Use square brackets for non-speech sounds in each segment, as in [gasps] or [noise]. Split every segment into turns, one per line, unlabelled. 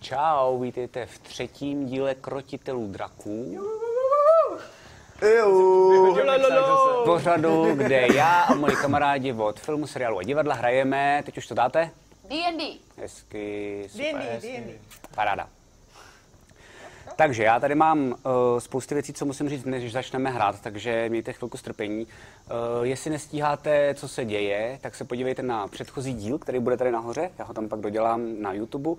Čau, vítejte v třetím díle Krotitelů draků. Pořadu, kde já a moji kamarádi od filmu, seriálu a divadla hrajeme, teď už to dáte?
D&D.
Hezky, super,
D&D,
hezky.
D&D.
Paráda. Takže já tady mám uh, spousty věcí, co musím říct, než začneme hrát, takže mějte chvilku strpení. Uh, jestli nestíháte, co se děje, tak se podívejte na předchozí díl, který bude tady nahoře, já ho tam pak dodělám na YouTube. Uh,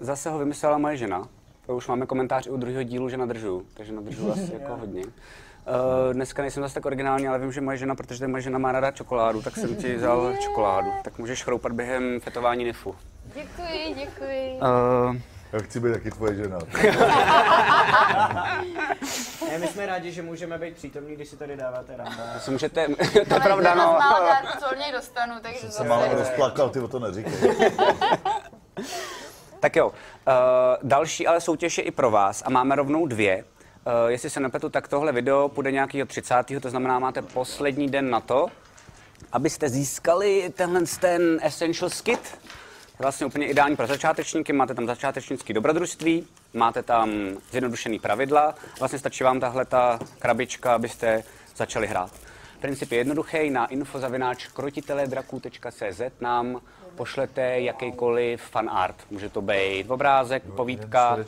zase ho vymyslela moje žena, to už máme komentář i u druhého dílu, že nadržu, takže nadržu asi jako hodně. Uh, dneska nejsem zase tak originální, ale vím, že moje žena, protože tady moje žena má ráda čokoládu, tak jsem ti vzal čokoládu. Tak můžeš chroupat během fetování nifu. [laughs]
Děkuji, děkuji.
Uh,
Já chci být taky tvoje žena.
Ne, my jsme rádi, že můžeme být přítomní, když si tady dáváte randa.
co můžete, [laughs] to je pravda, no.
Málo co od něj dostanu, takže [laughs]
Jsem
zase.
málem rozplakal, ty o to neříkej.
Tak jo, uh, další ale soutěž je i pro vás a máme rovnou dvě. Uh, jestli se nepletu, tak tohle video půjde nějakého 30. to znamená, máte poslední den na to, abyste získali tenhle ten Essential Skit. Je Vlastně úplně ideální pro začátečníky, máte tam začátečnické dobrodružství, máte tam zjednodušený pravidla, vlastně stačí vám tahle ta krabička, abyste začali hrát. Princip je jednoduchý. Na infozavináčkrotiteledraků.cz nám pošlete jakýkoliv fanart. Může to být obrázek, povídka, eh,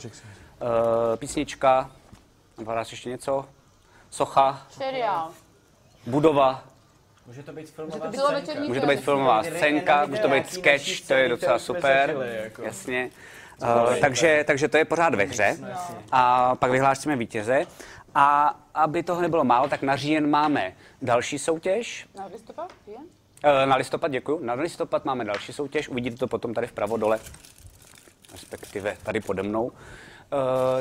písnička, nebo raz ještě něco, socha,
Seriál.
budova,
Může to být filmová
Bylo večerní
může to být filmová scénka, může to být sketch, to je docela super. Jasně. Eh, takže, takže to je pořád ve hře. A pak vyhlásíme vítěze. A aby toho nebylo málo, tak na říjen máme další soutěž,
Na listopad? No, Je?
Eh, Na listopad, děkuji. Na listopad máme další soutěž, uvidíte to potom tady vpravo dole, respektive tady pode mnou. Uh,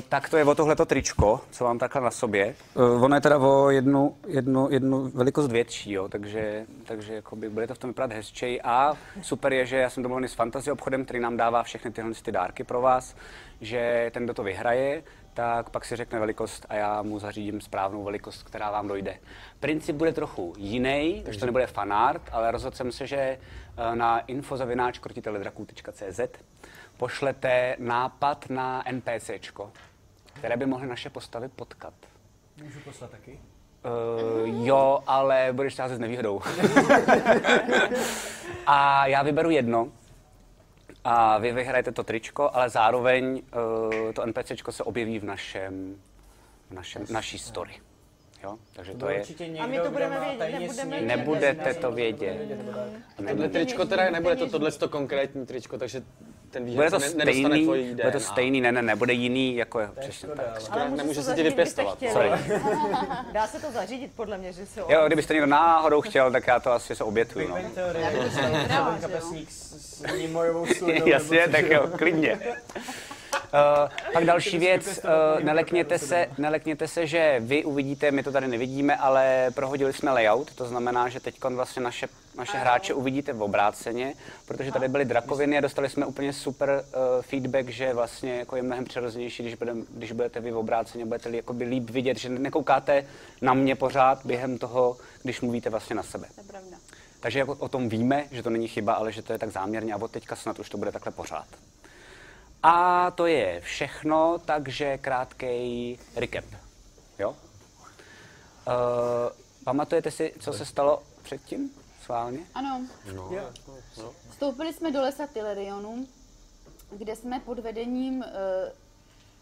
tak to je o tohleto tričko, co mám takhle na sobě. Uh, ono je teda o jednu, jednu, jednu velikost větší, jo, takže, takže jakoby bude to v tom vypadat hezčej. A super je, že já jsem domluvený s Fantasy obchodem, který nám dává všechny tyhle ty dárky pro vás, že ten, kdo to vyhraje, tak pak si řekne velikost a já mu zařídím správnou velikost, která vám dojde. Princip bude trochu jiný, takže to nebude fanart, ale rozhodl jsem se, že eh, na infozavináčkrotiteledraků.cz pošlete nápad na NPCčko, které by mohly naše postavy potkat.
Můžu poslat taky?
Uh, jo, ale budeš sázet s nevýhodou. a já vyberu jedno a vy vyhrajete to tričko, ale zároveň uh, to NPCčko se objeví v našem, v našem, naší story. Jo? Takže to je,
Určitě někdo,
A my to
kdo
budeme
má
vědět,
tajně
nebudeme
sníh.
vědět.
nebudete to vědět.
Tohle tričko teda nebude to tohle to konkrétní tričko, takže ten
Bude
výherce
to
ne- nedostane
stejný,
tvojí No,
bude to stejný, ne, ne, ne, bude jiný, jako je, přesně
škoda,
tak.
ale-
Ale
můžu
nemůže
se
se ti
zařídit,
vypěstovat.
kdybyste
Sorry.
chtěli. Dá se to zařídit, podle mě, že se
Jo, kdybyste někdo náhodou chtěl, tak já to asi se obětuju. No.
Bang Theory, Pan kapesník s, s nímojovou
[laughs]
slidou.
Jasně, tak jo, klidně. Uh, pak další věc, uh, nelekněte, se, nelekněte se, že vy uvidíte, my to tady nevidíme, ale prohodili jsme layout, to znamená, že teď vlastně naše, naše hráče uvidíte v obráceně, protože tady byly drakoviny a dostali jsme úplně super uh, feedback, že vlastně jako je mnohem přirozenější, když, budem, když budete vy v obráceně, budete li- jakoby líp vidět, že nekoukáte na mě pořád během toho, když mluvíte vlastně na sebe.
To je pravda.
Takže jako o tom víme, že to není chyba, ale že to je tak záměrně a od teďka snad už to bude takhle pořád. A to je všechno, takže krátký recap. Jo? Uh, pamatujete si, co se stalo předtím? Sválně?
Ano. Vstoupili jsme do lesa Tylerionu, kde jsme pod vedením uh,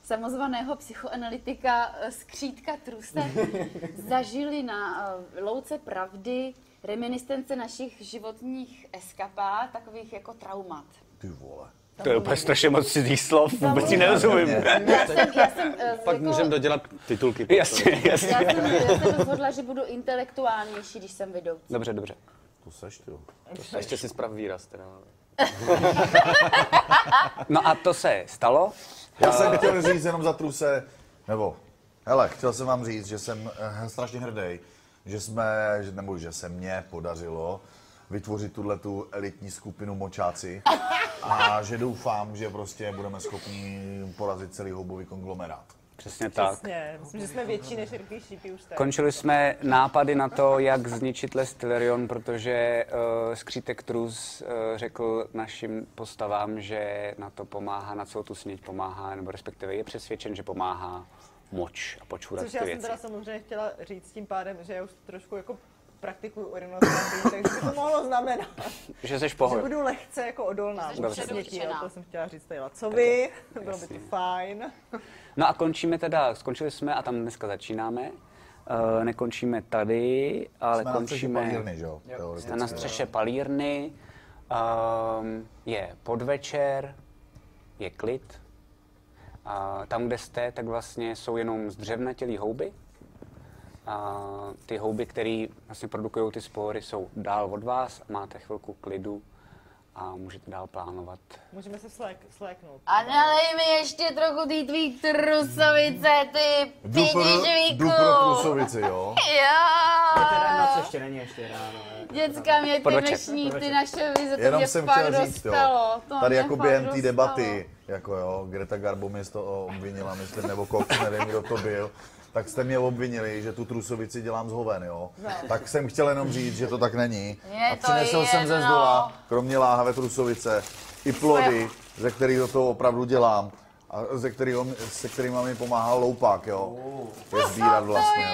samozvaného psychoanalytika eh, Skřítka
[laughs]
Truse zažili na eh, louce pravdy reminiscence našich životních eskapád, takových jako
[laughs]
traumat.
Ty vole.
To je úplně strašně moc cizích slov, vůbec ti nerozumím.
Já jsem, já jsem, eh,
Pak
jako-
můžeme dodělat titulky.
Jasně, jasně.
Já jsem, já jsem rozhodla, že budu intelektuálnější, když jsem vidoucí.
Dobře, dobře.
To seš, ty. jo.
A ještě si sprav výraz teda. ale-
No a to se stalo.
Já jsem chtěl říct jenom za truse, nebo, hele, chtěl jsem vám říct, že jsem eh, strašně hrdý, že jsme, že, nebo že se mně podařilo vytvořit tuhle tu elitní skupinu močáci a že doufám, že prostě budeme schopni porazit celý houbový konglomerát.
Přesně tak.
Přesně. vlastně, Myslím, že jsme větší než rychlý šípy už teď.
Končili jsme nápady na to, jak zničit Les Tylerion, protože uh, skřítek Trus uh, řekl našim postavám, že na to pomáhá, na celou tu sněť pomáhá, nebo respektive je přesvědčen, že pomáhá moč a počůrat
Což
ty
já jsem
věci.
teda samozřejmě chtěla říct tím pádem, že já už trošku jako praktikuju orientaci, takže by to mohlo znamenat,
Že jsi v
že
pohodě.
budu lehce jako odolná.
Že jsi
vůči
předurčená.
dětí, jo, To jsem chtěla říct tady Lacovi, bylo by to
Jasně.
fajn.
No a končíme teda, skončili jsme a tam dneska začínáme. Uh, nekončíme tady, ale
Jsme na střeše
končíme...
palírny, že jo? teoreticky.
Jste na střeše palírny, um, je podvečer, je klid. A tam, kde jste, tak vlastně jsou jenom zdřevnatělý houby. A ty houby, které vlastně produkují ty spory, jsou dál od vás, máte chvilku klidu a můžete dál plánovat.
Můžeme se slék, sléknout.
A nalej mi ještě trochu ty tvý trusovice, ty
Jdu pro, jdu pro
pidížvíku.
Klusovici, jo?
Jo,
Teda noc ještě není, ještě ráno. ne?
děcka, mě ty
Podvečer.
dnešní, ty naše vize, to
Jenom
mě
jsem
fakt
chtěl říct,
dostalo.
jo,
to
tady
mě
jako
fakt
během té
dostalo.
debaty, jako jo, Greta Garbo mě z toho obvinila, myslím, nebo Cox, nevím, kdo to byl, tak jste mě obvinili, že tu trusovici dělám z hoven, jo. Tak jsem chtěl jenom říct, že to tak není.
No. Je no.
a
to
přinesl jsem ze
jedno.
zdola, kromě láhavé trusovice, i plody, ze kterých do toho opravdu dělám. A ze kterýho, se kterýma mi pomáhá loupák, jo.
Oh.
Je sbírat vlastně, jo.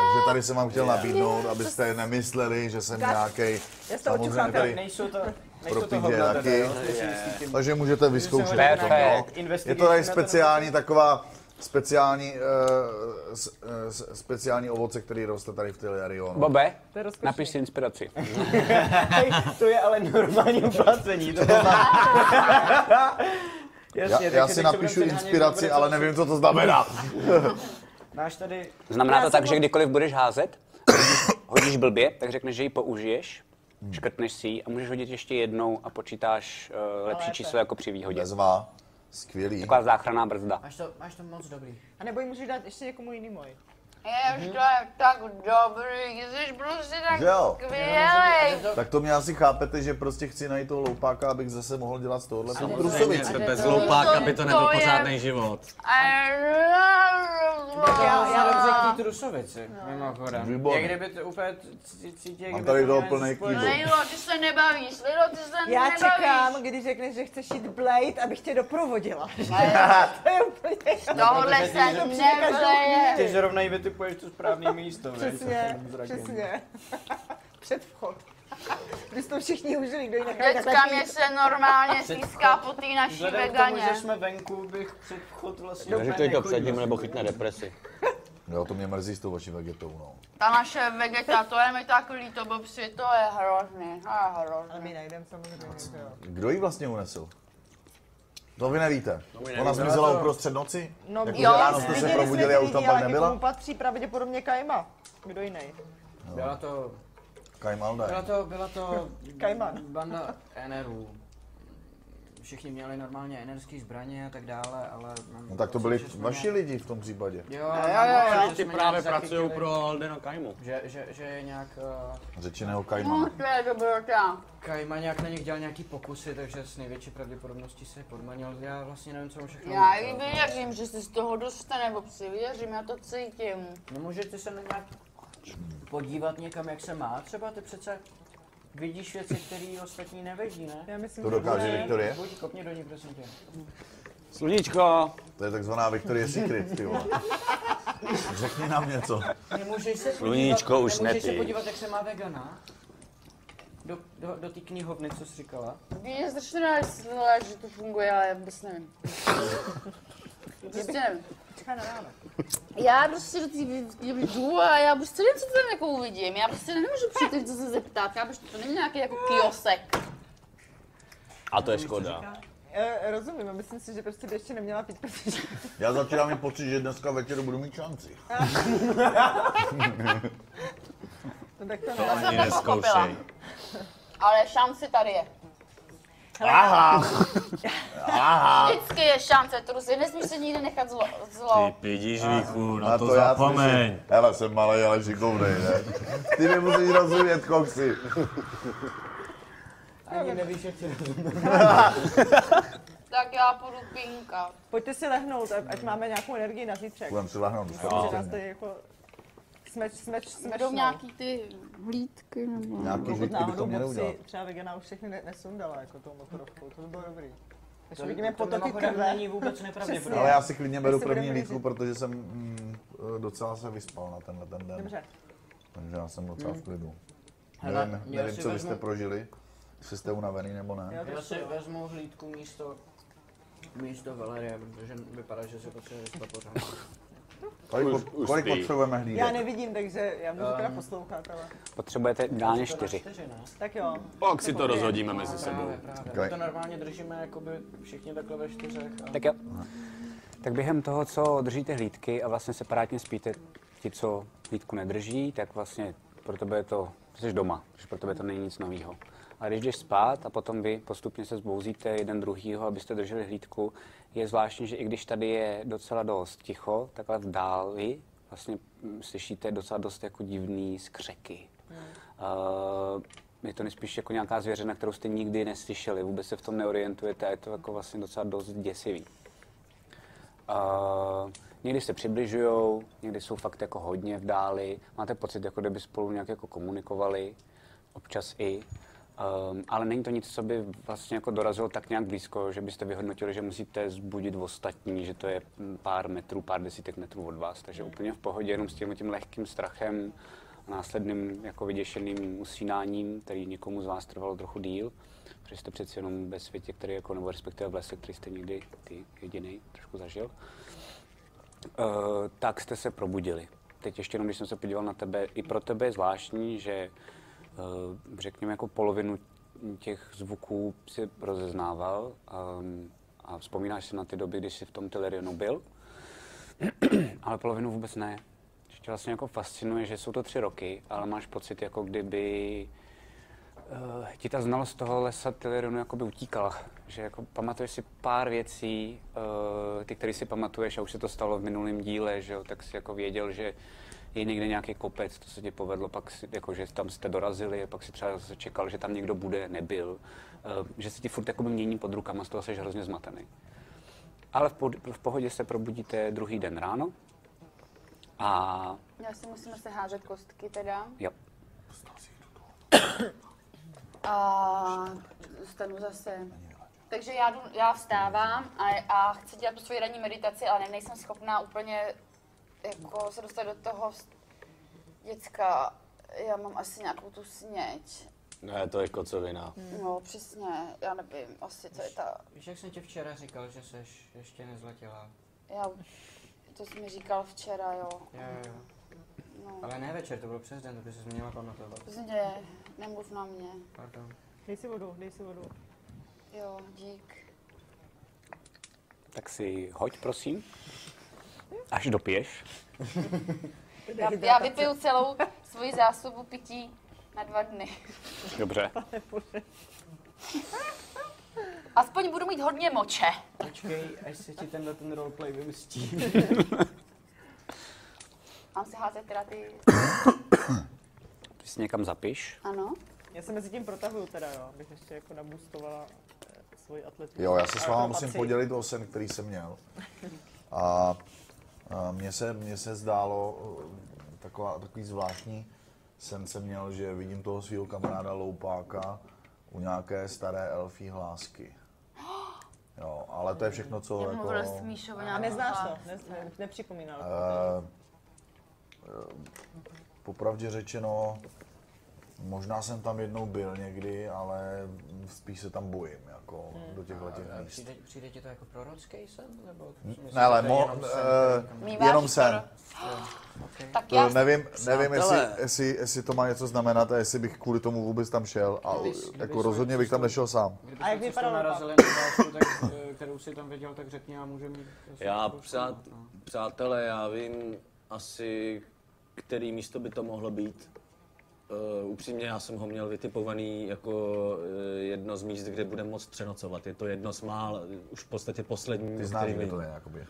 Takže tady jsem vám chtěl nabídnout, abyste nemysleli, že jsem nějaký...
Já z toho očuchám,
Nejsou to, nejsou to
Propídě
hovna, teda,
taky.
jo, specialistický tým.
Takže můžete vyzkoušet.
Perfekt.
potom, jo. Je
Investigation
to
na
tady
to
speciální taková speciální, eh, s- eh, s- speciální ovoce, který roste tady v Tilarionu.
Bobe,
To je rozkošný.
napiš si inspiraci.
Hej, to je ale normální uplácení, to má...
Já,
[laughs] Jasně,
já
takže
si
teď se
napíšu
budeme
inspiraci,
přehánět,
ale
bude
nevím, co to znamená.
to- Máš tady...
Znamená
Já
to
jsem
tak, že
ho-
kdykoliv budeš házet, hodíš, [coughs] hodíš blbě, tak řekneš, že ji použiješ, škrtneš si ji a můžeš hodit ještě jednou a počítáš uh, lepší
No, lépe.
číslo jako při výhodě.
Bezva, skvělý.
Taková záchranná brzda.
Máš to, máš to moc dobrý.
A nebo ji můžeš dát ještě někomu jinému.
No, Jež to je tak dobrý, jsi prostě tak
Jo.
skvělej.
Tak to mě asi chápete, že prostě chci najít toho loupáka, abych zase mohl dělat z tohohle tu
Samozřejmě,
trusovici.
bez loupáka by to nebyl
To je-
pořádný život.
Já, já No. dobře k té trusovici, mimochodem.
Výborně.
Jak kdyby to úplně c- cítil, jak
Mám
kdyby
tady
to
toho
měl
plnej
spolu-
kýbl.
Lilo, ty se nebavíš, Lilo, ty se
Já
nebavíš.
čekám, když řekneš, že chceš jít Blade, abych tě doprovodila. [laughs] to je úplně...
Tohle se nevleje.
Ty zrovna jí vytipuješ to správné [laughs] místo, viď,
Přesně,
se tím zrakem.
[laughs] přesně. Před vchod. [laughs] Když to všichni užili, nikdo ji nechal
Děcka mě se normálně stýská po té naší
Vzhledem k tomu,
veganě.
že jsme venku, bych před vchod vlastně úplně
Neříkej to
jako-
nechodil.
předtím, nebo chytne depresi.
Jo, to mě mrzí s tou vaší vegetou, no.
Ta naše vegeta, to je mi tak líto, bobsi, to je hrozný, to je
Ale
hrozný.
my najdeme samozřejmě. že jo.
Kdo ji vlastně unesl? To vy nevíte. Ona zmizela uprostřed noci?
No,
Jako,
jo,
že ráno jste se
viděli
probudili
ty
a už tam
lidi,
pak
ale ke komu
nebyla?
patří pravděpodobně Kajma. Kdo jiný?
Byla to,
Kajmalda.
byla to, byla to
Kajman.
banda Enerů. Všichni měli normálně enerské zbraně a tak dále, ale... mám
No tak to
pocit,
byli
že jsme
vaši
nějak-
lidi v tom případě.
Jo, jo, jo,
Ty právě pracují pro Aldena Kaimu.
Že, že, že je nějak... Uh,
Řečeného
No,
kajmana.
to je dobrota.
Kajma nějak na nich dělal nějaký pokusy, takže s největší pravděpodobností se podmanil. Já vlastně nevím, co on všechno
Já
udělal.
jí věřím, že se z toho dostane, bobsi, věřím, já to cítím.
Nemůžete No, se na nějak podívat někam, jak se má? Třeba ty přece vidíš věci, které ostatní nevidí, ne?
Já myslím,
To
že
dokáže
ne.
Viktorie?
Buď kopni do ní, prosím tě.
Sluníčko,
To je takzvaná Victoria Secret, ty vole. Řekni nám něco.
Nemůžeš se
Sluníčko,
podívat,
už
nemůžeš se
nepij.
podívat, jak se má vegana? Do, do, do té knihovny, co jsi říkala?
Je strašně ráda, že to funguje, ale já vůbec nevím. Prostě nevím. Já prostě do té jdu a já prostě nevím, co tam jako uvidím. Já prostě nemůžu přijít, co se zeptat. Já prostě to není nějaký jako kiosek.
a to je škoda.
Eh, Rozumím, a myslím si, že prostě by ještě neměla pít, [laughs] protože
Já začínám mít pocit, že dneska večer budu mít šanci.
no, tak to ne.
jsem to pochopila. Ale šance tady je.
Aha,
Vždycky je šance, trusy. Nesmíš se nikdy nechat zlo. zlo.
pidíš víchu,
na to, já slyším. Hele, jsem malý, ale šikovnej, ne? Ty nemusíš rozumět, koksy.
Ani nevíš, jak tě
To
tak já půjdu pinka.
Pojďte si lehnout, a- ať máme nějakou energii na zítřek.
Budeme si lehnout.
Protože nás tady jako smeč, smeč, smeč,
Vedou nějaký ty hlídky nebo...
Nějaký
Pokud
žlutky by to
náhodou
měli
Bob
udělat.
si třeba vegana už všechny ne- nesundala, jako tou motorovkou, to by bylo dobrý. Když
To,
vidíme
to
potoky
mimochodem
krve,
není vůbec nepravděpodobné.
Ale já si klidně beru
se budeme
první líku,
blížit.
protože jsem mm, docela se vyspal na tenhle ten den.
dobře.
Takže já jsem docela v klidu.
Hele,
nevím,
já
nevím
si
co vy
vezmu-
jste prožili, jestli jste unavený nebo ne.
Já si Prostě vezmu hlídku místo místo Valerie, protože vypadá, že se potřebuje vyspat
[laughs]
pořád.
Kolik,
Už-
pot-
už
kolik
ty.
potřebujeme
Já
hlídek?
nevidím, takže já můžu
Um,
teda poslouchat, ale...
Potřebujete ideálně čtyři.
Čtyři, ne?
Tak jo.
Pak si to rozhodíme mezi sebou.
Právě, právě.
Ok.
My To normálně držíme jakoby všichni takhle ve čtyřech. A...
Tak jo. Tak během toho, co držíte hlídky a vlastně separátně spíte, ti, co hlídku nedrží, tak vlastně pro tebe je to, jsi doma, že pro tebe to není nic nového. A když jdeš spát a potom vy postupně se zbouzíte jeden druhýho, abyste drželi hlídku, je zvláštní, že i když tady je docela dost ticho, tak ale v dáli vlastně mm, slyšíte docela dost jako divný skřeky. Uh, je to nejspíš jako nějaká zvěřina, kterou jste nikdy neslyšeli, vůbec se v tom neorientujete a je to jako vlastně docela dost děsivý. Uh, někdy se přibližují, někdy jsou fakt jako hodně v dáli. Máte pocit, jako kdyby spolu nějak jako komunikovali, občas i. Um, ale není to nic, co by vlastně jako dorazilo tak nějak blízko, že byste vyhodnotili, že musíte zbudit ostatní, že to je mm, pár metrů, pár desítek metrů od vás. Takže úplně v pohodě, jenom s tím, tím lehkým strachem a následným jako vyděšeným usínáním, který někomu z vás trvalo trochu díl, protože jste přeci jenom ve světě, který jako, nebo respektive v lese, který jste někdy ty jediný trošku zažil, uh, tak jste se probudili. Teď ještě jenom, když jsem se podíval na tebe, i pro tebe je zvláštní, že uh, řekněme jako polovinu těch zvuků si rozeznával um, a vzpomínáš si na ty doby, když jsi v tom Telerionu byl, [clears throat] ale polovinu vůbec ne. Že tě vlastně jako fascinuje, že jsou to tři roky, ale máš pocit, jako kdyby uh, ti ta znalost toho lesa Telerunu jakoby utíkala. Že jako pamatuješ si pár věcí, uh, ty, které si pamatuješ, a už se to stalo v minulém díle, že jo, tak si jako věděl, že je někde nějaký kopec, to se ti povedlo, pak si, jako, že tam jste dorazili, a pak si třeba zase čekal, že tam někdo bude, nebyl. Uh, že se ti furt jakoby mění pod rukama, z toho jsi hrozně zmatený. Ale v, pod, v pohodě se probudíte druhý den ráno a
Já si musíme se házet kostky teda.
jo,
A stanu zase. Takže já, jdu, já vstávám a, a chci dělat tu svoji ranní meditaci, ale ne- nejsem schopná úplně jako se dostat do toho s- děcka. Já mám asi nějakou tu sněť.
Ne, to je kocovina.
No, přesně, já nevím, asi to je ta...
Víš, jak jsem ti včera říkal, že jsi ještě nezletěla?
Já, to jsi mi říkal včera, jo.
Jo, jo, jo.
No.
Ale ne večer, to bylo přes den, to by se měla pamatovat.
Prosím tě, nemluv na mě.
Pardon.
Dej si vodu, dej si vodu.
Jo, dík.
tak si hoď, prosím. Až dopiješ.
Já, já vypiju celou svoji zásobu pití na dva dny.
Dobře.
Aspoň budu mít hodně moče.
Počkej, až se ti tenhle ten roleplay vymstí.
Mám si házet teda ty...
Ty si někam zapiš.
Ano?
Já se mezi tím protahuju teda, jo, abych ještě jako naboostovala eh, svoji atletiku.
Jo, já se s váma musím
Akrobaci.
podělit o sen, který jsem měl. A, a mně se, mně se zdálo eh, taková, takový zvláštní sen jsem měl, že vidím toho svého kamaráda Loupáka u nějaké staré elfí hlásky. Jo, ale to je všechno, co
Já
jako...
mluvila s Míšou
A neznáš to, nez, ne, nepřipomínal.
Eh, Popravdě řečeno, možná jsem tam jednou byl někdy, ale spíš se tam bojím, jako do těchto těch míst.
přijde, přijde ti to jako prorocký sen? Nebo
Ne, ale mo, eh,
Mýváš
jenom sen.
Tak
To
já...
nevím, nevím jestli,
Přátelé.
jestli, jestli, to má něco znamenat a jestli bych kvůli tomu vůbec tam šel. A
Kdyby jsi- kdyby
jako
jsi
rozhodně bych tam nešel sám.
A jak
Kdybychom
vypadal
na
mapa?
narazili na dálku, tak, eh, kterou si tam viděl, tak řekni a můžeme jít. zase
Já,
jako
přát,
zkoumat, no.
přátelé, já vím asi, který místo by to mohlo být. Uh, upřímně, já jsem ho měl vytipovaný jako uh, jedno z míst, kde budeme moct přenocovat. Je to jedno z mál, už v podstatě poslední,
Ty
o
znáš,
který
kde
vím.
to je, jakoby.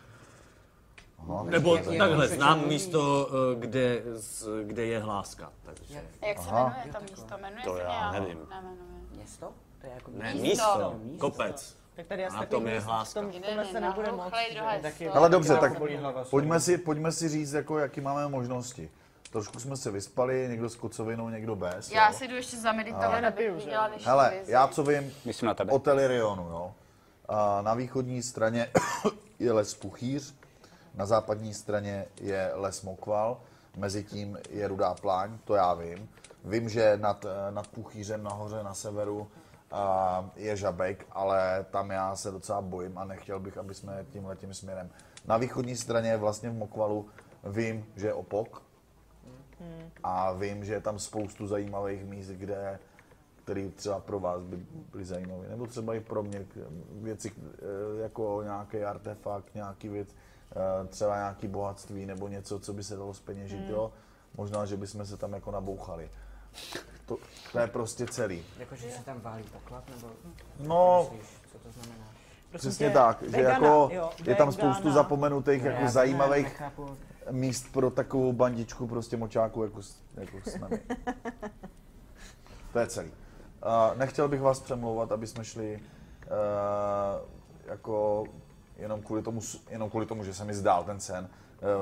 Aha,
Nebo
No, tak-
takhle, znám místo, eh, kde, s- kde je hláska. Takže.
Jak se
Aha.
jmenuje to místo? Jmenuje
To
se
já
nějak?
nevím.
Nejmenuje.
Město? To je jako
Ne,
Místo.
místo, kopec.
Tak tady asi
Na
takový
tom je
míst-
hláska.
v tom- v
Ne,
tomhle
ne,
se
na
nebude moc.
hlouchlej
že?
druhé
Tak je-
slovo.
Ale dobře,
Já
tak
bolí hlava, sorry.
pojďme si, pojďme si říct, jako, jaký máme možnosti. Trošku jsme se vyspali, někdo s kocovinou, někdo bez.
Já
jo.
si jdu ještě zameditovat, abych
nepiju, že
viděla
jo.
než
Hele,
vězi.
já co vím
Myslím na tebe.
o Telirionu, jo. A na východní straně [coughs] je les Puchýř, na západní straně je les Mokval, mezi tím je Rudá pláň, to já vím. Vím, že nad, eh, nad Puchýřem nahoře na severu a, je Žabek, ale tam já se docela bojím a nechtěl bych, aby jsme tímhle tím směrem. Na východní straně vlastně v Mokvalu vím, že je Opok, a vím, že je tam spoustu zajímavých míst, kde, který třeba pro vás by byly zajímavé. Nebo třeba i pro mě k- věci k- eh, jako nějaký artefakt, nějaký věc, eh, třeba nějaký bohatství nebo něco, co by se dalo speněžit,
Hmm.
jo? Možná, že bychom se tam jako nabouchali. To, to je prostě celý.
Jako, že se tam válí poklad, nebo
No,
myslíš, co to znamená?
Prosím
přesně
tě,
tak, že
Prostě vegana,
jako
jo,
je tam
vegana.
spoustu zapomenutých
Já
jako
to
zajímavých
nechápu.
míst pro takovou bandičku prostě močáku jako, s- jako s
[laughs]
nami. to je celý. Uh, nechtěl bych vás přemlouvat, aby jsme šli uh, jako jenom kvůli, tomu, s- jenom kvůli tomu, že se mi zdál ten sen,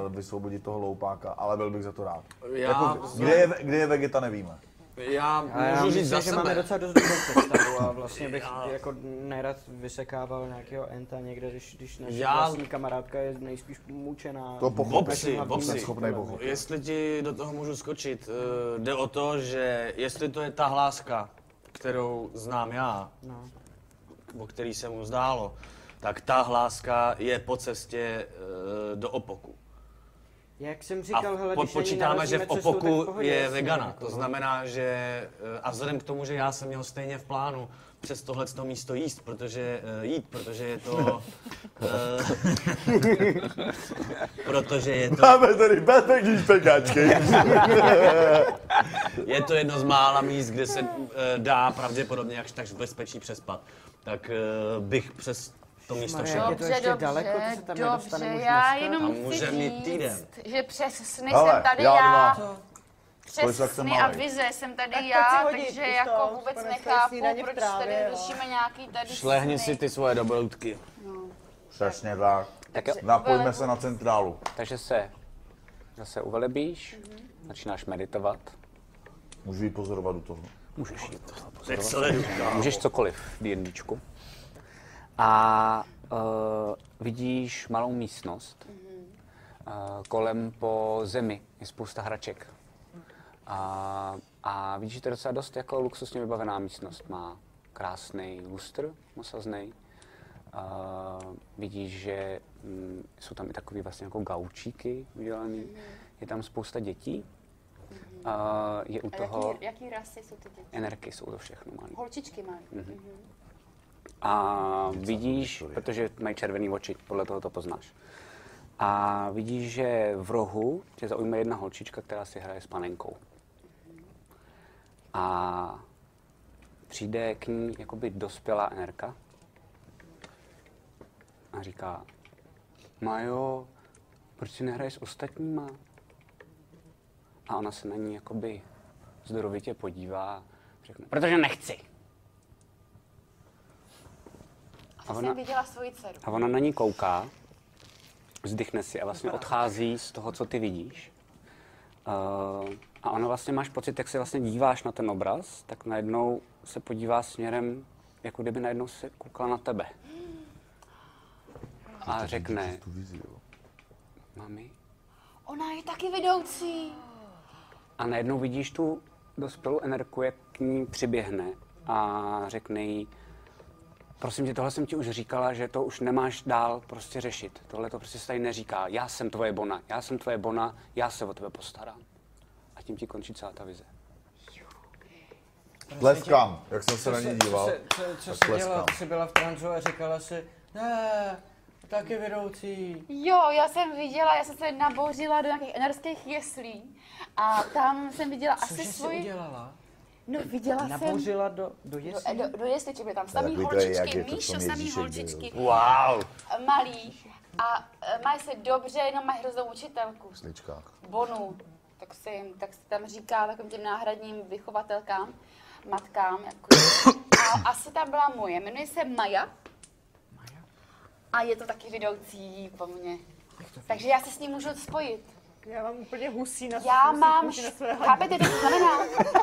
uh, vysvobodit toho loupáka, ale byl bych za to rád.
Já-
Jako, kde, je, ve- kde je vegeta, nevíme.
Já můžu
A já
říct
myslím,
za
že
sebe.
máme docela dost
[laughs]
dobrou představu a vlastně bych jako nerad vysekával nějakého enta někde, když, když naše
Já-
vlastní kamarádka je nejspíš mučená.
To pochopím.
Bobsi,
Naším hlavním
Bobsi.
Neschopnej
nepřítelem.
[laughs] bohu.
No, Jestli ti do toho můžu skočit, eh, jde o to, že jestli to je ta hláska, kterou znám já,
No.
o který se mu zdálo, tak ta hláska je po cestě eh, do Opoku.
Jak jsem
A
říkal, hele,
po-
když na ní
počítáme, že
narazíme
v
cestou, tak v
Opoku
pohodě,
je
jasně,
vegana.
jako,
To
no.
znamená, že eh, a vzhledem k tomu, že já jsem měl stejně v plánu přes tohle místo jíst, protože eh, jít, protože je to... eh, [laughs] protože je to...
Máme tady bezpečný [laughs] pekáčky.
Je to jedno z mála míst, kde se eh, dá pravděpodobně jakž takž v bezpečí přespat. Tak eh, bych přes to místo
Maria,
šel.
je to ještě daleko, to se tam
dobře,
nedostane možná
já
zkrátka.
A
jenom
může
chci
mít
říct,
týden.
že přes sny
Hele,
jsem tady
já dva.
já,
Kolik
přes
tak jsem
sny a
malej?
vize jsem tady
Tak to
já,
chci hodit,
takže
už to,
jako
už
vůbec
konec
nechápu,
snídaně v
proč
trávě,
tady
jo.
řešíme nějaký tady
Šlehni
sny.
si ty svoje dobroutky.
Přesně tak.
Tak jo.
Napojíme se na centrálu.
Takže se zase uvelebíš, začínáš meditovat.
Můžu ji pozorovat u toho.
Můžeš jít.
Teď sleduju.
Můžeš cokoliv v D&Dčku. A uh, vidíš malou místnost. Uh, kolem po zemi je spousta hraček. A, a vidíš, že to je docela dost jako luxusně vybavená místnost. Má krásný lustr, mosaznej. Uh, vidíš, že mm, jsou tam i takový vlastně jako gaučíky
Mhm.
udělaný. Je tam spousta dětí. Uh, je u
A
toho...
jaký, jaký rasy jsou ty děti?
Enerky jsou to všechno malý.
Holčičky mají. Mhm.
A vidíš, protože mají červený oči, podle toho to poznáš. A vidíš, že v rohu tě zaujme jedna holčička, která si hraje s panenkou. A přijde k ní jakoby dospělá enerka a říká, Majo, proč si nehraje s ostatníma? A ona se na ní jakoby zdorovitě podívá a řekne, protože nechci. A
Ona... Jsem viděla svoji dceru.
a ona na ní kouká, vzdychne si a vlastně odchází z toho, co ty vidíš. Uh, a ona vlastně máš pocit, jak se vlastně díváš na ten obraz, tak najednou se podívá směrem, jako kdyby najednou se koukala na tebe. A řekne,
Tu vizi, jo.
mami.
Ona je taky vedoucí.
A najednou vidíš tu dospělou enerku, jak k ní přiběhne a řekne jí, prosím tě, tohle jsem ti už říkala, že to už nemáš dál prostě řešit. Tohle to prostě se tady neříká. Já jsem tvoje bona, já jsem tvoje bona, já se o tebe postarám. A tím ti končí celá ta vize.
Tleskám, jak jsem se na
Co
ní
se-
díval.
Co se, co, co
tak
se
tleskám.
dělo? Jsi byla v tranzu a říkala si, ne, taky vedoucí.
Jo, já jsem viděla, já jsem se nabořila do nějakých enerských jeslí a tam jsem viděla asi
Cože jsi
svoji...
udělala?
No viděla jsem...
Nabořila do, do jeslí?
Do, do jeslíček byly tam samý
Takový to je, jak
holčičky,
je to v tom
Míšo, samý
Ježíšek,
holčičky,
Wow.
malý a e, mají se dobře, jenom mají hroznou učitelku.
sličkách.
Bonu, tak se, jim, tak se tam říká takovým těm náhradním vychovatelkám, matkám. Jako. A asi tam byla moje, jmenuje se Maja A je to taky vidoucí po mně. Takže já se s ním můžu spojit.
Já mám úplně husí na
Já
husí
mám,
kůži na
š-
své hlavě.
chápete, to znamená,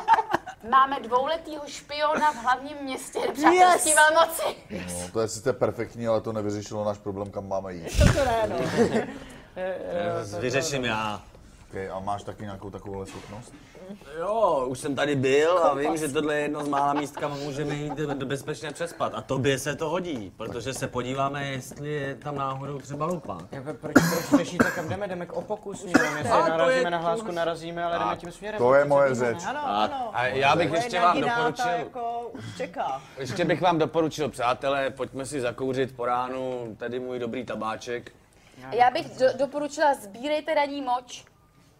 [laughs] máme dvouletýho špiona v hlavním městě přátelství yes. velmoci.
No, to je sice perfektní, ale to nevyřešilo náš problém, kam máme jít.
[laughs]
To ne, no.
Eh, Vyřeším já.
Okay, a máš taky nějakou takovouhle schopnost?
Jo, už jsem tady byl a vím, že tohle je jedno z mála míst, kam můžeme jít eh, bezpečně přespat. A tobě se to hodí, protože se podíváme, jestli je tam náhodou třeba lupa.
Jako, proč, proč řešíte, kam jdeme? Jdeme k opoku směrem, jestli
A to je
narazíme na
tu-
hlásku, narazíme, ale jdeme tím směrem.
To je
Co
moje
víme, ne?
řeč.
Ano, ano.
A já bych ještě vám
Moje nadidáta
doporučil,
jako už čeká.
ještě bych vám doporučil, přátelé, pojďme si zakouřit po ránu, tady můj dobrý tabáček.
Já bych do, doporučila, sbírejte ranní moč.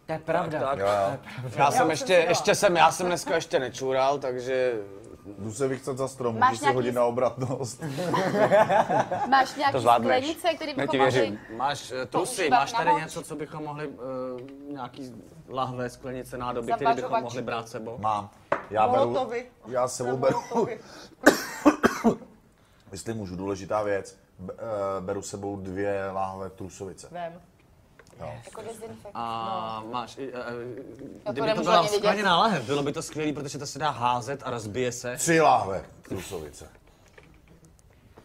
To je pravda.
Tak,
Jo, jo.
já jsem ještě, ještě jsem, já jsem dneska ještě nečůral, takže
Jako
Jdu se vychcat za strom,
Máš
můžu si
nějaký-
hodit na obratnost.
[laughs]
Máš nějaký
zvládneš.
sklenice, které
Ne,
bychom
ti
mohli...
máš eh, trusy,
Používat
máš
na
tady
moč.
něco, co bychom mohli, eh, nějaký lahve, sklenice, nádoby, které
Zabařovačky.
bychom mohli brát sebou.
Mám. Já beru,
Molotovi.
já s sebou
Na
beru, [laughs]
Molotovi.
jestli můžu, důležitá věc, b- eh, beru s sebou dvě láhve trusovice.
Vem.
Jako dezinfekt.
A máš, i, eh,
No. to
kdyby to
nemůžu
byla
ani vidět.
skleněná lahev, bylo by to skvělé, protože to se dá házet a rozbije se.
Tři láhve trusovice.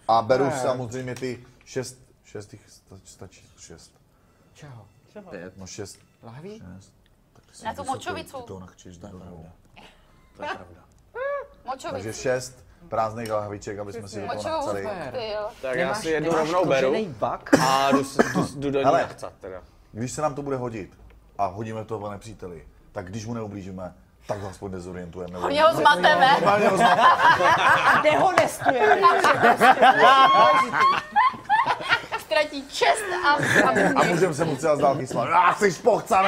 A beru samozřejmě ty šest, šest jich sta- stačí, šest.
Čeho?
No šest,
Lahví?
šest. Tak ty si
Na tu
vysokou,
močovicu.
Ty to nachčíš do dvou. Takže
Močovici.
šest prázdných lahviček, aby jsme si do toho
Močovou
nachceli.
koktejl.
Tak já si jednu rovnou beru
koženej bak?
a jdu, s- jdu, s- jdu do ní
Hele.
nachcat teda.
Když se nám to bude hodit a hodíme toho pane příteli, tak když mu neublížíme, tak ho aspoň dezorientujeme.
Hodně ho zmateme.
Normálně ho znáte.
A dehonestuje.
Ztratí čest a, a
[laughs] A můžeme se mu třeba z dálky slavit. Ah, jsi pochcaný! [laughs]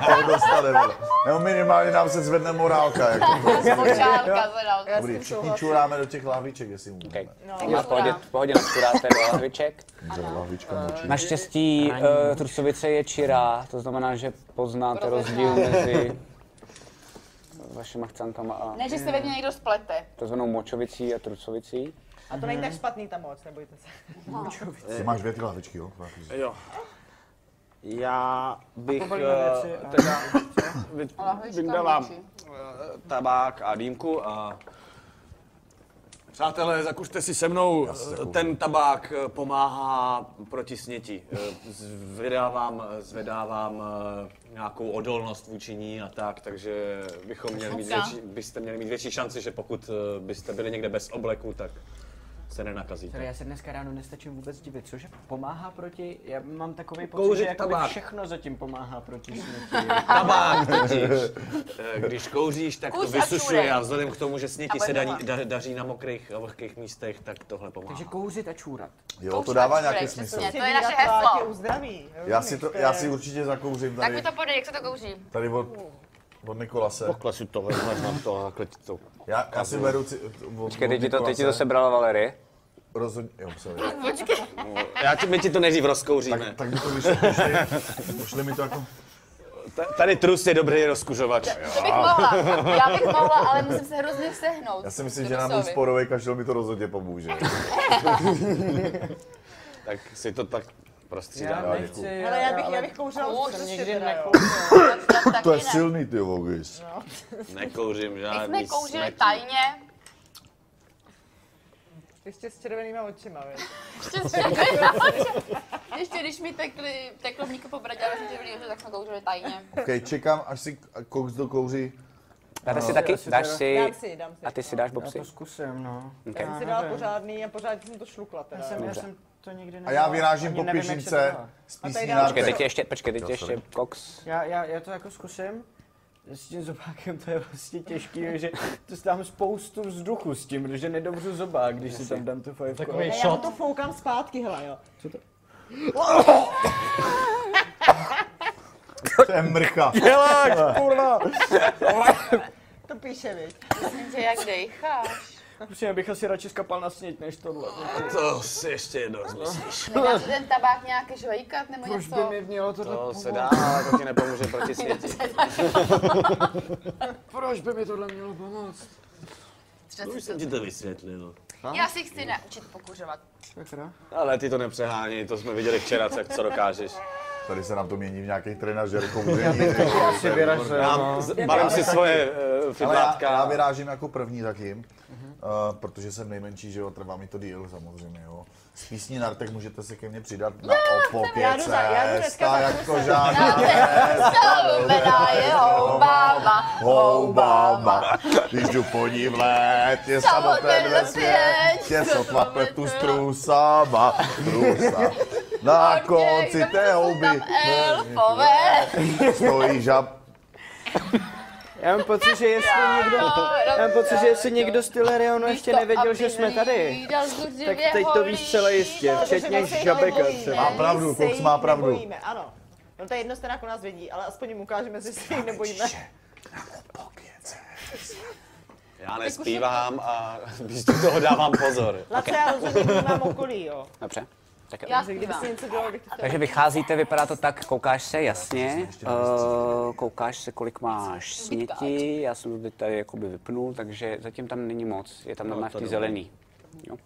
A ho dostane, vole. Nebo minimálně nám se zvedne morálka. Jako.
počálka zadal.
Dobrý, všichni čuráme do těch lahviček, jestli můžeme.
Okay.
Okay.
No. V pohodě, v pohodě načuráte do lahviček.
Lahvička močí.
Naštěstí uh, trusovice je čirá, to znamená, že poznáte rozdíl mezi vašima chcankama a
Ne, že se ve mně někdo splete.
takzvanou močovicí a trusovicí.
A to není tak špatný ta moc, nebojte se.
Ty máš dvě ty lahvičky, jo?
Jo. Já bych
Pobalíme
eh,
věci a-
teda vy-
lahvička
vyndávám
mlčí.
eh, tabák a dýmku a Přátelé, zakušte si se mnou, eh, ten tabák eh, pomáhá proti sněti. Eh, z- Vydávám, eh, zvedávám eh, nějakou odolnost vůči ní a tak, takže bychom měli mít
Super.
větší, byste měli mít větší šanci, že pokud eh, byste byli někde bez obleku, tak se nenakazíte.
Tady já se dneska ráno nestačím vůbec divit, cože pomáhá proti, já mám takový pocit,
Kouřit
že jakoby
tabák.
všechno zatím pomáhá proti sněti.
[laughs]
tabák totiž. Eh, Když kouříš, tak to
Kouř a
vysušuje
čurek.
a vzhledem k tomu, že sněti
A
se daní,
baňová.
da, daří na mokrých a vlhkých místech, tak tohle pomáhá.
Takže kouřit a čůrat.
Jo, to dává nějaký
Kouř a
smysl.
čurek, přesně. To je
Přidírat
naše
pláště
heslo.
uzdraví.
Já
rozumíš?
si,
To
to,
je-
já si určitě zakouřím
Tak mi
tady,
to podej, jak se to kouří.
tady od, od Nikolase.
Klesu to, vezmeš na to, takhle ti to.
Já, já si beru ci, od,
Počkej,
od
teď ti to, teď ti to
Nikolase.
sebrala Valerie.
Rozhodně, jo, sorry.
Já ti, my ti to nejdřív rozkouříme.
Tak by to vyšlo, pošli,
[laughs]
pošli mi to jako...
Ta- Tady trus je dobrý rozkuřovač.
To bych mohla, já bych mohla, ale musím se hrozně sehnout.
Já si myslím, že nám ten sporový kašel mi to rozhodně
[laughs]
pomůže.
Tak si to tak
Prostě
Já
prostřídáme.
nechci,
Hele, já bych, já
ale-
bych kouřila
Kouř
už prostě
někdy
teda, jo.
To je silný, ty vogis.
No.
Nekouřím
My
žádný
jsme kouřili
smetí.
[laughs]
tajně,
Ještě s červenýma očima, víš.
ještě s červenýma očima. Ještě když mi tekli, teklo mlíko po bradě, ale jsem červený oči, tak jsme kouřili tajně.
[laughs] OK, čekám, až si Cox dokouří.
Dáte si taky? Dáš si...
Dám si, dám si.
A ty si dáš
Já
bobsy?
to zkusím, no.
Já jsem si dala pořádný a pořád jsem to šlukla
Já
teda.
jsem, já jsem to nikdy
A
nedělal.
já vyrážím
No, ani
po
nevím, jak se to
pěšince
dělá.
z
tady
písní
dám-
Počkej, teď
Nártek.
je ještě, počkej, teď je ještě Cox.
Já, já, já to jako zkusím. S tím zobákem to je vlastně těžký, [laughs] že to dám spoustu vzduchu s tím, že nedobřu zobák, když si tam dám tu fajfku.
A já mu to foukám zpátky, hele, jo.
To je mrcha. [laughs]
To píše, víš.
Myslím, že jak dejcháš.
Musím, abych asi radši skapal na sněť, než tohle.
To si ještě jednou zmyslíš.
Nedá se ten tabák nějak žvejkat nebo
Proč
něco?
by mi mělo tohle
To se
pomoct?
dá, ale to ti nepomůže proti sněti.
Proč by mi tohle mělo pomoct?
To
Přece
už jsem
to.
ti to vysvětlil.
Já si chci naučit pokuřovat.
Sakra.
Ale ty to nepřehání, to jsme viděli včera, co, co dokážeš.
Tady se nám to mění v nějaký trenažer kouření.
Asi vyražel,
Já
no.
z- balím si svoje uh,
Ale já, já
fidlátka.
vyrážím jako první taky, uh, protože jsem nejmenší, že jo, trvá mi to díl samozřejmě, jo. S písní Nartek můžete se ke mně přidat na opopě
Já jdu za- já jdu
cesta,
dneska za
jako
kusem.
žádná
Soubená je houbába,
houbába. Když jdu po ní v létě, samoten ve světě, sotva pletu s trůsama,
[laughs]
trůsa. Na konci té houby
elfové.
stojí žab,
Já mám pocit, že jestli někdo, já mám pocit, že jestli někdo z Tylerionu ještě nevěděl, že jsme tady. Tak teď to víš celé jistě, včetně
vlastně
žabeka třeba.
Má pravdu, Fox má pravdu.
Nebojíme, ano. No to je jedno, stejně jako nás vědí, ale aspoň jim ukážeme, že se jich nebojíme.
Já
jako-
nespívám a [laughs] místo toho dávám pozor.
Lace, já rozhodně vnímám okolí, jo.
Dobře. Tak jo.
Já
Takže kdyby
zpívám.
si něco dělal, bych to chtěla.
Takže vycházíte, vypadá to tak, koukáš se, jasně. Eh, koukáš se, kolik máš směti. Já jsem to teď tady jakoby vypnul, takže zatím tam není moc. Je tam normálně v té zelený. Jo.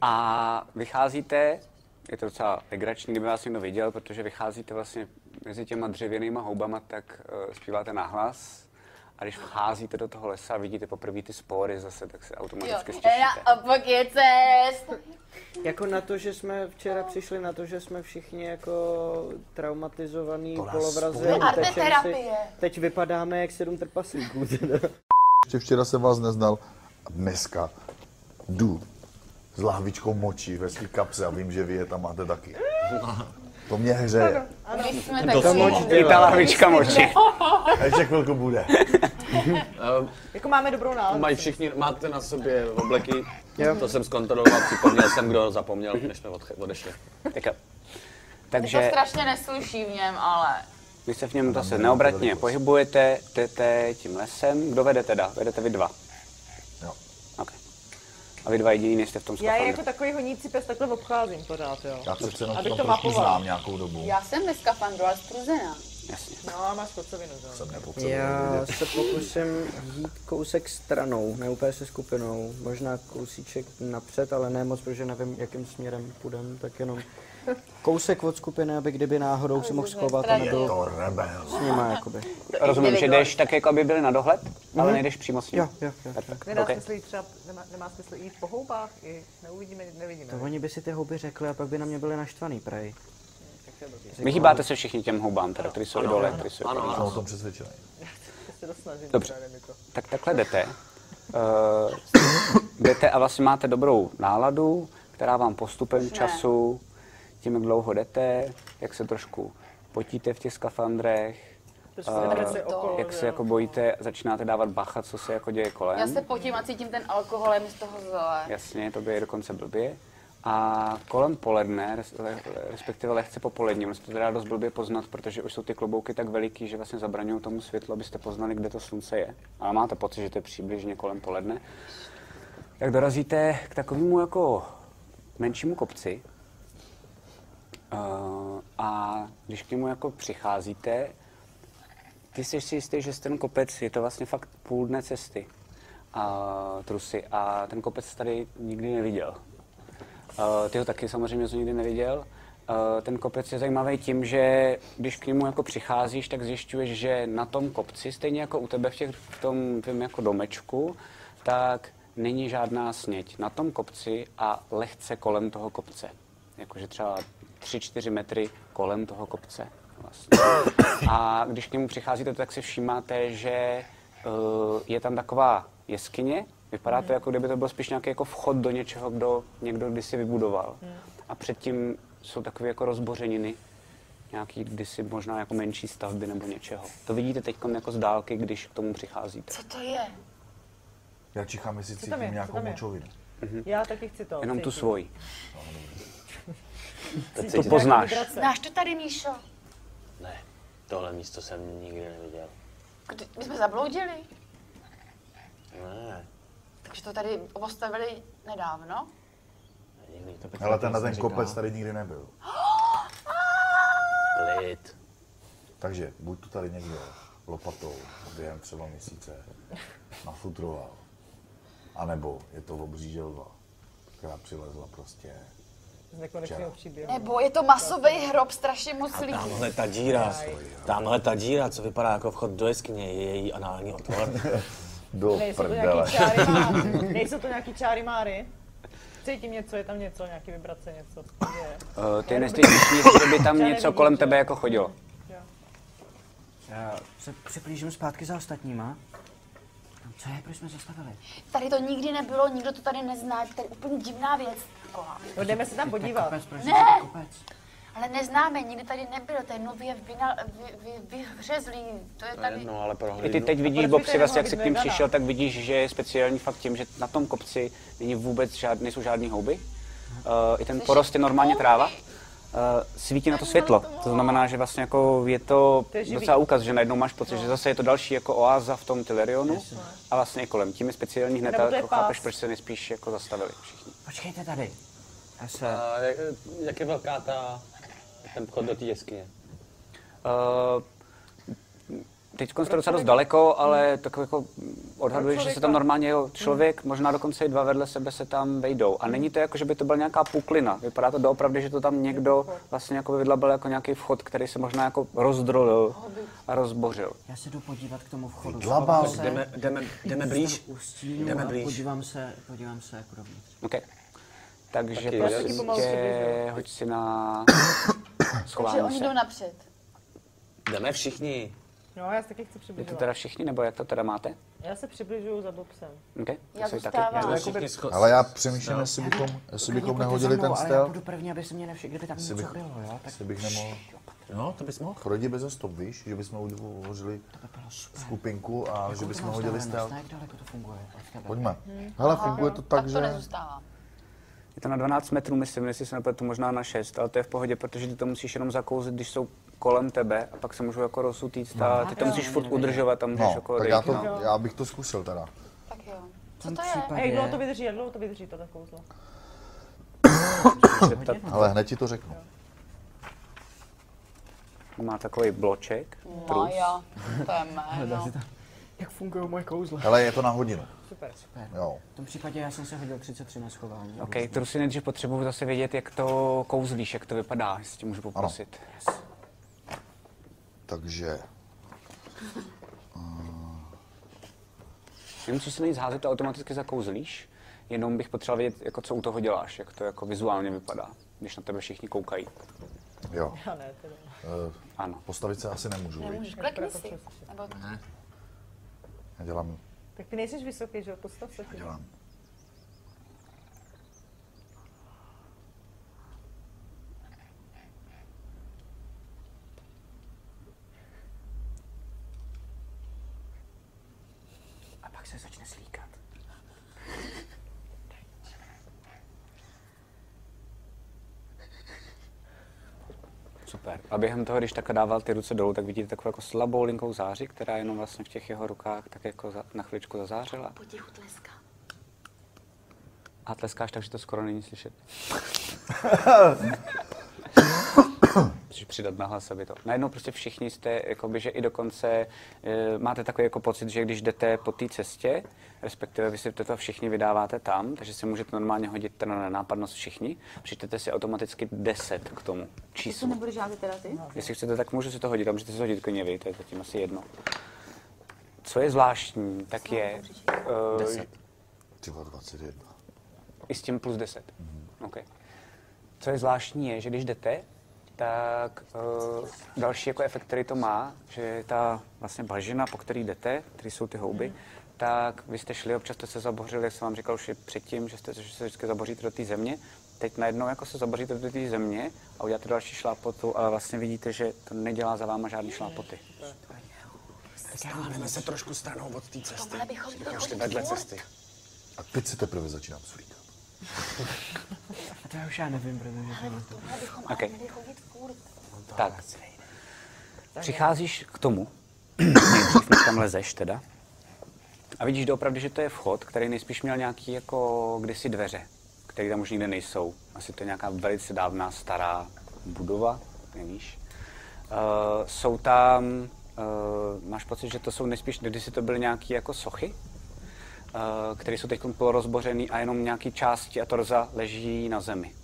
A vycházíte, je to docela legrační, kdyby vás někdo viděl, protože vycházíte vlastně mezi těma dřevěnýma houbama, tak uh, zpíváte nahlas. A když vcházíte do toho lesa a vidíte poprvé ty spory zase, tak se
Jo,
automaticky stěšíte.
na opak je cest.
Jako na to, že jsme včera přišli, na to, že jsme všichni jako traumatizovaný,
nás
polovrazený,
spojilo.
utečenci.
Arteterapie.
Teď vypadáme jak sedm trpaslíků. teda.
Ještě včera jsem vás neznal a dneska jdu s lahvičkou močí ve svý kapse a vím, že vy je tam máte taky. To mě hřeje.
Když jsme
To
takový,
moč
I ta
dělá.
lahvička moči.
Ještě chvilku bude.
[laughs] Jako máme dobrou náladu.
Mají všichni, máte na sobě obleky,
Jo.
to jsem zkontroloval, připomněl jsem, kdo zapomněl,
Mhm.
než jsme odche- odešli.
Tak jo.
to
Takže
strašně nesluší v něm, ale.
Vy se v něm zase neobratně pohybujete, jdete tím lesem. Kdo vede teda? Vedete vy dva.
Jo.
Okay. A vy dva jediný nejste v tom
Já je
skafandru.
jako takový honící pes takhle obcházím pořád, jo.
Já přece jenom
Abych
to
to
trošku
mapovala.
znám nějakou dobu.
Já jsem dneska fandrola struzená.
Jasně.
No a máš kocovinu, že jo.
Jsem nepotřeboval
Já
vidět.
se pokusím jít kousek stranou, ne úplně se skupinou, možná kousíček napřed, ale ne moc, protože nevím, jakým směrem půjdem, tak jenom kousek od skupiny, aby kdyby náhodou se mohl schovat a
straně.
Je
nebyl
to rebel.
s nima, jakoby.
Rozumím, že jdeš tak, jako aby byli na dohled, ale nejdeš přímo s ním.
Mhm. Jo, jo, jo. jo.
Perfekt.
Nedá
Okay.
smysl jít třeba, nemá, nemá smysl jít po houbách, i neuvidíme, nevidíme.
To oni by si ty houby řekli a pak by na mě byli naštvaný, prej.
Vyhýbáte se všichni těm houbám, teda, který jsou dole, který jsou
Ano,
Jsem
ano.
o tom přesvědčený.
To se dosnažím.
Dobře.
právě mi to.
Tak takhle jdete. Uh, jdete a vlastně máte dobrou náladu, která vám postupem
ne.
času, tím, jak dlouho jdete, jak se trošku potíte v těch skafandrech,
Prostě uh, se
to-
okolo,
jak
že
se
jo.
jako bojíte, začínáte dávat bacha, co se jako děje kolem.
Já se potím a cítím ten alkohol, je mi z toho zle.
Jasně, to by je dokonce blbě. A kolem poledne, res- le- respektive lehce popolední, ono se to teda dost blbě poznat, protože už jsou ty klobouky tak veliký, že vlastně zabraňují tomu světlu, abyste poznali, kde to slunce je. Ale máte pocit, že to je přibližně kolem poledne. Tak dorazíte k takovému jako menšímu kopci. Eh, A když k němu jako přicházíte, ty jsi si jistý, že jsi ten kopec, je to vlastně fakt půl dne cesty a trusy a ten kopec tady nikdy neviděl. Uh, ty ho taky samozřejmě to nikdy neviděl. Uh, ten kopec je zajímavý tím, že když k němu jako přicházíš, tak zjišťuješ, že na tom kopci, stejně jako u tebe v, těch, v tom tvém jako domečku, tak není žádná sněť na tom kopci a lehce kolem toho kopce. Jakože třeba 3-4 metry kolem toho kopce.
[coughs]
Vlastně. A když k němu přicházíte, tak si všímáte, že eh, je tam taková jeskyně. Vypadá
Mhm.
to, jako kdyby to byl spíš nějaký jako vchod do něčeho, kdo někdo kdysi vybudoval.
Mhm.
A předtím jsou takové jako rozbořeniny, nějaký kdysi možná jako menší stavby nebo něčeho. To vidíte teď jako z dálky, když k tomu přicházíte.
Co to je?
Já čichám, jestli
tam je?
cítím
Co
nějakou
tam je?
močovinu.
Já taky chci to.
Jenom tu
cítit.
svoji.
Cítit
To
nějaký
poznáš.
vibrace.
Znáš to tady, Míšo?
Ne, tohle místo jsem nikdy neviděl.
Kdy, my jsme zabloudili,
Ne,
takže to tady postavili nedávno.
nikdy to [laughs] bych
Hele,
taky
tenhle
jsem
ten kopec
říkal.
tady nikdy nebyl.
Klid.
Takže buď to tady někdo lopatou během třeba měsíce nafutroval, A nebo je to obří želva, která přilezla prostě.
Z nekonečného
Včera.
příběhu.
Nebo je to masový hrob, strašně moc lidí.
Tamhle ta díra, tamhle ta díra, co vypadá jako vchod do jeskyně, je její anální otvor.
Do
Nejsou to
prdele.
nějaký čáry
[laughs]
máry. Nejsou to nějaký čáry máry. Cítím něco, je tam něco, nějaký vibrace, něco. Je.
Eh, ty nestejníš nic, že by tam
Já
něco
nevidím,
kolem
že?
tebe jako chodilo.
Já se připlížím zpátky za ostatníma. No, Co je, proč jsme zastavili?
Tady to nikdy nebylo, nikdo to tady nezná, to je úplně divná věc. taková.
No, jdeme se tam podívat.
Kopec, proč
Ne!
kopec?
Ale neznáme, nikdy tady nebylo, to je nově vyna, vy, vy, vyhřezlý, to je tady...
No, ale
I ty
prohlídnu.
teď vidíš,
proč by
Bobsi,
tady
vlastně,
mohla
jak jsi
být
k ním
vegana?
přišel, tak vidíš, že je speciální fakt tím, že na tom kopci není vůbec žádný, nejsou žádný houby. Eh, I ten porost je normálně tráva. Eh, svítí na to světlo. To znamená, že vlastně jako je to
no To je živý. No.
docela úkaz, že najednou máš pocit, že zase je to další jako oáza v tom Tylerionu a vlastně je kolem. Tím je speciální hned,
Nebo to je
jako chápeš,
pás.
proč se nejspíš jako zastavili všichni.
Počkejte tady. Já se...
[laughs] A jak, jak je velká ta, ten vchod do té jeskyně?
Eh, Teď jste docela dost daleko, ale tak jako odhaduješ, že se tam normálně
Hmm.
jo, člověk, možná dokonce i dva vedle sebe se tam vejdou. A není to jako, že by to byla nějaká puklina. Vypadá to doopravdy, že to tam někdo vlastně jako vydlabil jako nějaký vchod, který se možná jako rozdrolil a rozbořil.
Já se jdu podívat k tomu vchodu.
Dlabal.
Schovám se,
Jdeme, jdeme, jdeme blíž.
ustínu
Jdeme
a
blíž.
podívám se, podívám se jako dovnitř.
Okay. Takže
Taky
jasný.
prosím
Pomalu se
tě,
blížil.
hoď si na
[coughs] Takže
schování
oni
se.
jdou napřed.
Jdeme všichni.
No, já se taky chci
Je to
přibližovat.
teda všichni, nebo jak to teda máte?
Já se přibližuju za Bobsem.
Okay.
Já
Jsi taky?
zůstávám.
Jsme všichni scho-
Ale já přemýšlím, jestli bychom, jestli
Klidně
bychom
pojďte
nehodili
za mnou,
ten
Ale já
styl.
budu první, aby se mě nevšiml, kdyby tam něco
bych-
bylo, jo? Tak
Jestli bych nemohl.
No, to bys mohl.
Prodi bez stop, víš, že bychom udělali
to bylo super.
skupinku a že
Kolik
bychom
mám
hodili
vzdálenost,
stealth.
ne? Jak daleko to funguje od tebe?
Pojďme. Hele, funguje to tak,
Tak to
že...
nezůstává.
Je to na 12 metrů, myslím, jestli se nepletu, možná na 6, ale to je v pohodě, protože ty to musíš jenom zakouzit, když jsou kolem tebe a pak se můžou jako rozutýct a ty to musíš furt udržovat a můžeš
No,
jako
tak
odejít.
já, to,
no.
já bych to zkusil teda.
Tak jo. Co
V tom
to je?
A jak dlouho
no
případě...
to vydrží, jak dlouho to vydrží tohle kouzlo?
Ale hned ti to řeknu.
Má takový bloček, prus.
Maja, [laughs] to je jméno.
Jak fungují moje kouzla?
Hele, je to na hodinu.
Super.
Jo.
V tom případě já jsem se hodil 33 na schování.
OK, trusy nejdřív potřebuju zase vědět, jak to kouzlíš, jak to vypadá, jestli tě můžu poprosit.
Takže...
Nemusíš se na nic házet, to automaticky zakouzlíš, jenom bych potřeboval vědět, jako co u toho děláš, jak to jako vizuálně vypadá, když na tebe všichni koukají.
Jo. eh,
A ne, teda.
Ano.
Postavit se asi nemůžu, víš.
Nemůžeš, klikni si. Nebo
Já dělám,
Tak ty nejsi vysoký, že jo? Postav se ty.
dělám.
A pak se začne slíkat.
Super. A během toho, když takhle dával ty ruce dolů, tak vidíte takovou jako slabou linkou záři, která jenom vlastně v těch jeho rukách tak jako za, na chviličku zazářila.
potichu tleská.
A tleskáš tak, že to skoro není slyšet. Musíš přidat na hlas, aby to. Najednou prostě všichni jste, jakoby, že i dokonce e, máte takový jako pocit, že když jdete po té cestě, respektive vy si to všichni vydáváte tam, takže si můžete normálně hodit ten na nápadnost všichni, přičtete si automaticky 10 k tomu
Ty to
číslu.
nebudeš dělat teda ty?
Jestli chcete, tak můžu si to hodit, a můžete si to hodit klidně vy, to je zatím asi jedno. Co je zvláštní, tak je eh,
Ty vole, 21.
i s tím plus 10. Okay. Co je zvláštní je, že když jdete, tak uh, další jako efekt, který to má, že ta vlastně bažina, po který jdete, který jsou ty houby, tak vy jste šli, občas jste se zabořili, jak jsem vám říkal už i předtím, že, jste, že se vždycky zaboříte do té země. Teď najednou jako se zaboříte do té země a uděláte další šlápotu, ale vlastně vidíte, že to nedělá za váma žádný šlápoty.
Jdeme se trošku stranou od té cesty.
Tohle bychom měli
Šli
hodit
vedle
furt.
cesty.
A teď se teprve začínám slíkat.
A to já už já nevím, protože...
Tohle bychom
Okay.
ale měli chodit furt.
Tak. Přicházíš k
[coughs]
tomu, nejdřív než tam lezeš teda, a vidíš doopravdy, že to je vchod, který nejspíš měl nějaký jako kdysi dveře, které tam už nikde nejsou. Asi to je nějaká velice dávná stará budova, nevíš. Uh, jsou eh, tam, uh, máš pocit, že to jsou nejspíš, kdysi to byly nějaký jako sochy, eh, které jsou teď rozbořený a jenom nějaké části a torza leží na zemi.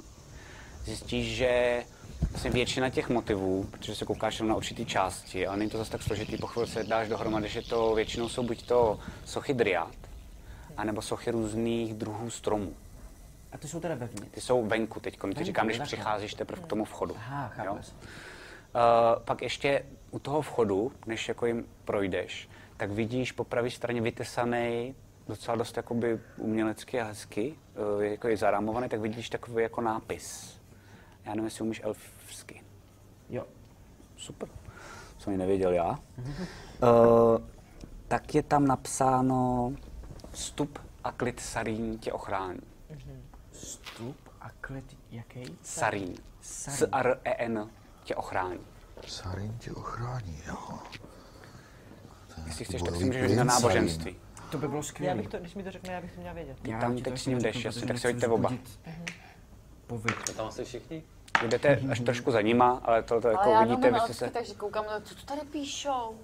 Zjistíš, že vlastně většina těch motivů, protože se koukáš jenom na určitý části, ale není to zase tak složitý, po chvilce dáš dohromady, že to většinou jsou buď to sochy driát, anebo sochy různých druhů stromů.
A ty jsou teda vevnitř.
Ty jsou venku teď, ty
Venku,
říkám, když
takhle.
přicházíš teprve k tomu vchodu.
Aha, chápu.
Uh, pak ještě u toho vchodu, než jako jim projdeš, tak vidíš po pravé straně vytesaný, docela dost jakoby umělecky a hezky, uh, jako je zarámovaný, tak vidíš takový jako nápis. Já nevím, jestli umíš elfsky.
Jo.
Super. Co mi
[laughs]
nevěděl já. uh, tak je tam napsáno vstup a klid Sarín tě ochrání.
Stup a klid jaký?
Sarín.
Sarín.
S-R-E-N E tě ochrání.
Sarin tě ochrání, jo.
Jestli chceš, tak
Bojový
si můžeš jít na
klin
náboženství.
To by bylo
Já
skvělé.
bych to, když mi to řekne, já bych to měla vědět.
Ty tam
ti
teď
to
s ním
ještě
jdeš,
řeknu,
jestli
protože
tak se
nechci
hoďte oba. Mhm.
vzbudit Povyk.
Tam asi všichni?
Jdete až trošku za nima, ale to, to
Ale já
jako
vidíte,
vidíte,
na
vy jste
odsky,
se...
se... takže koukám, no, co to tady píšou.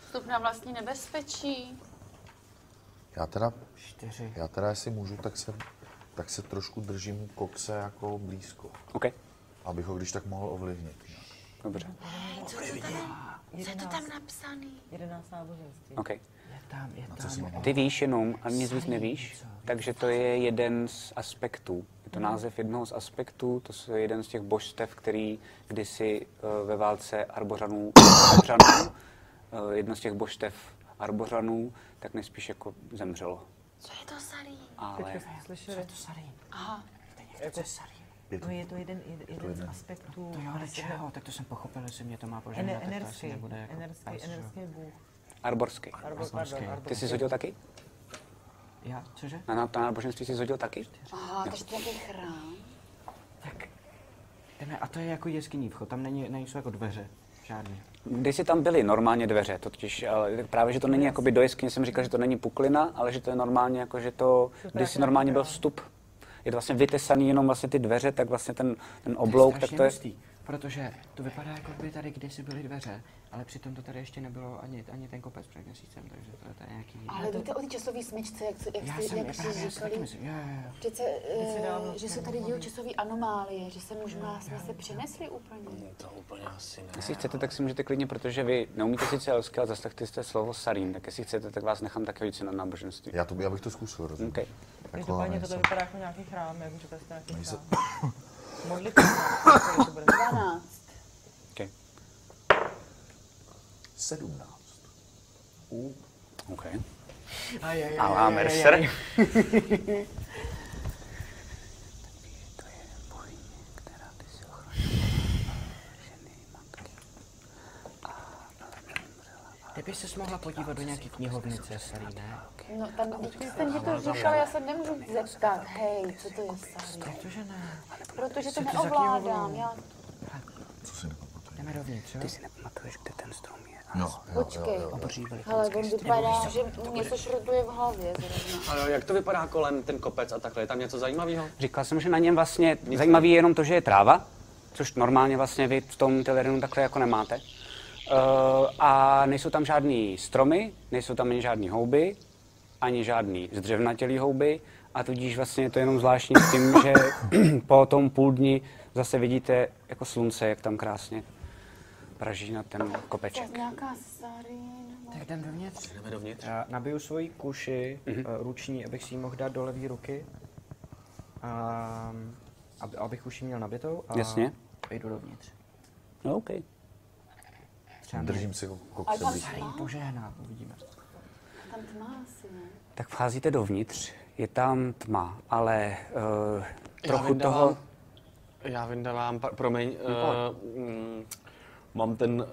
Vstup na vlastní nebezpečí.
Já teda,
Čtyři.
já teda, jestli můžu, tak se, tak se trošku držím kokse jako blízko.
OK,
Abych ho když tak mohl ovlivnit. nějak.
dobře,
Co je to tam napsaný?
11 náboženství.
OK.
Je tam, je tam.
No.
Ty víš jenom a nic víc nevíš, takže to je jeden z aspektů. Je
Mhm.
to název jednoho z aspektů, to je jeden z těch božstev, který kdysi eh, ve válce Arbořanů, Arbořanů eh, jedno z těch božstev Arbořanů, tak nejspíš jako zemřelo.
Co je to sarý?
Ale
Teďka jsme slyšeli.
Sarín.
Aha,
To je Sarín.
No je to jeden, jed- jeden z aspektů. vlastně
To jo, ale
asi-
čeho? Tak to jsem pochopil, jestli mě to má
Ener-
požádat, tak to asi
Enerský,
nebude jako
enerský,
pes, že jo?
enerský bůh.
Arborský.
Arbo, pardon, arbo.
Ty jsi zhodil taky?
Já, cože?
Na, na, na náboženství jsi zhodil taky?
aha, takže to je nějaký chrám.
Tak. Jdeme, a to je jako jeskyní vchod, tam není, nejsou jako dveře. Žádný.
Když si tam byly normálně dveře, totiž ale tak právě, že to není jakoby do jeskyně, jsem říkal, že to není puklina, ale že to je normálně jako, že to, když si normálně byl vstup, je to vlastně vytesaný jenom vlastně ty dveře, tak vlastně ten, ten oblouk, tak
strašně
to je,
hustý, protože to vypadá, jako by tady kdysi byly dveře, ale přitom to tady ještě nebylo ani, ani ten kopec před měsícem, takže to je tady nějaký...
Ale víte o ty časové smyčce, jak, jak,
já
jste,
jsem,
jak
já, právě,
jsi
já si taky
říkali?
myslím, jo, jo, jo.
Přece, eh, že se tady dějí časové anomálie, že se možná jsme se přenesli úplně.
To úplně asi ne.
jestli chcete, tak si můžete klidně, protože vy neumíte sice hezky, ale zaslechli jste slovo sarín, tak jestli chcete, tak vás nechám také hodit si na náboženství.
Já, to, já bych to zkusil, rozumím.
Okay.
Každopádně
nejsem-
toto vypadá jako nějaký chrám, jak můžete jste nějaký chrám. Modlitba, to bude.
12.
Okay.
17.
Okay. Alá, Mercer. To je bohyně, která by si ochránila ženy, matky.
Ty bys se mohla podívat do nějaký knihovnice, starý, ne?
No tam, vždyť jste mě to říkal, já se nemůžu zeptat, hej, co to je sarý?
Cože ne?
Protože to
ty za
neovládám,
knihovnu?
já
Co si jako-
Mhm.
nepamatuju?
Jdeme dovnitř, jo?
Ty si nepamatuješ, kde ten strom je.
No, jo, jo,
Počkej.
jo, jo.
Hele, on vypadá, že mě se šrotuje v hlavě zrovna.
A jo, jak to vypadá kolem ten kopec a takhle? Je tam něco zajímavého?
Říkal jsem, že na něm vlastně zajímavý je jenom to, že je tráva, což normálně vlastně vy v tom telerinu takhle jako nemáte. Uh, a nejsou tam žádný stromy, nejsou tam ani žádný houby, ani žádný zdřevnatělý houby a tudíž vlastně je to jenom zvláštní s tím, že po tom půl dni zase vidíte jako slunce, jak tam krásně praží na ten
To je
kopeček.
nějaká no, sarý, nebo...
Tak jdem dovnitř.
Jdeme dovnitř.
Já nabiju svoji kuši mm-hmm. ruční, abych si ji mohl dát do levé ruky. A, aby, abych už ji měl nabitou. A
Jasně.
Jdu dovnitř.
No, OK.
Třeba mě
Držím si
Ale
kokse
tam
blízko.
starý požehná, uvidíme.
Tam tmá asi, ne?
Tak vcházíte dovnitř, je tam tma, ale uh, trochu
vyndávám-
toho...
Já vyndávám, pa- promiň, uh, mm, mám ten uh,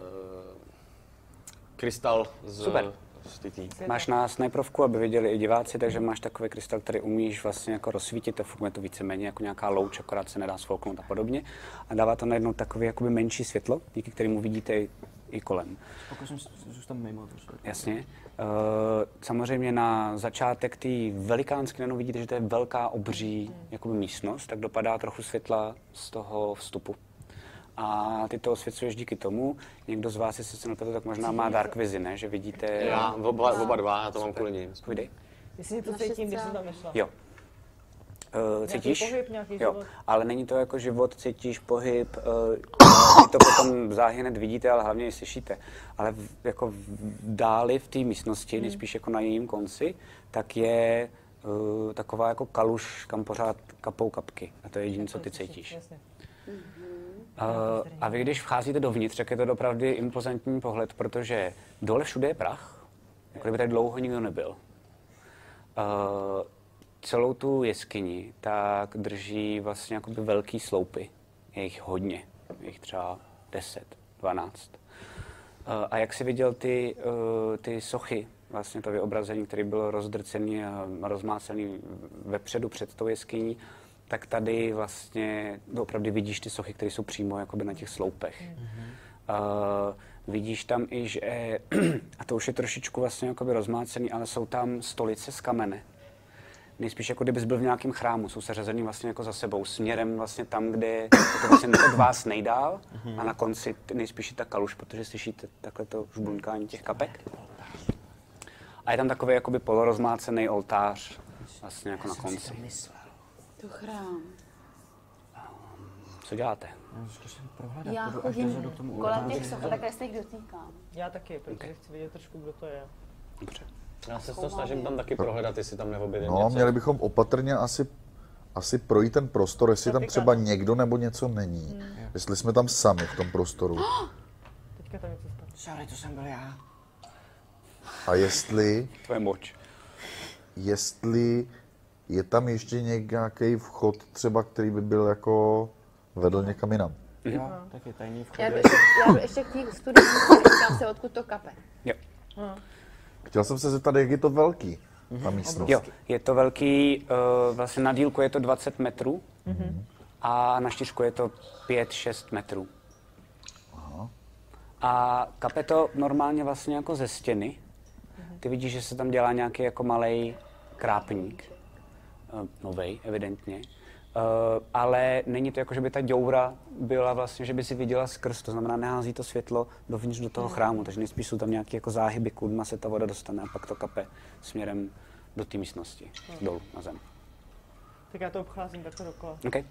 krystal z,
Super.
z tití.
Máš na snajprovku, aby viděli i diváci, takže máš takový krystal, který umíš vlastně jako rozsvítit a funguje to víceméně jako nějaká louč, akorát se nedá sfouknout a podobně. A dává to najednou takové jakoby menší světlo, díky kterému vidíte i, i kolem.
Pokusím se zůstat mimo to.
Jasně. Eh, samozřejmě na začátek té velikánské nenu vidíte, že to je velká obří jakoby místnost, tak dopadá trochu světla z toho vstupu. A ty to osvěcuješ díky tomu. Někdo z vás, jestli se nepletu, tak možná má dark vizi, ne? Že vidíte...
Já, oba, oba dva, já to mám kvůli ním.
Povídej.
Jestli něco
Naše
cítím, když jsem
scéna.
tam vyšla.
Jo. Eh, cítíš?
pohyb, nějaký
jo.
život.
Ale není to jako život, cítíš pohyb, uh, to potom záhy hned vidíte, ale hlavně ji slyšíte. Ale v, jako v, dáli v té místnosti,
Hmm.
mm. nejspíš jako na jejím konci, tak je uh, taková jako kaluž, kam pořád kapou kapky. A to je jediné, co ty cítíš.
Jasně.
Uh, a vy, když vcházíte dovnitř, tak je to opravdu impozantní pohled, protože dole všude je prach, jako kdyby tady dlouho nikdo nebyl. Uh, celou tu jeskyni tak drží vlastně jakoby velký sloupy. Je jich hodně, je jich třeba 10, 12. Uh, a jak jsi viděl ty, uh, ty sochy, vlastně to vyobrazení, které bylo rozdrcené a rozmácené vepředu před tou jeskyní, tak tady vlastně opravdu vidíš ty sochy, které jsou přímo jakoby na těch sloupech. Uh, vidíš tam i, že, [clears throat] a to už je trošičku vlastně jakoby rozmácený, ale jsou tam stolice z kamene. Nejspíš jako kdybys byl v nějakém chrámu, jsou seřazený vlastně jako za sebou, směrem vlastně tam, kde je to vlastně od vás nejdál a na konci t- nejspíš je ta kaluž, protože slyšíte takhle to žblunkání těch kapek. A je tam takový jakoby polorozmácený oltář vlastně jako na konci.
To chrám.
Co děláte?
Já chodím kolem těch soch, a takhle se jich dotýkám.
Já taky, protože chci vidět trošku, kdo to je.
Dobře.
Já se to snažím tam taky prohledat, jestli tam neobjevím
No,
něco.
měli bychom opatrně asi, asi projít ten prostor, jestli tam
Zatýkat.
třeba někdo nebo něco není. Jestli jsme tam sami v tom prostoru.
Teďka tam něco stane.
Sorry, to jsem byl já.
A jestli,
Tvoje moč.
jestli je tam ještě nějaký vchod třeba, který by byl jako vedl někam jinam.
Jo, tak je tajný vchod.
Já jdu ještě, já jdu ještě k té studiu, říkám se, odkud to kape.
Jo.
Chtěl jsem se zeptat, jak je to velký, ta místnost.
Jo, je to velký, eh, vlastně na dílku je to 20 metrů a na šířku je to 5-6 metrů. A kape to normálně vlastně jako ze stěny. Ty vidíš, že se tam dělá nějaký jako malý krápník. Eh, Novej, evidentně. Eh, Ale není to jako, že by ta děura byla vlastně, že by si viděla skrz, to znamená nehází to světlo dovnitř do toho chrámu, takže nejspíš jsou tam nějaké jako záhyby, kudma se ta voda dostane a pak to kape směrem do té místnosti, dolů na zem.
Tak já to obcházím takhle dokola.
OK.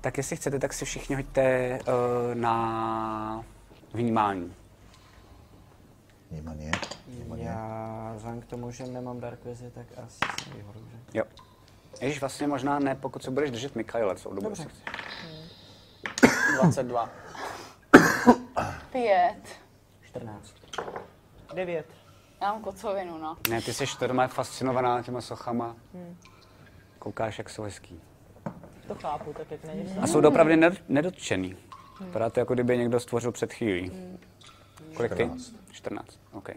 Tak jestli chcete, tak si všichni hoďte uh, na vnímání.
Vnímaně. Vnímaně.
Já vzhledem k tomu, že nemám Dark Vizi, tak asi se vyhoru, že?
Jo. Ježíš, vlastně možná ne, pokud se budeš držet Mikaela celou dobu. Dobře.
22.
Pět.
14.
Devět.
Já mám kocovinu, no.
Ne, ty jsi normálně fascinovaná těma sochama. Koukáš, jak jsou hezký.
To chápu, tak jak na ně
A jsou dopravdy ned- nedotčený. Vypadá to, jako kdyby je někdo stvořil před chvílí. Kolik ty?
14.
14, OK. Uh,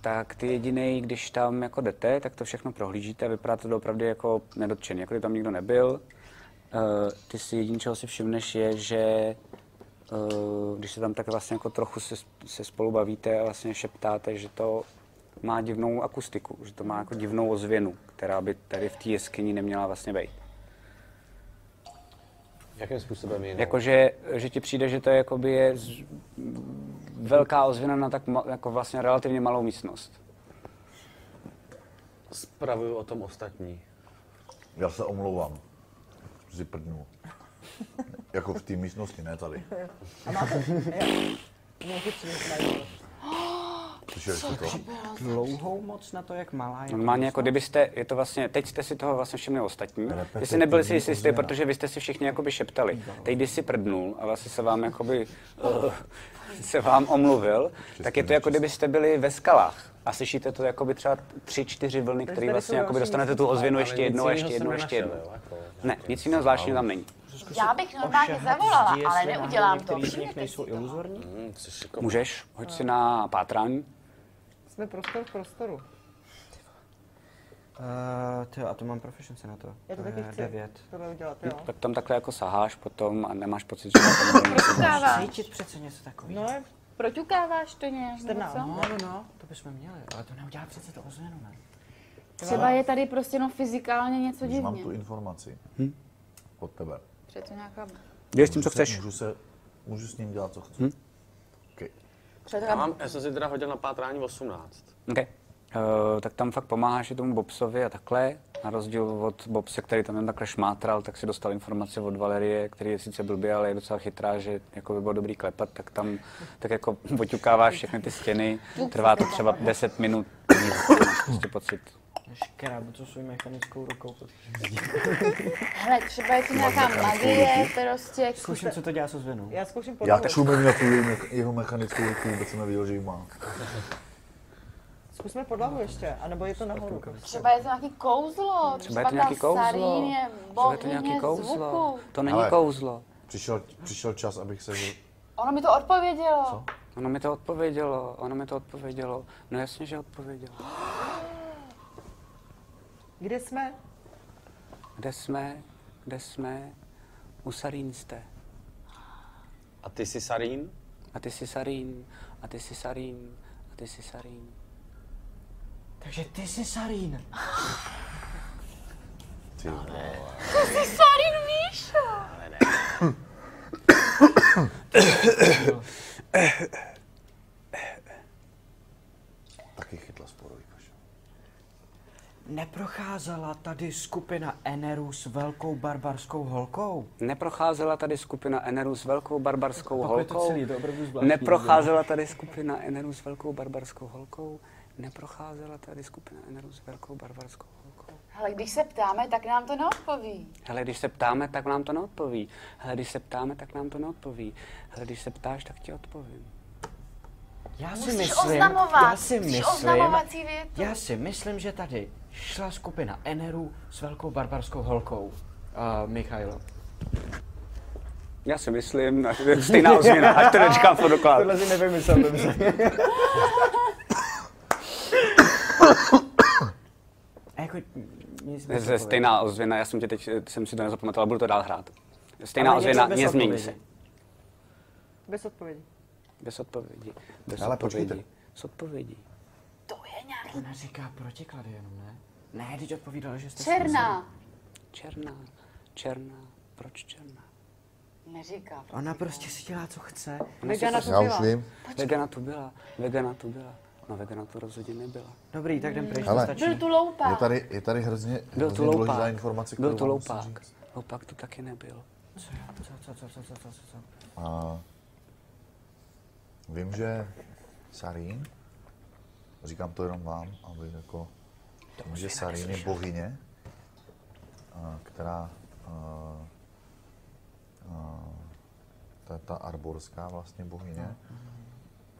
tak ty jediný, když tam jako jdete, tak to všechno prohlížíte a vypadá to opravdu jako nedotčený, jako kdyby tam nikdo nebyl. Uh, ty si jediné, čeho si všimneš, je, že uh, když se tam tak vlastně jako trochu se, se spolu bavíte a vlastně šeptáte, že to má divnou akustiku, že to má jako divnou ozvěnu, která by tady v té jeskyni neměla vlastně být.
Jakým způsobem jinak?
Jakože, že ti přijde, že to je, jakoby je z- velká ozvěna na tak ma, jako vlastně relativně malou místnost.
Spravuju o tom ostatní.
Já se omlouvám. Ziprdnu. jako v té místnosti, ne tady.
Nějaký přínos mají.
Slyšeli jste to?
Dlouhou moc na to, jak malá je.
Normálně, jako kdybyste, je to vlastně, teď jste si toho vlastně všimli ostatní. Vy jste nebyli si jistý, protože vy jste si všichni jakoby šeptali.
No.
Teď, když si prdnul a vlastně se vám jakoby, uh, [laughs] se vám omluvil, tak je to jako kdybyste byli ve skalách. A slyšíte to jakoby třeba tři, čtyři vlny,
Takže
které
tady
vlastně
jsou
jakoby
další
dostanete tu
místnosti.
ozvěnu
Ale
ještě
nic
jednou,
jinýho
ještě
jsem
jednou, ještě
nenašel,
jednou.
jo, jako
Ne, nic jiného zvláštního tam není.
Já bych normálně zavolala, ale neudělám to.
Který z nich
Všimněte si
nejsou
to.
iluzorní?
Hm, což jako...
Můžeš, hoď si na pátrání.
Jsme prostor v prostoru.
Uh, tyjo, a to mám proficiency na to.
Já to,
to
taky
je
chci
9.
tohle udělat, jo.
Tak tam takhle jako saháš potom a nemáš pocit, že to bylo něco.
Proťukáváš.
Cítit přece něco takového.
No, je
Proťukáváš to nějak, nebo
14.
co?
No, no, to bychom měli, ale to neudělá přece to ozvěnu, ne?
Třeba je tady prostě no fyzikálně něco
Když mám
divně.
tu informaci od tebe.
Přece nějaká...
Dělej Hm? s tím, co
Můžu se-
chceš. Hm?
Můžu, se, můžu s ním dělat, co chci. Okay.
Třeba
Já,
taková
mám, já jsem si teda hodil na pátrání 18.
Okay. eh, tak tam fakt pomáháš i tomu Bobsovi a takhle. Na rozdíl od Bobse, který tam jen takhle šmátral, tak si dostal informace od Valerie, který je sice blbý, ale je docela chytrá, že jako by bylo dobrý klepat, tak tam tak jako [laughs] poťukáváš všechny ty stěny. Trvá to třeba 10 minut, nic, prostě pocit.
Škrábu, co svou mechanickou rukou.
Hele, třeba je tu nějaká magie, prostě...
Zkouším, co to dělá s ozvěnou.
Já zkouším
Já
podobu.
tak šumím na tu jeho- jeho mechanickou ruku, vůbec jsem nevěděl, že ji má.
Zkusme podlahu ještě, anebo je to nahoru.
Třeba je to nějaký kouzlo,
Třeba je to nějaký kouzlo,
Sarín je
třeba je to nějaký
bohyně
kouzlo,
zvuku.
to není
Ale-
kouzlo.
Přišel, přišel čas, abych se...
Ono mi to odpovědělo.
Ono mi to odpovědělo, ono mi to odpovědělo. No jasně, že odpovědělo.
Kde jsme?
Kde jsme? Kde jsme? U Sarín jste.
A ty jsi Sarín?
A ty jsi Sarín, a ty jsi Sarín, a ty jsi Sarín.
Takže ty jsi Sarín.
Ty vole.
Sarín Míša!
Taky chytla sporový paš.
Neprocházela tady skupina Eneru s velkou barbarskou holkou?
Neprocházela tady skupina Eneru s velkou barbarskou
Opakuje to
holkou.
celý, to je opravdu zvláštní, no.
Neprocházela tady skupina Eneru s velkou barbarskou holkou. Neprocházela tady skupina Eneru s velkou barbarskou holkou.
Hele, když se ptáme, tak nám to neodpoví.
Hele, když se ptáme, tak nám to neodpoví. Hele, když se ptáme, tak nám to neodpoví. Hele, když se ptáš, tak ti odpovím.
Já si
Musíš
myslím,
oznamovat,
já si
musíš
myslím,
oznamovací větu.
já si myslím, že tady šla skupina Eneru s velkou barbarskou holkou. Uh, Michailo.
Já si myslím, [laughs] stejná ozměna, ať to nečekám po dokladu.
si nevymyslel, nevymyslel. A jako nic
Je
nezapověděl.
Stejná ozvěna, já jsem, tě teď, eh, jsem si to nezapamatoval, budu to dál hrát. Stejná
Ale něco
ozvěna,
bez
nezmění se.
odpovědi.
Bez odpovědi.
Bez odpovědi. Bez
Ale
odpovědi.
počkejte.
S odpovědí.
To je nějaký
Ona říká protiklady jenom, ne? Ne, teď odpovídala, že jste
černá.
Černá, černá, proč černá?
Neříká.
Ona prostě si dělá, co chce.
Vegana
Já
to
už
byla.
vím.
Vegana tu byla, vegana tu byla. No vegana tu rozhodně nebyla.
Dobrý, tak jdem pryč, to
Hele.
stačí.
Byl tu loupa.
Je tady, je tady hrozně,
Byl tu
hrozně důležitá
loupák,
informace, kterou
byl tu
vám musím
loupák.
říct.
Loupák tu taky nebyl.
Co, co, co, co, co, co, co, co?
A vím, že Sarín, říkám to jenom vám, aby jako, vím, že Sarín je bohyně, a, která, a, a, ta, ta arborská vlastně bohyně,
Mhm.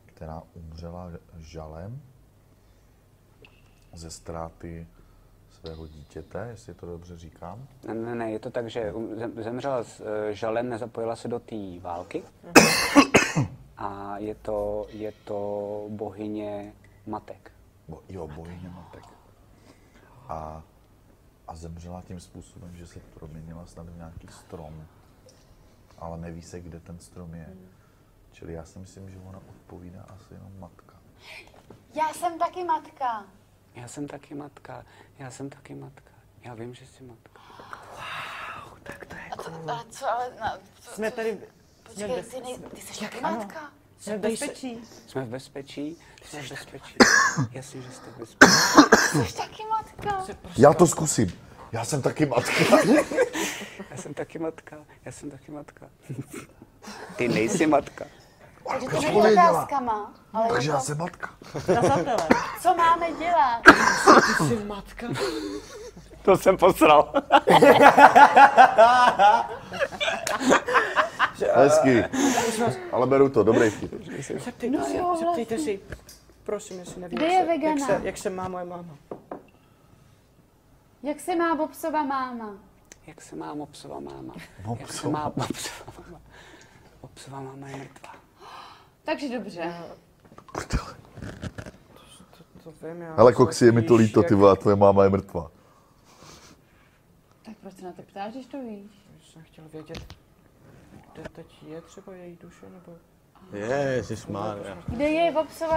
která umřela žalem ze ztráty svého dítěte, jestli to dobře říkám.
Ne, ne, ne, je to tak, že um- zem- zemřela s eh, žalem, nezapojila se do té války.
Mhm.
A je to, je to bohyně matek.
Bo, jo, bohyně matek. A, a zemřela tím způsobem, že se proměnila snad v nějaký strom. Ale neví se, kde ten strom je. Čili já si myslím, že ona odpovídá asi jenom matka.
Já jsem taky matka.
Já jsem taky matka, já jsem taky matka. Já vím, že jsi matka.
A, to, a co, ale... Na, co,
Jsme
co-
tady... Jsme
Počkej,
bez...
ty, nej, ty jsi taky matka?
Jsme v bezpečí.
Jsme v bezpečí, ty jsi v bezpečí. Jasně, že jste v bezpečí.
Ty jsi taky matka?
Já to zkusím. Já jsem taky matka.
Já jsem taky matka, já jsem taky matka. Ty nejsi matka.
Takže to není
odpověděla.
otázkama, ale
Takže
je
já
to,
jsem matka.
Tazatele.
co máme dělat?
To jsem posral.
Hezky. Ale beru to, dobrý vtip.
Zeptejte,
No
se,
jo, vlastně.
zeptejte si, prosím, jestli nevím,
Kde
jak,
je
se, jak,
vegana?
se, jak se má moje máma.
Jak se má Bobsova máma?
Jak se má mopsova máma? Jak se
Mopsova.
má mopsova máma? Mopsova máma je mrtvá.
Takže dobře.
To vím, já.
Ale koksi, je mi to líto, ty vole, tvoje máma je mrtvá.
Tak proč se na to ptáš, když to víš?
Jak jsem chtěl vědět, kde teď je třeba její duše, nebo...
Je, jsi smár.
Kde je Bobsova...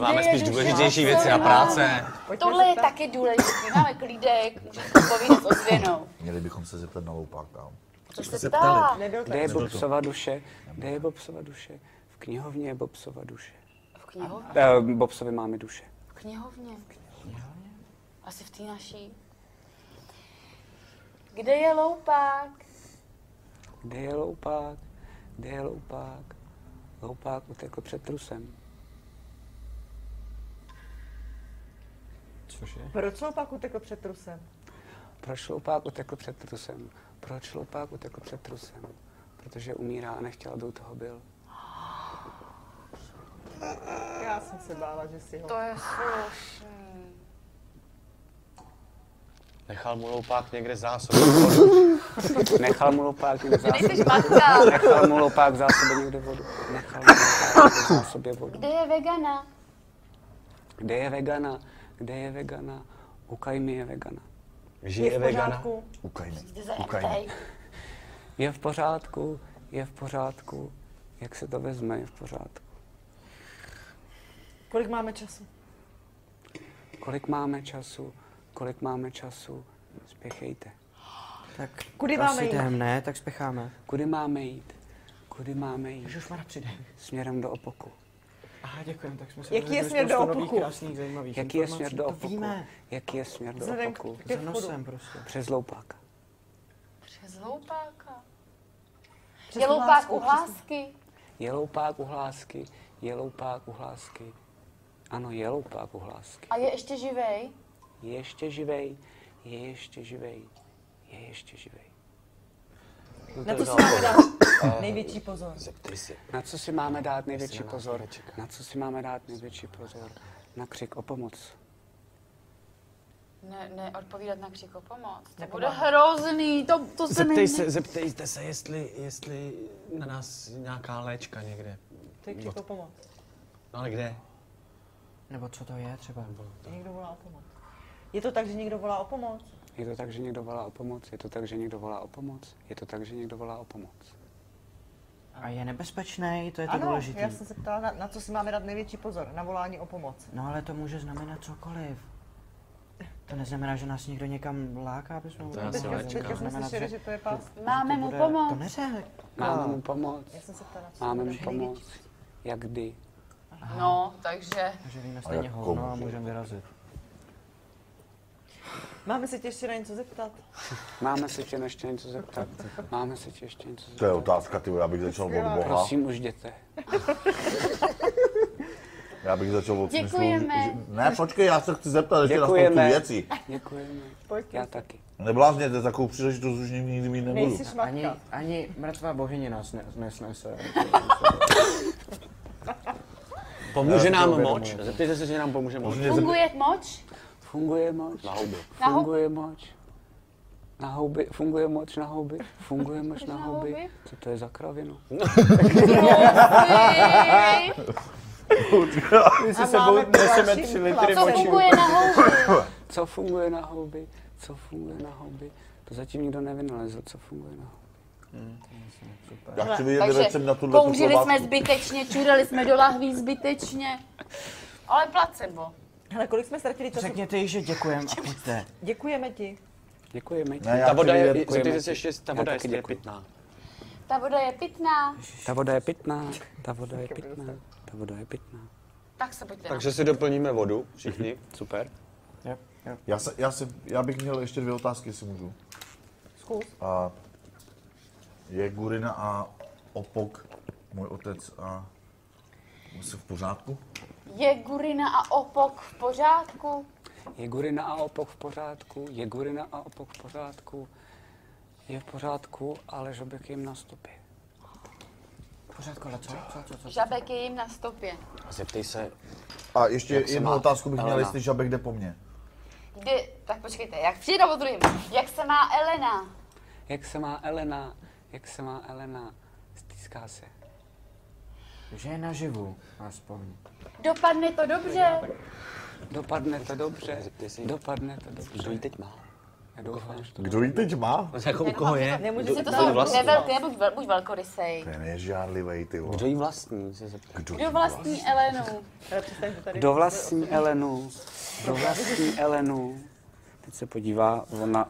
Máme
Kde je
spíš
duše?
důležitější věci na práce.
Tohle je taky důležité. Máme klídek, můžeme si povídat s ozvěnou.
Měli bychom se zeptat na loupáka.
To se ptá.
Nebyl
Kde je Bobsova duše? Kde je Bobsova duše? V knihovně je Bobsova duše.
V knihu?
Eh, Bobsovy máme duše.
knihovně. Asi v té naší. Kde je loupák?
Kde je loupák? Kde je loupák? Loupák utekl před trusem.
Cože?
Proč pak utekl před trusem?
Proč loupák utekl před trusem? Proč loupák utekl před trusem? Protože umírá a nechtěl, aby u toho byl.
Já jsem se bála, že si ho...
To je slušný.
Nechal mu loupák někde zásob.
Nechal mu loupák někde v zásobě.
Jsi matka.
Nechal mu loupák v zásobě někde vodu. Nechal mu loupák někde v zásobě vodu.
Kde je vegana?
Kde je vegana? Kde je vegana? Ukaj mi je vegana.
Žije vegana.
Ukaj mi.
Jdi za
Ukaj mi.
MT.
Je v pořádku, je v pořádku. Jak se to vezme, je v pořádku.
Kolik máme času?
Kolik máme času? Kolik máme času? Spěchejte.
Tak
Kudy
asi
máme jít?
jdem, ne? Tak spěcháme.
Kudy máme jít? Kudy máme jít?
Už má přijde.
Směrem do opoku.
Aha, děkujem, tak jsme se
Jaký je
dozvěděli
směr do
Spoustu
opoku?
nových krásných, zajímavých
Jaký je
informací,
směr do
to
opoku?
Víme.
Jaký je směr do
Vzhledem
opoku?
k- ke
Za
vchodu.
nosem prostě.
Přes loupáka.
Přes loupáka.
Přes
Je
tu
loupák
lásku,
u
přes tu-
hlásky.
Je loupák u hlásky, je loupák u hlásky. Ano, je loupák u hlásky.
A je ještě živej?
Je ještě živej, je ještě živej, je ještě živej.
Na to si máme dát největší pozor.
Zeptej si.
Na co si máme dát největší pozor? Na co si máme dát největší pozor? Na křik o pomoc.
Ne, ne, odpovídat na křik o pomoc.
Jako
To bude
Nepomáhá.
hrozný, to, to se mi...
Zeptej
ne-
se, zeptejte se, jestli, jestli na nás nějaká léčka někde.
To je křiko pomoc.
No ale kde?
Nebo co to je třeba?
Někdo volá o pomoc. Je to tak, že někdo volá o pomoc?
Je to tak, že někdo volá o pomoc? Je to tak, že někdo volá o pomoc? Je to tak, že někdo volá o pomoc?
A je nebezpečný, to je to
Ano,
důležité.
já jsem se ptala, na, na co si máme dát největší pozor. Na volání o pomoc.
No ale to může znamenat cokoliv. To neznamená, že nás někdo někam láká, aby jsme
To já jsem
utekli.
nečekal.
Teďka jsme
Znamená,
slyšeli,
že
že to je pás.
Máme
to
mu
bude- To
pomoct.
neřek.
Máme mu pomoc?
Já jsem se ptala, na co si
Máme
máme
mu
dát
pomoc? Jak kdy?
No, takže...
Takže víme
Ale
stejně
jak
hovno
komu?
a můžeme vyrazit.
Máme se tě ještě na něco zeptat?
Máme se tě ještě něco zeptat? Máme se tě ještě něco
To je
zeptat?
otázka, ty, já bych začal od Boha.
Prosím, už jděte.
Já bych začal od smyslu,
Děkujeme.
že- Ne, počkej, já se chci zeptat ještě na spoustu
Děkujeme.
věcí.
Děkujeme.
Pojďte.
Já taky.
Neblázněte, takovou příležitost už nikdy mít nebudu.
Nejsi
Ani,
šmatka.
ani mrtvá bohyně nás ne, nesnese.
Pomůže
Já si to
nám
uvědomuji.
No, moč? Zeptejte se, že nám pomůže moč.
Můžu mě zeptat-
Funguje moč?
Funguje moč. Na houby.
Na hou-
Funguje moč. Na houby. Funguje moč na houby. Funguje moč na
Na
houby.
houby?
Co to je za kravinu?
Hej,
A máme neseme tři litry
Co funguje na houby?
Co funguje na houby? Co funguje na houby? To zatím nikdo nevynalezl, co funguje na houby.
Já chci vidět
Takže
recept na tuhle tu
kouřili jsme
klobásku.
zbytečně, čurali jsme do lahví zbytečně. Ale placebo.
Hele, kolik jsme ztratili času?
Řekněte jí, že děkujem a pojďte.
Děkujeme ti.
Děkujeme ti.
Ne, já
Ta
chci
voda je,
vidět-
zeptejte se ještě, ta
Já
voda
taky
jestli je
děkuju.
pitná.
Ta voda je pitná,
Ta voda je pitná, ta voda je pitná, ta voda je pitná.
tak se pojďte
Takže si doplníme vodu, všichni. Mhm. Super.
Jo, jo.
Já, se, já, se, já bych měl ještě dvě otázky, jestli můžu.
Zkus.
A je Gurina a Opok, můj otec a jsou v pořádku?
Je gurina a opok v pořádku?
Je Gurina a Opok v pořádku, je Gurina a Opok v pořádku, je v pořádku, ale žobek jim nastupí.
Pořádku, ale co? co, co, co?
Žabek je jim na stopě.
A zeptej se,
A ještě
Jak se
jednu
má
otázku bych měl,
Elena?
jestli žabek jde po mně.
Kdy, tak počkejte, jak přijde o druhým. Jak se má Elena?
Jak se má Elena, jak se má Elena, stýská se.
Že je naživu, aspoň.
Dopadne to dobře?
Dopadne to dobře, dopadne to dobře.
kdo ji teď má?
Já doufám, že to
Kdo ji teď má?
Jako u koho je?
Nemůžu
Že
si
to
to
jsou
vlastní.
nevelké, buď, vel- buď velkorysej.
Ten je žádlivej, ty vole.
Kdo ji vlastní? Se zeptej.
Kdo
Kdo vlastní Elenu?
Ale přestaň, že tady...
Kdo vlastní Elenu? Kdo vlastní Elenu? Teď se podívá ona.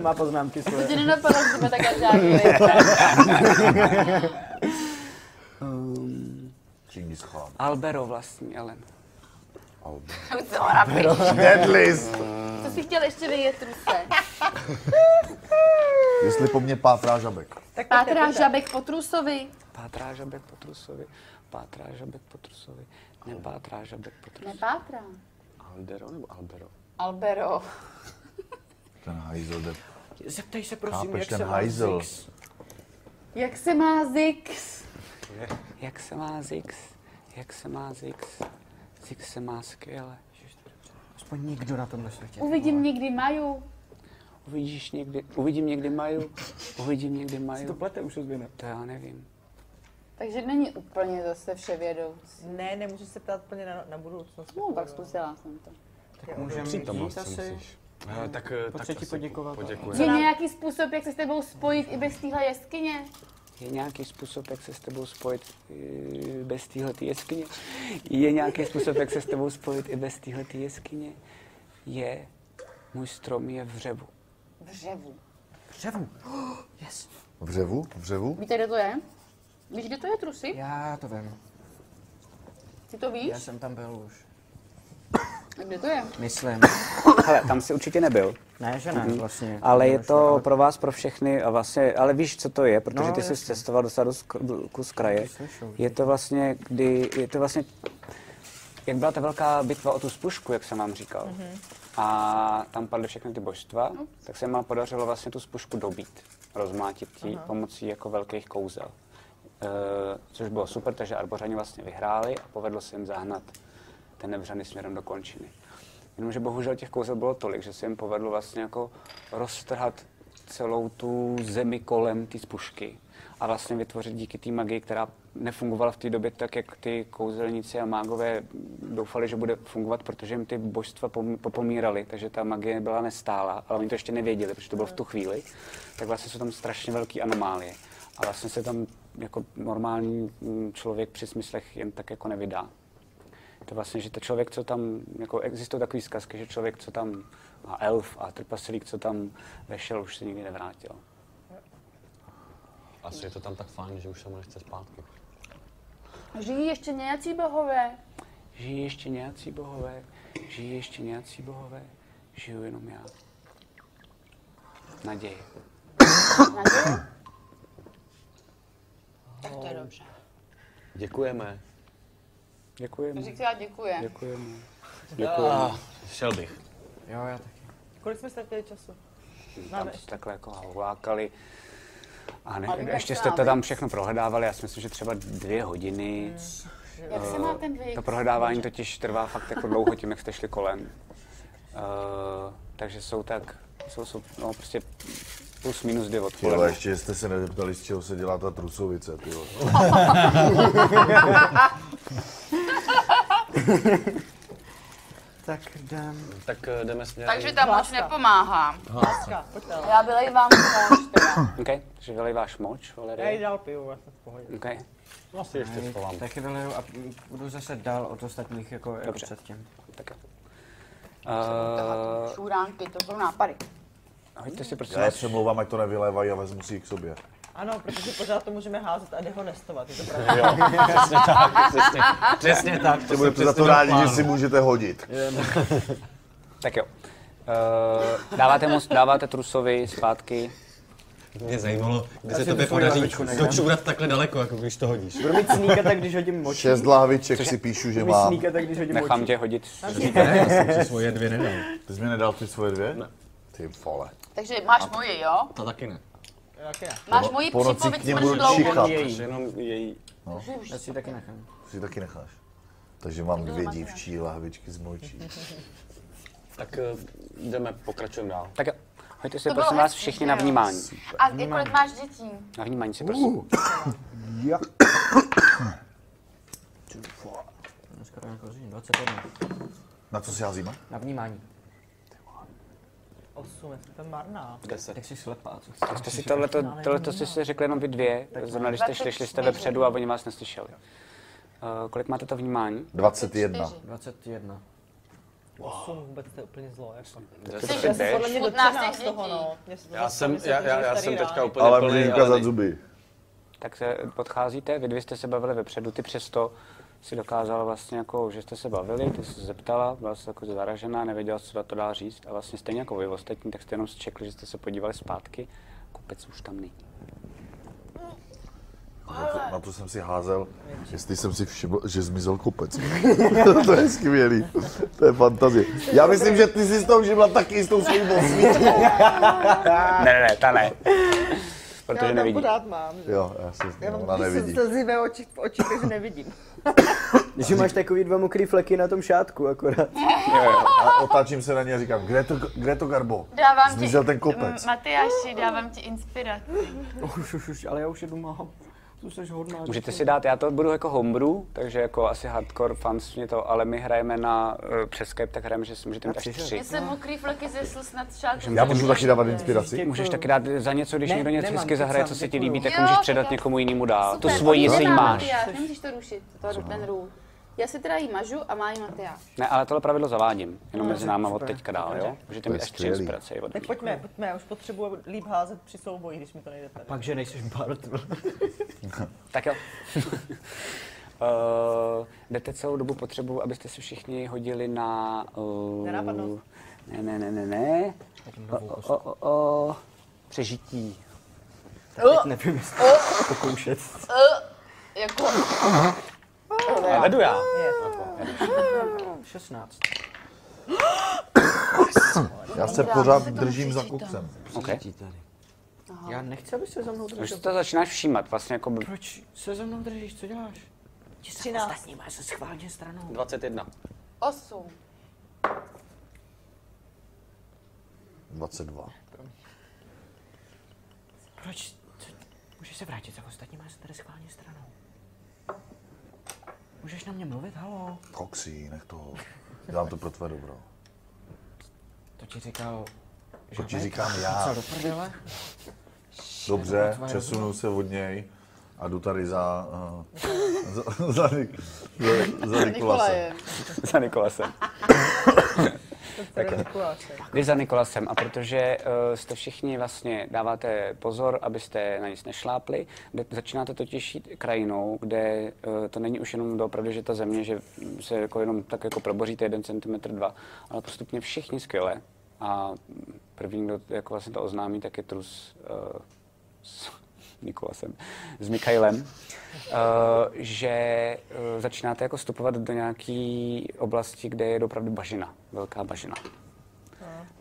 Má poznámky
To
svoje.
tě nenapadlo, že jsme tak žádný. [laughs]
Čingiz Chán.
Albero vlastní Elenu.
Co, rapi?
Deadlist!
Co jsi chtěl ještě vědět, truse?
Jestli po mně pátrá žabek.
Tak pojďte,
Pátrá
pojďte.
žabek po trusovi.
Pátrá žabek po trusovi, pátrá žabek po trusovi, nepátrá žabek po trusovi.
Nepátrá.
Aldero nebo Albero?
Albero.
Ten hajzl jde.
Zeptej se prosím,
Chápeš,
jak
ten
se má
hajzl.
Zix.
Jak se má Zix?
Jak se má Zix? Jak se má Zix? Zix se má skvěle.
Aspoň nikdo na tomhle světě.
Uvidím někdy Maju.
Uvidíš někdy, uvidím někdy Maju, uvidím někdy
To
Maju.
plete už ozvěne.
To já nevím.
Takže není úplně zase vševědoucí.
Ne, nemůžu se ptát úplně na, na budoucnost.
No, tak zkusila jsem to.
Tak můžeme jít asi.
Eh, tak, eh, tak
Potřeba ti
asi
poděkovat.
Poděkuji.
Je nějaký způsob, jak se s tebou spojit i bez téhle jeskyně?
Je nějaký způsob, jak se s tebou spojit eh, bez téhle jeskyně? Je nějaký způsob, jak se s tebou spojit i bez téhle jeskyně? Je, můj strom je v řevu.
V řevu.
[gasps]
Řevu. Yes.
V řevu? V řevu?
Víte, kde to je? Víš, kde to je, Trusy?
Já to vím.
Ty to víš?
Já jsem tam byl už.
A Kde to je?
Myslím.
Hele, tam si určitě nebyl.
Ne, že ne, vlastně.
Ale je to pro vás, pro všechny a vlastně, ale víš, co to je, protože
No,
ty jsi
jasně.
cestoval docela dost k- do- kus kraje.
slyšel,
Je to vlastně, kdy, je to vlastně, jak byla ta velká bitva o tu spušku, jak jsem vám říkal, a tam padly všechny ty božstva, tak se jim ale podařilo vlastně tu spušku dobít, rozmátit ji pomocí jako velkých kouzel. E, což bylo super, takže arbořani vlastně vyhráli a povedlo se jim zahnat ten nevřany směrem do končiny. Jenomže bohužel těch kouzel bylo tolik, že se jim povedlo vlastně jako roztrhat celou tu zemi kolem té spušky a vlastně vytvořit díky té magii, která nefungovala v té době tak, jak ty kouzelníci a mágové doufali, že bude fungovat, protože jim ty božstva pom- popomíraly, takže ta magie byla nestála, ale oni to ještě nevěděli, protože to bylo v tu chvíli, tak vlastně jsou tam strašně velké anomálie. A vlastně se tam jako normální mm, člověk při smyslech jen tak jako nevydá. To vlastně, že to člověk, co tam, jako existují takové zkazky, že člověk, co tam, a elf a trpaslík, co tam vešel, už se nikdy nevrátil.
Asi je to tam tak fajn, že už se mu nechce zpátky.
Žijí ještě nějací bohové.
Žijí ještě nějací bohové, žijí ještě nějací bohové, žiju jenom já. Naděje.
Naděje? Tak to je dobře.
Děkujeme.
Děkujeme,
Říká děkuje.
děkujeme.
Děkujeme. Šel bych.
Jo, já taky.
Kolik jsme ztratili času?
Tam
Máme
se takhle jako hlákali. A ne,
A vůbec
ještě jste to
právě.
tam všechno prohledávali, já si myslím, že třeba dvě hodiny.
Jak se má ten věk?
To prohledávání totiž trvá fakt jako dlouho tím, jak jste šli kolem. Uh, takže jsou tak, jsou, jsou no, prostě plus minus dvě
Ty vole,
odpoledne.
ještě jste se nezeptali, z čeho se dělá ta trusovice, ty vole.
Tak dám.
Tak eh, jdeme směrem.
Takže tam moc nepomáhá.
Láska, pojďte. ale-
Já byla i vám pomoct teda.
Okay, takže vylejváš moč,
Já jí
Valerie.
dál piju, já jsem v pohodě.
Okay.
Asi ještě schovám.
Taky vyleju a budu zase dál od ostatních, jako, jako
Dobře.
předtím.
Tak. jo. Uh,
Šuránky, to jsou nápady.
Eh, hoďte si prosím
Já je
vás.
přemlouvám, ať to nevylévají a vezmu si ji k sobě.
Ano, protože pořád to můžeme házet a dehonestovat, je to pravda.
Přesně tak, přesně, [laughs] přesně tak. To
Ty
jsem
budete za
přesně
to rádi,
naplánoval.
že si můžete hodit.
Tak jo. Uh, dáváte, mu, dáváte trusovi zpátky.
Mě zajímalo, kde se
si
tobě
tu svoji
podaří
lahvičku nejdem.
dočůrat takhle daleko, jako když to hodíš.
Budu mít sníka, tak když hodím moči.
Šest lahviček si píšu, že
Budu mít
mám.
sníka, tak když hodím
Nechám
moči.
tě hodit.
Ne, já jsem si svoje dvě nedal.
Ty jsi mi nedal ty svoje dvě? Ty vole.
Takže máš moji, jo?
To taky ne.
Taky ne.
Máš moji
No, po noci k
připověď
něm budu
smršlou.
čichat.
Její.
Jenom její
Já si taky nechám.
Si taky necháš. Takže mám dvě dívčí lahvičky z močí.
Tak eh, jdeme, pokračujeme dál.
Tak jo. Hoďte si
To bylo
prosím vás
hezký,
všichni na
jo. Uh.
vnímání.
A i kolik máš dětí?
Na vnímání si prosím.
Dneska to nějak rozhodím. 21.
Na co si házíme?
Na vnímání.
Osm, já jsem tam marná.
Deset.
Tak jsi slepá, co chceš?
Jste si tohleto, tohleto jste si řekli jenom vy dvě, zrovna když jste šli, šli jste vepředu a oni vás neslyšeli. Eh, kolik máte to vnímání?
21.
21.
Osm vůbec, to je úplně zlo, jako.
Jsi
Já jsem podle mě
chutná
dotčená
z
z
těch
toho,
dětí.
no. Mě se to
Já
zase
jsem,
myslím,
já,
že
já, já
starý
jsem teďka
rány.
úplně
Ale
plný,
mě ukázat
teď-
zuby.
Tak se podcházíte, vy dvě jste se bavili vepředu, ty přesto si dokázala vlastně jako, že jste se bavili, ty jsi se zeptala, byla jsi jako zaražená, nevěděla, co na to dá říct a vlastně stejně jako vy ostatní, tak jste jenom čekli, že jste se podívali zpátky, kupec už tam není.
Na to, na to jsem si házel, jestli jsem si všiml, že zmizel kupec. [laughs] to je skvělý. To je fantazie. Já myslím, že ty jsi s tou všimla taky s tou svou bosničkou.
Ne, ne, ne, ta ne. Protože
já tam
nevidí.
pořád mám.
[laughs]
že?
Jo, já si
Já
ona
mám
nevidí.
slzivé oči, v očích, takže nevidím.
Že máš takový dva mokrý fleky na tom šátku
[laughs]
akorát.
A otáčím se na ně a říkám, kde to, kde to garbo?
Dávám ti,
Zmizel ten kopec.
M- Matyáši, dávám ti inspiraci.
Už, už, už, ale já už jedu mám. Tu jsi hodná.
Můžete si dát, já to budu jako homebrew, takže jako asi hardcore fans mě to, ale my hrajeme na eh, přes Skype, tak hrajeme, že si můžete mít až tři.
Jestli mokrý fleky ze slz nad šátkem.
Já můžu taky dávat inspiraci.
Můžeš taky dát za něco, když
Ne,
někdo něco
nemám,
hezky
to
zahraje,
sám,
co se ti
děkuju.
líbí, tak
Jo,
můžeš
tak
předat
já-
někomu jinému dál. Tu
Super,
svoji,
ji
jestli ji
nemá
máš.
Matyáš, nemůžeš to rušit, to, ten rule. Já si teda jí mažu a má jí Matyáš.
Ne, ale tohle pravidlo zavádím, jenom mezi náma od teďka dál, jo? Můžete
je
mít až tři
skvělý.
inspirace. ode
Tak
mě.
pojďme, pojďme, já už potřebuji líp házet při souboji, když mi to nejde tady.
Pak, že nejsi [laughs] Bart.
Tak jo. [laughs] Uh, jdete celou dobu potřebu, abyste si všichni hodili na... Uh,
Nenápadnost.
Ne, ne, ne, ne, ne. O, o, o, o, o, přežití.
Teď nevím, jestli to pokoušet.
Jako,
Ale jdu já.
Je.
16.
Já se pořád držím za kupcem.
Okay.
Já nechci, aby se za mnou
Už
držel.
si to začínáš všímat, vlastně jako... [laughs] by-
Proč se za mnou držíš? Co děláš?
13.
Ní máš se schválně stranou.
21.
osm.
22.
Proč? Co? Můžeš se vrátit za ostatní, máš se tady schválně stranou. Můžeš na mě mluvit, halo?
Koksí, nech toho. Dělám to pro tvé dobro.
To ti říkal...
To ti
žabek?
říkám já.
Co, do prdele?
Dobře, přesunu se od něj a jdu tady za, eh, [laughs] za, za, Nik- za, za Nikolasem.
Nikolaje.
za Nikolasem.
Tady Nikoláše.
Jdeš za Nikolasem a protože uh, jste všichni vlastně dáváte pozor, abyste na nic nešlápli, jde- začínáte totiž jít krajinou, kde uh, to není už jenom doopravdy, že ta země, že se jako jenom tak jako proboříte jeden centimetr, dva, ale postupně všichni skvěle. A první, kdo jako vlastně to oznámí, tak je trus uh, s [laughs] Nikolasem, s Mikhailem, eh, že eh, začínáte jako vstupovat do nějaké oblasti, kde je opravdu bažina, velká bažina.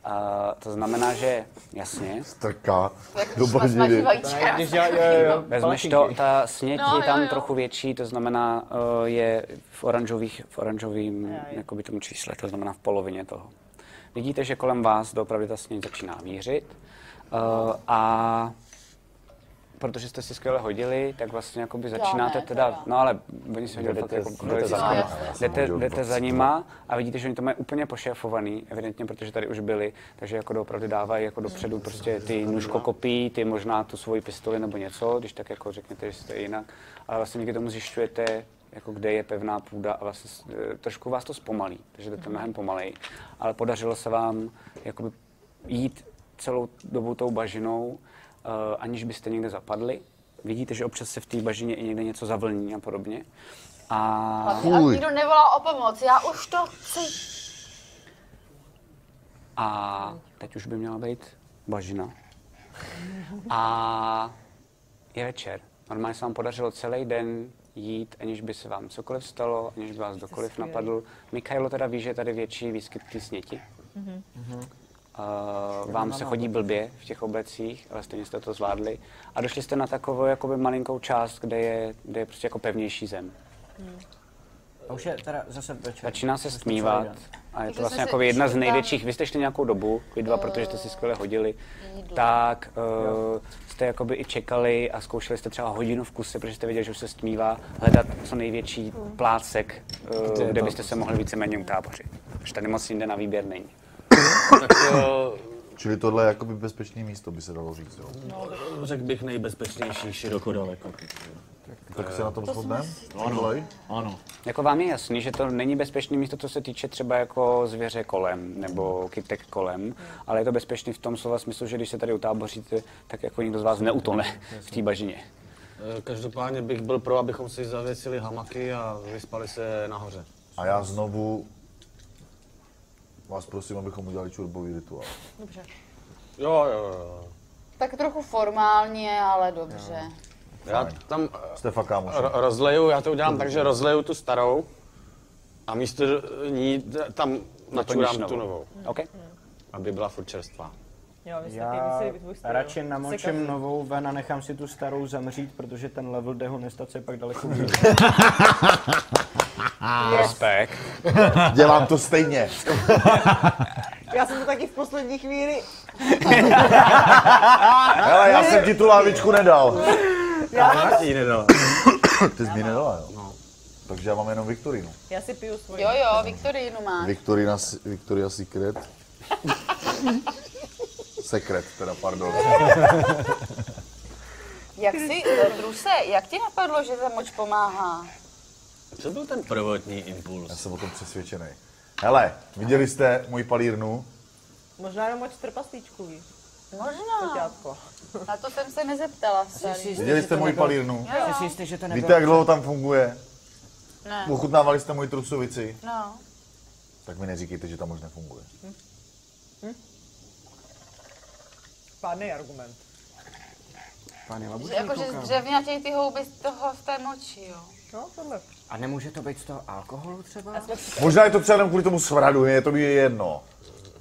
A to znamená, že jasně,
Trká do
Šma-
bažiny.
smaží vajíčka.
vezmeš to, ta sněť
No,
je tam
jo, jo.
trochu větší, to znamená, eh, je v, oranžových, v oranžovým
jo.
jakoby tomu čísle, to znamená v polovině toho. Vidíte, že kolem vás opravdu ta sněť začíná mířit eh, a protože jste si skvěle hodili, tak vlastně jakoby začínáte
ne,
teda,
teda.
no ale oni se hodili fakt
Jdete-
jako
jdete
jdete,
za
nima.
jdete, jdete za nima a vidíte, že oni to mají úplně pošéfovaný, evidentně, protože tady už byli, takže jako opravdu dávají jako dopředu prostě ty nůžkokopí, ty možná tu svoji pistoli nebo něco, když tak jako řekněte, že jste jinak, ale vlastně díky tomu zjišťujete, jako kde je pevná půda a vlastně s- eh, trošku vás to zpomalí, takže jdete mnohem pomalej, ale podařilo se vám jakoby jít celou dobu tou bažinou, eh, aniž byste někde zapadli. Vidíte, že občas se v té bažině i někde něco zavlní a podobně. A
A nikdo nevolá o pomoc, já už to chci.
A teď už by měla být bažina. A je večer. Normálně se vám podařilo celý den jít, aniž by se vám cokoliv stalo, aniž by vás kdokoliv napadl. Mikhailo teda ví, že je tady větší výskyt té sněti. Uh, vám se chodí blbě v těch obecích, ale stejně jste to zvládli. A došli jste na takovou jakoby malinkou část, kde je, kde je prostě jako pevnější zem.
A už je teda zase večer.
Začíná se
Už jsme
stmívat
celý den.
a je to
Takže
vlastně
jsme
jako
si
jedna z
šli tam-
největších. Vy jste šli nějakou dobu, vy dva, protože jste si skvěle hodili, tak uh, jste jakoby i čekali a zkoušeli jste třeba hodinu v kuse, protože jste věděli, že už se stmívá, hledat co největší plácek, uh, kde, byste se mohli víceméně utábořit. Už tady moc jinde na výběr není.
Tak eh,
Čili tohle je jakoby bezpečné místo, by se dalo říct. Jo.
No, řekl bych nejbezpečnější široko daleko. No,
Tak se na tom shodneme? Ano.
Ano.
Jako vám je jasný, že to není bezpečné místo, co se týče třeba jako zvěře kolem nebo kytek kolem, ale je to bezpečný v tom slova smyslu, že když se tady utáboříte, tak jako nikdo z vás neutone v té bažině.
Eh, Každopádně bych byl pro, abychom si zavěsili hamaky a vyspali se nahoře.
A já znovu vás prosím, abychom udělali čurbový rituál.
Dobře.
Jo, jo, jo.
Tak trochu formálně, ale dobře.
Já tam
Stefa
[laughs]
kámoši.
Ro- rozleju, já to udělám tak, že rozleju tu starou a místo ní d- tam načurám tu novou,
OK?
aby byla furt čerstvá.
Jo, vy jste taky
Já
museli být dvoustranný.
radši
Sekat.
namočím novou ven a nechám si tu starou zamřít, protože ten level dehonestace je pak daleko víc.
Respekt.
Dělám to stejně.
Já jsem to taky v poslední chvíli,
Hele, já jsem ti tu lávičku nedal.
Já ti ji nedala.
[coughs]
No.
Ty jsi mi nedala, jo? Takže já mám jenom Viktorinu.
já si piju svoji.
Jo, jo, Viktorinu má.
Viktorina, s- Victoria
[laughs]
Secret. Secret, teda, pardon.
Jak si, eh, Druse, jak ti napadlo, že ta moč pomáhá?
Co byl ten prvotní
Já
impuls?
jsem o tom přesvědčený. Hele, viděli jste můj palírnu?
Možná jenom moč trpaslíčku, víš,
Možná.
ťátko.
Na to jsem se nezeptala, starý.
Viděli jste můj palírnu?
Jsi si jistý, že to nebylo?
Víte, jak dlouho tam funguje?
Ne.
Ochutnávali jste můj trusovici?
No.
Tak mi neříkejte, že tam už nefunguje.
Pádnej argument.
Pane,
Že jakože zdřevňatěj ty houby z toho v té moči, jo.
No, tohle.
A nemůže to být z toho alkoholu třeba?
Možná je to třeba jenom kvůli tomu smradu, je to mi je jedno.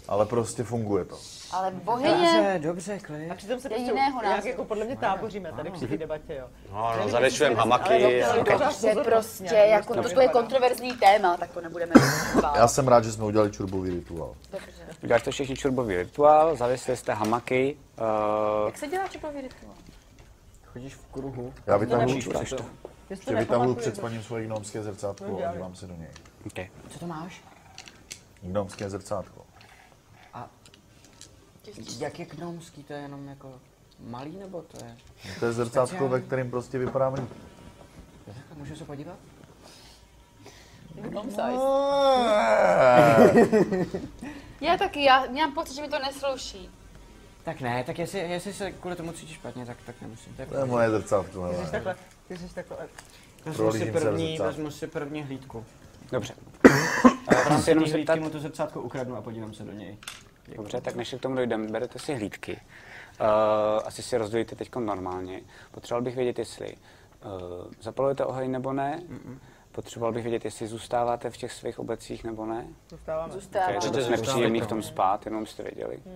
Ale prostě funguje to.
Ale bohyně,
Dobře, dobře, klid.
A přitom se
Je
prostě
jiného
nějak
názvu.
jako podle mě táboříme tady při té debatě, jo.
No, no, zavěšujem hamaky. a-
že prostě, jako tohle je kontroverzní téma, tak to nebudeme
Já
rozvádět.
jsem rád, že jsme udělali čurbový rituál.
Dobře.
Uděláš to všichni čurbový rituál, zavěsili jste hamaky. Uh,
Jak se dělá čupový rituál?
Chodíš v kruhu.
Já vytahuji,
uděláš to.
Vy jste
že vytahuji
nepamatujete.
před spaním svoje gnomské zrcátko a dívám se do něj.
Okay.
Co to máš?
Gnomské zrcátko. No,
Jak je gnomský, to je jenom jako malý nebo to je?
To je zrcátko, ve kterém prostě vypadám líp.
Tak můžu se podívat?
Já taky, já mám pocit, že mi to neslouší.
Tak ne, tak jestli, jestli se kvůli tomu cítíš špatně, tak, tak nemusím. Tak
To je moje zrcátko, hele.
Takhle, ty jsi takhle.
vezmu, si
prohlížím se
první,
zrcátko.
vezmu si první hlídku.
Dobře. Uh, chci jenom
První
zeptat,
hlídky mu to zrcátko ukradnu a podívám se do něj.
Dobře, tak než k tomu dojdeme, berete si hlídky. Uh, asi si rozdělíte teď normálně. Potřeboval bych vědět, jestli uh, zapalujete oheň nebo ne. Potřeboval bych vědět, jestli zůstáváte v těch svých obecích nebo ne.
Zůstáváme.
Okay,
Zůstává.
je to dost nepříjemný v tom
no.
spát, jenom jste věděli. Uh,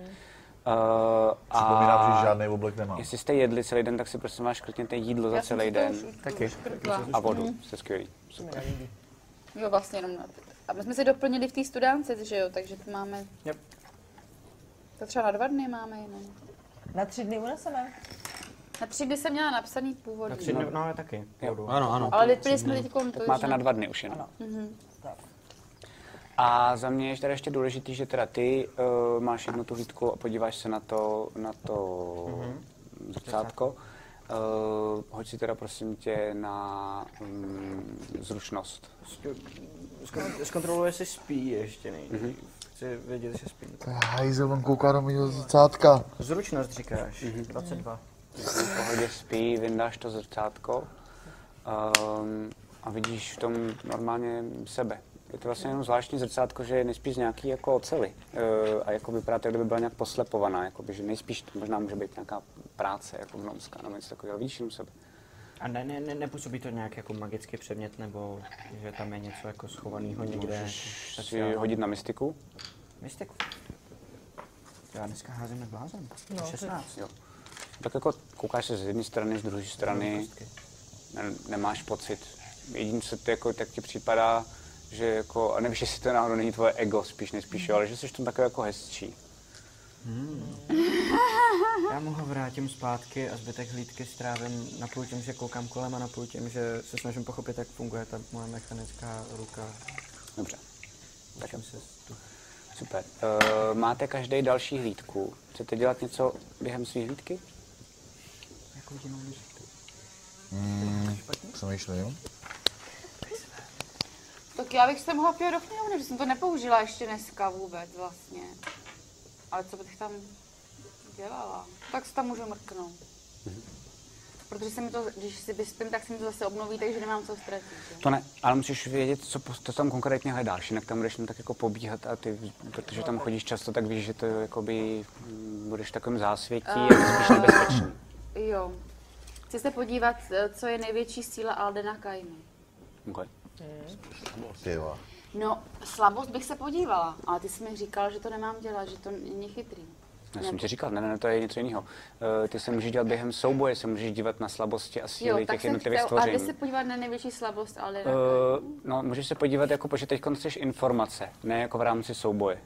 Pomínám, že
a
žádný oblek nemám.
jestli jste jedli celý den, tak si prosím vás škrtněte jídlo za celý den.
Taky.
A vodu, jste skvělí. Super.
Jo, vlastně jenom na... A my jsme si doplnili v té studánce, že jo, takže to máme...
Yep.
To třeba na dva dny máme jenom.
Na tři dny uneseme.
Na tři dny jsem měla napsaný původně.
Tak si, no, no, já taky. Vodu.
Ano, ano.
Ale vypili jsme teď to,
no, Tak
že
máte
ne?
na dva dny už jenom. A za mě je teda ještě důležitý, že teda ty uh, máš jednu tu hlídku a podíváš se na to, na to zrcátko. Uh, hoď si teda prosím tě na um, zručnost.
Zkon- Zkontroluje, jestli spí ještě
Mhm.
nejdřív. Chci vědět, jestli spí.
Hajzel, on kouká do mého zrcátka. Mhm.
Zručnost říkáš. 22.
V pohodě spí, vyndáš to zrcátko um, a vidíš v tom normálně sebe. Je to vlastně jenom zvláštní zrcátko, že je nejspíš z nějaký jako ocely. Uh, a jako vypadá to, jak kdyby byla nějak poslepovaná, jakoby, že nejspíš to možná může být nějaká práce jako gnomská nebo něco takového. Vidíš jenom sebe.
A ne, ne, ne, nepůsobí to nějak jako magický předmět, nebo že tam je něco jako schovaného někde? no.
Můžeš si
speciálního?
hodit na mystiku.
Mystik. To já dneska házím jak blázen. No, 16.
Jo. Tak jako koukáš se z jedné strany, z druhé strany,
Kostky.
ne, nemáš pocit. Jediné, co ty jako, tak ti připadá, že jako, a nevíš, jestli to náhodou není tvoje ego spíš, nejspíš, jo, ale že jsi v tom takový jako hezčí.
Já mu ho vrátím zpátky a zbytek hlídky strávím na půl tím, že koukám kolem a na půl tím, že se snažím pochopit, jak funguje ta moje mechanická ruka.
Dobře,
Učím se tu.
super. E, máte každý další hlídku. Chcete dělat něco během své hlídky?
Jakou jinou než
Přemýšlím.
Tak já bych se mohla pět do knihovny, že jsem to nepoužila ještě dneska vůbec vlastně.
Mhm.
Ale co bych tam dělala? Tak se tam můžu mrknout. Protože se mi to, když si vyspím, tak se mi to zase obnoví, takže nemám co ztratit. že?
To ne, ale musíš vědět, co, po- co tam konkrétně hledáš, jinak tam budeš jen tak jako pobíhat a ty, protože tam chodíš často, tak víš, že to jakoby mm, budeš v takovém zásvětí a
Eh.
je to spíš nebezpečný.
[clears throat] Jo. Chci se podívat, eh, co je největší síla Aldena Kainy.
Okay.
Ty vole.
No, slabost bych se podívala, ale ty jsi mi říkal, že to nemám dělat, že to není chytrý.
Já jsem ti říkal, ne, ne, ne, to je něco jiného. Eh, Ty se můžeš dělat během souboje, se můžeš dívat na slabosti a síly těch jednotlivých
a
stvoření.
kde se podívat na největší slabost Aldena Kainy?
Eh, no, můžeš se podívat, jako, protože teď chceš informace, ne jako v rámci souboje.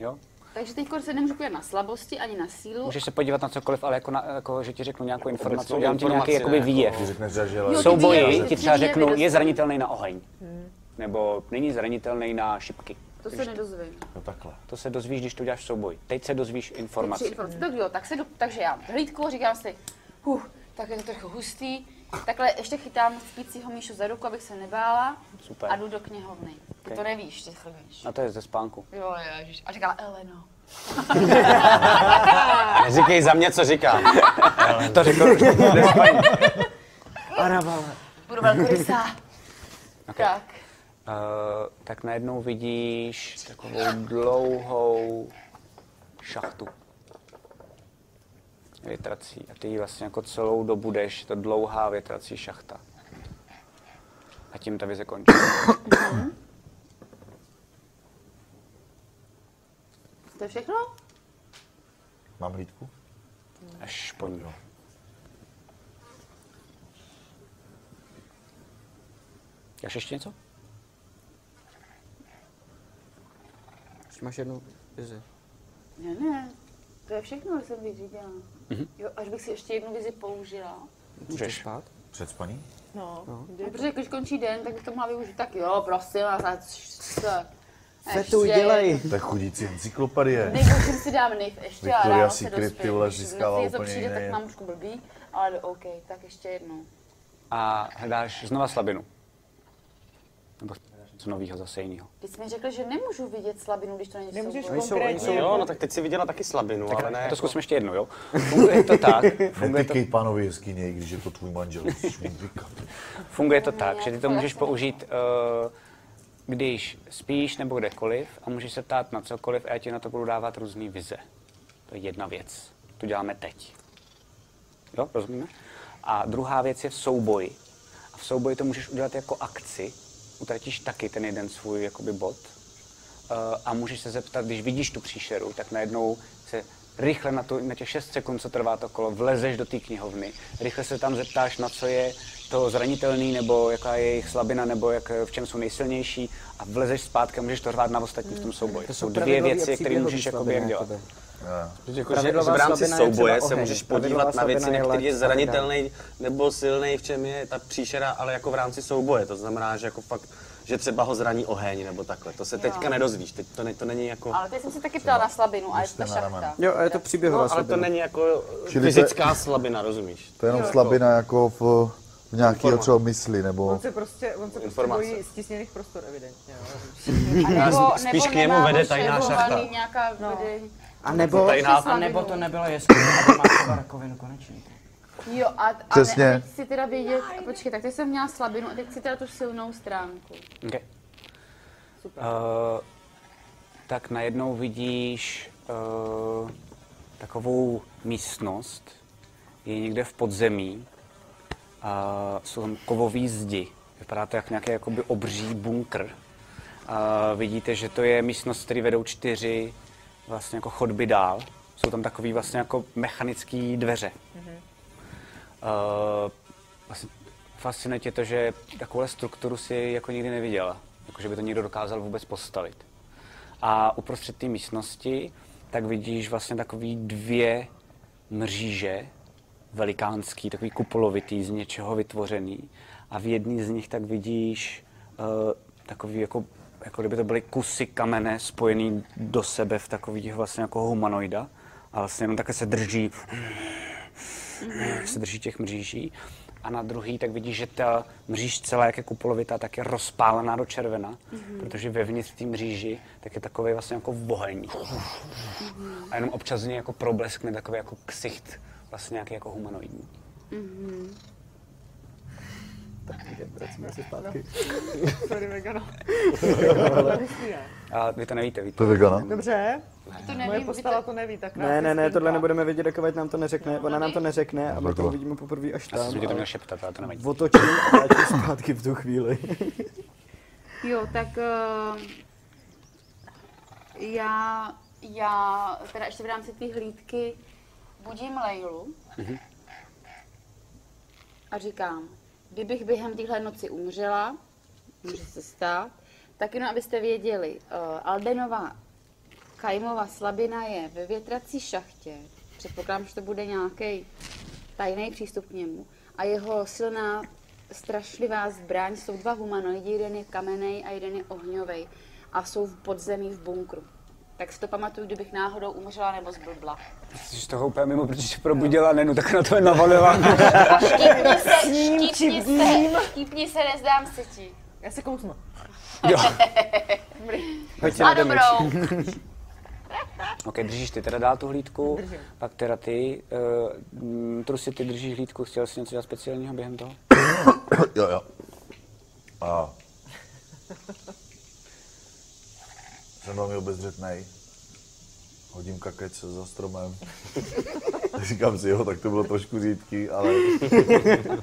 Jo?
Takže teď se nemůžu podívat na slabosti ani na sílu.
Můžeš se podívat na cokoliv, ale jako, na, jako že ti řeknu nějakou informaci,
obecnou
udělám ti
informaci,
nějaký jakoby
ne, jako-
výjev.
Ty řekneš, No, že
Jo,
V
ty
žele.
souboji
výjevy,
ti
ty
třeba
výjevy
řeknu, je
dostanu.
zranitelný na oheň. Nebo není zranitelný na šipky.
To se nedozvím.
No takhle.
To se dozvíš, když to uděláš v souboji. Teď se dozvíš
Informace.
informaci.
informace. Tak jo, tak se do, takže já hlídku, říkám si, huh, tak je to trochu hustý. Takhle ještě chytám spícího míšu za ruku, abych se nebála.
Super.
A jdu do knihovny. Ty
Okay.
to nevíš, ty chrlíš.
A to je ze spánku.
Jo, ježiš. A říkala, Eleno.
Neříkej za mě, co říkám.
[laughs] To řekl už.
Budu velkorysá. [laughs] Tak.
Eh, tak najednou vidíš takovou dlouhou šachtu větrací. A ty ji vlastně jako celou dobu jdeš, je to dlouhá větrací šachta. A tím ta vize končí.
To je všechno?
Mám hlídku?
Až po ní. Děláš ještě něco?
Ještě máš jednu vizi.
Ne, ne. To je všechno, co jsem vyřídila.
Mhm.
Jo, až bych si ještě jednu vizi použila.
Můžeš spát?
Před spaní?
No,
No, protože když končí den, tak bych to mohla využít. Tak jo, prosím vás. a c- tak.
Fetu,
Ještě
dělej!
To je chudící encyklopedie.
Nejhorším si dám nejv ještě a
Victoria
ráno se
Secret,
dospím.
ty vole,
Když
získává
mi něco
úplně
přijde,
jiný-
tak mám trošku blbý, ale jdu OK, tak ještě jednou.
A hledáš znova slabinu. Nebo co novýho zase jiného.
Ty jsi mi řekl, že nemůžu vidět slabinu, když to není
nemůžeš
souboj.
konkrétně.
Jo, no tak teď si viděla taky slabinu, ale ne.
To
jako-
zkusím ještě jednou, jo? Funguje to tak, funguje to
Netikej pánovi jeskyně, i když je to tvůj manžel. Musíš mu říkat.
Funguje to tak,
já
že ty to
takhle
můžeš
jsem
použít, eh, když spíš nebo kdekoliv a můžeš se ptát na cokoliv a já ti na to budu dávat různé vize. To je jedna věc. Tu děláme teď. Jo, rozumíme? A druhá věc je v souboji. A v souboji to můžeš udělat jako akci. Utratíš taky ten jeden svůj jakoby, bod. Eh, A můžeš se zeptat, když vidíš tu příšeru, tak najednou se rychle na, tu, na těch 6 sekund, co trvá to kolo, vlezeš do té knihovny, rychle se tam zeptáš, na co je to zranitelný, nebo jaká je jejich slabina, nebo jak, eh, v čem jsou nejsilnější a vlezeš zpátky a můžeš to hrát na ostatní v tom souboji. Hmm. To
jsou
jsou dvě
pravidlový a
věci, které
příběhový
můžeš jakoby, jak
slabiny,
dělat.
jakoby.
Jako, že,
Pravidlová
že v rámci
slabina je
souboje
třeba
se
oheň,
můžeš
pravidlová
podívat na
slabina
věci,
je
na který je
led a tak dále.
zranitelný nebo silný, v čem je ta příšera, ale jako v rámci souboje. To znamená, že jako fakt, že třeba ho zraní oheň nebo takhle. To se
Jo.
teďka nedozvíš, teď to, ne, to není jako...
Ale teď jsem se taky ptala na slabinu a je to
Jste
ta
na
šachta.
ramenu.
Jo, a je to příběhová
No, ale to
slabina.
není jako
Čili to je-
fyzická slabina, rozumíš?
To je jenom slabina jako v, v nějakého třeba mysli,
On
nebo...
se prostě, on se prostě
Informace.
bojí stisněných prostor, evidentně. jo.
A nebo,
spíš k němu
nemá
vede tajná
ošejbovaný
šachta.
Nějaká vede...
A nebo,
A nebo to nebylo jeskyně, ale máš
[coughs]
třeba rakovinu konečně.
Jo, a, a, ne, a
Přesně.
teď si teda vědět, a počkej, tak teď jsem měla slabinu a teď si teda tu silnou stránku.
Okay. Super. Uh, tak najednou vidíš uh, takovou místnost, je někde v podzemí a jsou tam kovový zdi. Vypadá to jak nějaký jakoby obří bunkr. A vidíte, že to je místnost, které vedou čtyři vlastně jako chodby dál. Jsou tam takový vlastně jako mechanické dveře. Uh, vlastně fascinuje tě to, že takovouhle strukturu si jako nikdy neviděla. Jako, že by to někdo dokázal vůbec postavit. A uprostřed té místnosti tak vidíš vlastně takový dvě mříže, velikánský, takový kupolovitý, z něčeho vytvořený. A v jedné z nich tak vidíš uh, takový jako, jako kdyby to byly kusy kamene spojený do sebe v takových vlastně jako humanoida. A vlastně jenom takhle se drží se drží těch mříží. A na druhý tak vidíš, že ta mříž celá, jak je kupolovitá, tak je rozpálená do červena, protože vevnitř té mříži tak je takový Mhm. vlastně jako oheň. A jenom občas z něj jako probleskne takový jako ksicht vlastně nějaký jako humanoidní.
Sorry, vegano.
A vy to nevíte, víte?
To je vegana?
Dobře,
To
moje
nevím,
postava
vy
to neví, tak
Ne, ne, ne, tohle nebudeme vědět, dokud nám to neřekne. Ona nám to neřekne a my to
Takhle.
uvidíme poprvé až
Asi
tam.
jsem ti to
ale
měl šeptat, ale to nevadí.
Otočím a vrátím zpátky v tu [laughs] chvíli.
to... Jo, tak uh, já, já teda ještě v rámci té hlídky budím Lejlu a říkám, kdybych během téhle noci umřela, může se stát, tak jenom abyste věděli, uh, Aldenová Kajmová slabina je ve větrací šachtě. Předpokládám, že to bude nějaký tajný přístup k němu. A jeho silná, strašlivá zbraň jsou dva humanoidi, jeden je kamenej a jeden je ohňovej. A jsou v podzemí v bunkru. Tak si to pamatuju, kdybych náhodou umřela nebo zblbla.
Jsi z toho úplně mimo, protože se probudila Nenu, tak na to je navalila. [laughs]
Štípni se, štípni se, štípni se, nezdám se ti.
Já se kousnu.
jo.
Hoď si
A
na damage.
dobrou.
Ok, držíš ty teda dál tu hlídku,
Držím.
pak teda ty, uh, Trusy, ty držíš hlídku, chtěl jsi něco dělat speciálního během toho?
jo, jo. A. Jsem velmi obezřetnej. Hodím kakec za stromem. [laughs] Říkám si, jo, tak to bylo trošku řídký, ale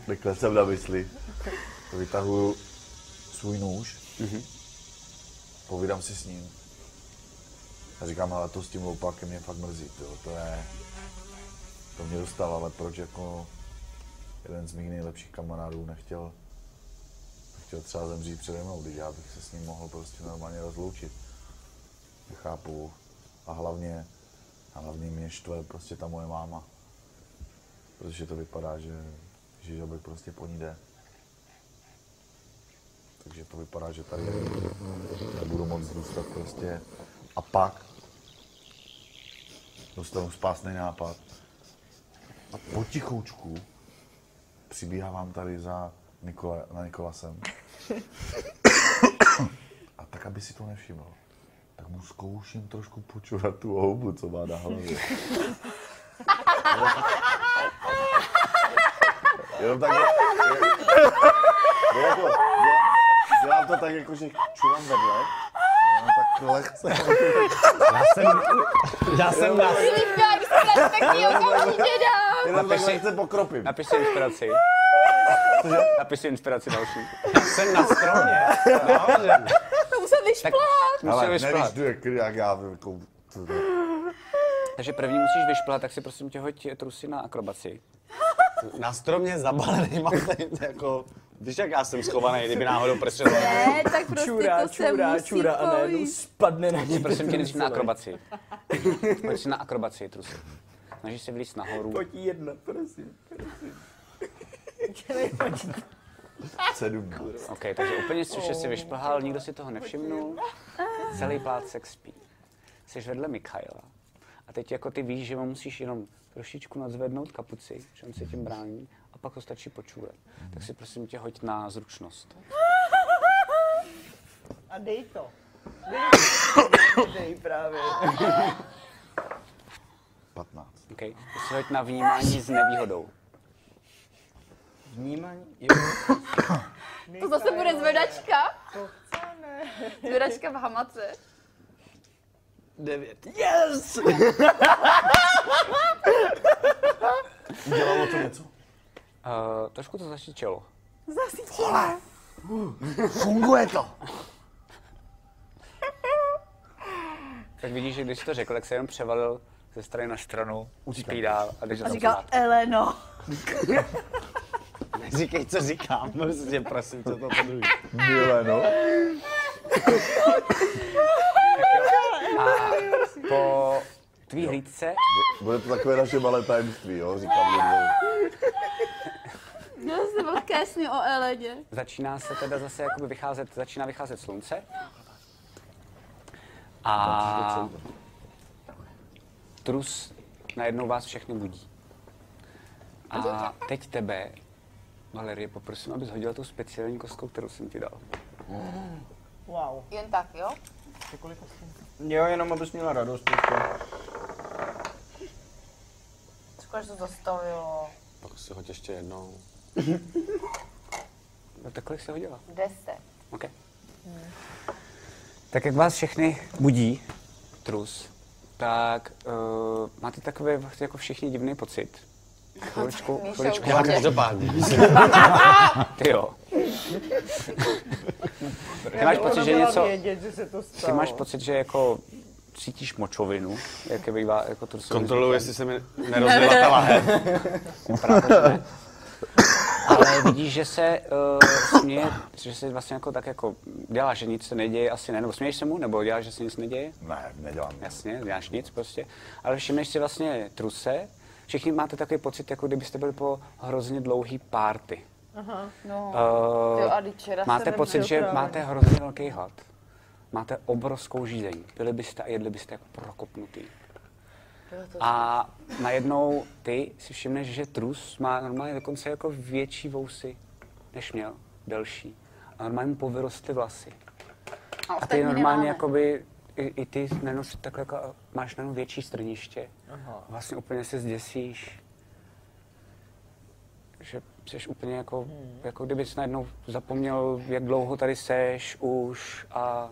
rychle jsem na mysli. Vytahuju svůj nůž, povídám si s ním. A říkám, ale to s tím loupákem mě fakt mrzí, jo, to je... To mě dostalo, ale proč jako jeden z mých nejlepších kamarádů nechtěl, nechtěl třeba zemřít přede mnou, když já bych se s ním mohl prostě normálně rozloučit. Nechápu. A hlavně, a hlavně mě štve prostě ta moje máma. Protože to vypadá, že, že žabek prostě po ní jde. Takže to vypadá, že tady nebudu moc zůstat prostě. A pak dostanu spásný nápad. A potichoučku přibíhá vám tady za Nikola, na Nikolasem. A tak, aby si to nevšiml, tak mu zkouším trošku počurat tu houbu, co má na hlavě. Jenom tak... Jenom, jako, dělám, dělám to tak, jako, že čurám vedle. a jenom tak lehce.
Já jsem, já jsem na...
Tak se tady pěkný okamžitě dám.
Jenom tak lehce pokropím.
Napiš si [laughs] inspiraci.
Cože?
Napiš si inspiraci další.
Jsem na stromě.
To musel vyšplhat.
Musíš
Ale nevíš,
vyšplat.
jdu jak, jak já, jako, to- to-
Takže první musíš vyšplat, tak si prosím tě hoď trusy na akrobaci.
Na stromě zabalený matlin, jako... Víš, jak já jsem schovaný, kdyby náhodou prstřelil.
Ne, tak prostě to se musí pojít.
spadne na něj.
Prosím tě, nejdřív na [laughs] akrobaci. Pojď si na akrobaci, trusy. Snažíš se vylíst nahoru.
jedna, prosím.
sedm.
OK, takže úplně jsi vše si vyšplhal, nikdo si toho nevšimnul. Celý plácek spí. Jsi vedle Mikhaila. A teď jako ty víš, že mu musíš jenom trošičku nadzvednout kapuci, že on se tím brání, a pak ho stačí počůrat. Tak si prosím tě hoď na zručnost.
A dej to. Dej, dej právě.
15.
OK? Ty si hoď na vnímání s nevýhodou.
Vnímání? Jo.
To zase bude zvedačka. Zvedačka v hamace.
Devět.
Udělalo to něco?
Uh, trošku to zašičelo.
Funguje to!
Tak vidíš, že když jsi to řekl, tak se jenom převalil ze strany na stranu, uspí dál a jdeš
A
na
říkal Eleno.
Říkej, co říkám, [laughs] prostě prosím tě, to, to druhý.
Mileno.
Po tvý hlídce
Bude to takové naše malé tajemství, jo, říkám lidem.
Měl jsem velké sny o Eleně.
začíná se teda zase jakoby vycházet, začíná vycházet slunce. A trus najednou vás všechny budí. A teď tebe, Valerie, poprosím, abys hodila tou speciální kostkou, kterou jsem ti dal.
Wow.
Jen tak, jo?
jo, jenom abys měla radost. Prostě.
škoda, že to zastavilo.
Pak si hoď ještě jednou.
No takhle se hodila.
Deset.
OK. Tak jak vás všechny budí trus, tak uh, máte takový jako všichni divný pocit. Chviličku,
Míša
chviličku.
už
máte-
Každopádně.
Ty
[laughs]
jo. Ty máš pocit, že něco...
Vědět, že se to stalo.
Ty máš pocit, že jako cítíš močovinu, jak je bývá jako trusový
Kontroluji, jestli se mi nerozjela ta lahev.
Jako Ale vidíš, že se uh, směje, že se vlastně jako tak jako dělá, že nic se neděje, asi ne, nebo směješ se mu, nebo děláš, že se nic neděje?
Ne, nedělám.
Jasně, děláš nic prostě. Ale všimneš si vlastně truse, všichni máte takový pocit, jako kdybyste byli po hrozně dlouhý párty.
No.
Eh,
Jo, a teď včera
máte
jsem
pocit, že
nebyla
máte hrozně velký hlad. Máte obrovskou žízeň. Pili byste a jedli byste jako prokopnutý. A najednou ty si všimneš, že trus má normálně dokonce jako větší vousy, než měl, delší. A normálně mu povyrostly vlasy.
A
A ty
ostatní
normálně jako
nemáme.
jakoby, i, i ty najednou si takhle jako, máš najednou větší strniště. Aha. Vlastně úplně se zděsíš, že jsi úplně jako, hmm. jako kdyby jsi najednou zapomněl, jak dlouho tady seš už a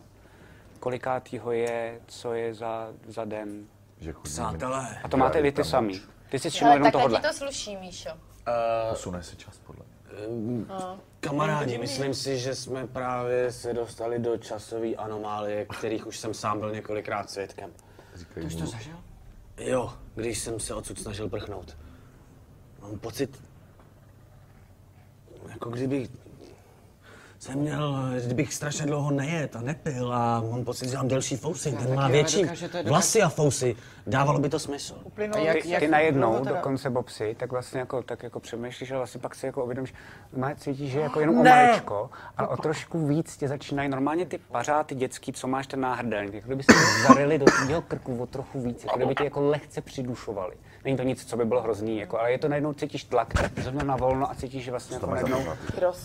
kolikátýho je, co je za, za den.
Že chudí.
Přátelé.
A to máte vy ty
tam
samý. Ty si
Ale
všiml jenom
tak tohle.
tohohle.
ti to sluší, Míšo.
Posune se čas podle mě.
Kamarádi, myslím si, že jsme právě se dostali do časové anomálie, kterých už jsem sám byl několikrát svědkem.
Říkají
Už to zažil?
Jo, když jsem se odsud snažil prchnout. Mám pocit, jako kdyby jsem měl, kdybych strašně dlouho nejet a nepil a mám pocit, že mám delší fousy, ten
taky,
má
ale
větší
dokážete- dokážete-
vlasy a fousy. Dávalo by to smysl.
Uplynulo
A jak-
ty,
jak
ty najednou,
dlouho teda?
dokonce Bobsy, tak vlastně jako, tak jako přemýšlíš, ale vlastně pak si jako uvědomíš, normálně cítíš, že jako jenom o maličko, ale o trošku víc tě začínají normálně ty pařáty dětský, co máš ten náhrdelník, jako kdyby se zarili do tvého krku o trochu víc, jako kdyby tě jako lehce přidušovali. Není to nic, co by bylo hrozný, jako, ale je to najednou cítíš tlak, zrovna na volno a cítíš, že vlastně jako najednou,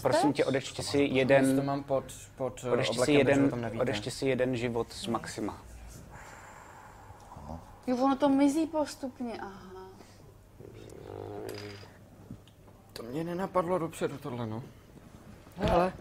prosím tě, odečti si
Jestli to
jeden,
mám pod, pod eh,
odečti si
oblakem, takže o tom
jeden,
nevíte.
odečti si jeden život z maxima.
Jo, ono to mizí postupně, aha.
To mě nenapadlo dopředu tohle, no. Ale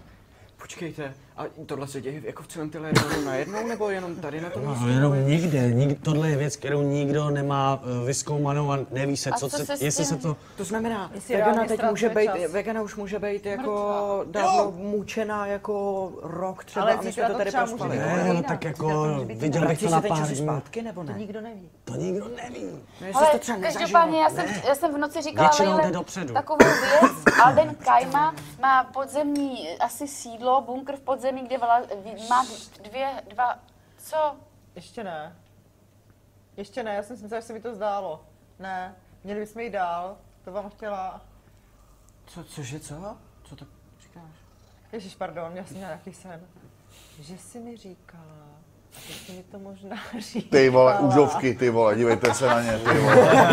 počkejte, a tohle se děje jako v celém Tylerionu najednou, nebo jenom tady na tom místě?
No, jenom nikde. Nik, tohle je věc, kterou nikdo nemá uh, vyskoumanou a neví se,
A
co
co
se,
se s
jestli se
tím-
to...
To znamená,
Jestli
Vegana
reálně
teď
ztrácíme
může být,
čas.
Vegana už může být jako dávno mučená jako rok třeba
Ale
a my jsme
zítra
to
to
tady
třeba může
prospali.
být.
jo?
Ne,
Ne, no,
jinak,
tak
jinak
jako
může být jinak.
viděl bych
Vrací
to
se
na
ten
pár
čas
dní.
zpátky nebo ne?
Nikdo neví.
To nikdo neví.
No, jestli jsi
Ale
to třeba nezažil.
každopádně já jsem, já jsem v noci říkala
Většinou
Lejle
jde dopředu.
takovou věc. Alden Kajma má podzemní asi sídlo, bunkr v podzemí, kde vla, ví- má dvě, dva, co?
Ještě ne. Ještě ne, já jsem si myslela, že se mi to zdálo. Ne, měli bychom jít dál, to vám chtěla.
Co, cože, co? Co to říkáš?
Ježíš, pardon, já jsem měla nějaký sen. Že jsi mi říkala, a ty jsi mi to možná [laughs] říkala.
Ty vole, užovky, ty vole, dívejte se na ně, ty
[laughs]
vole.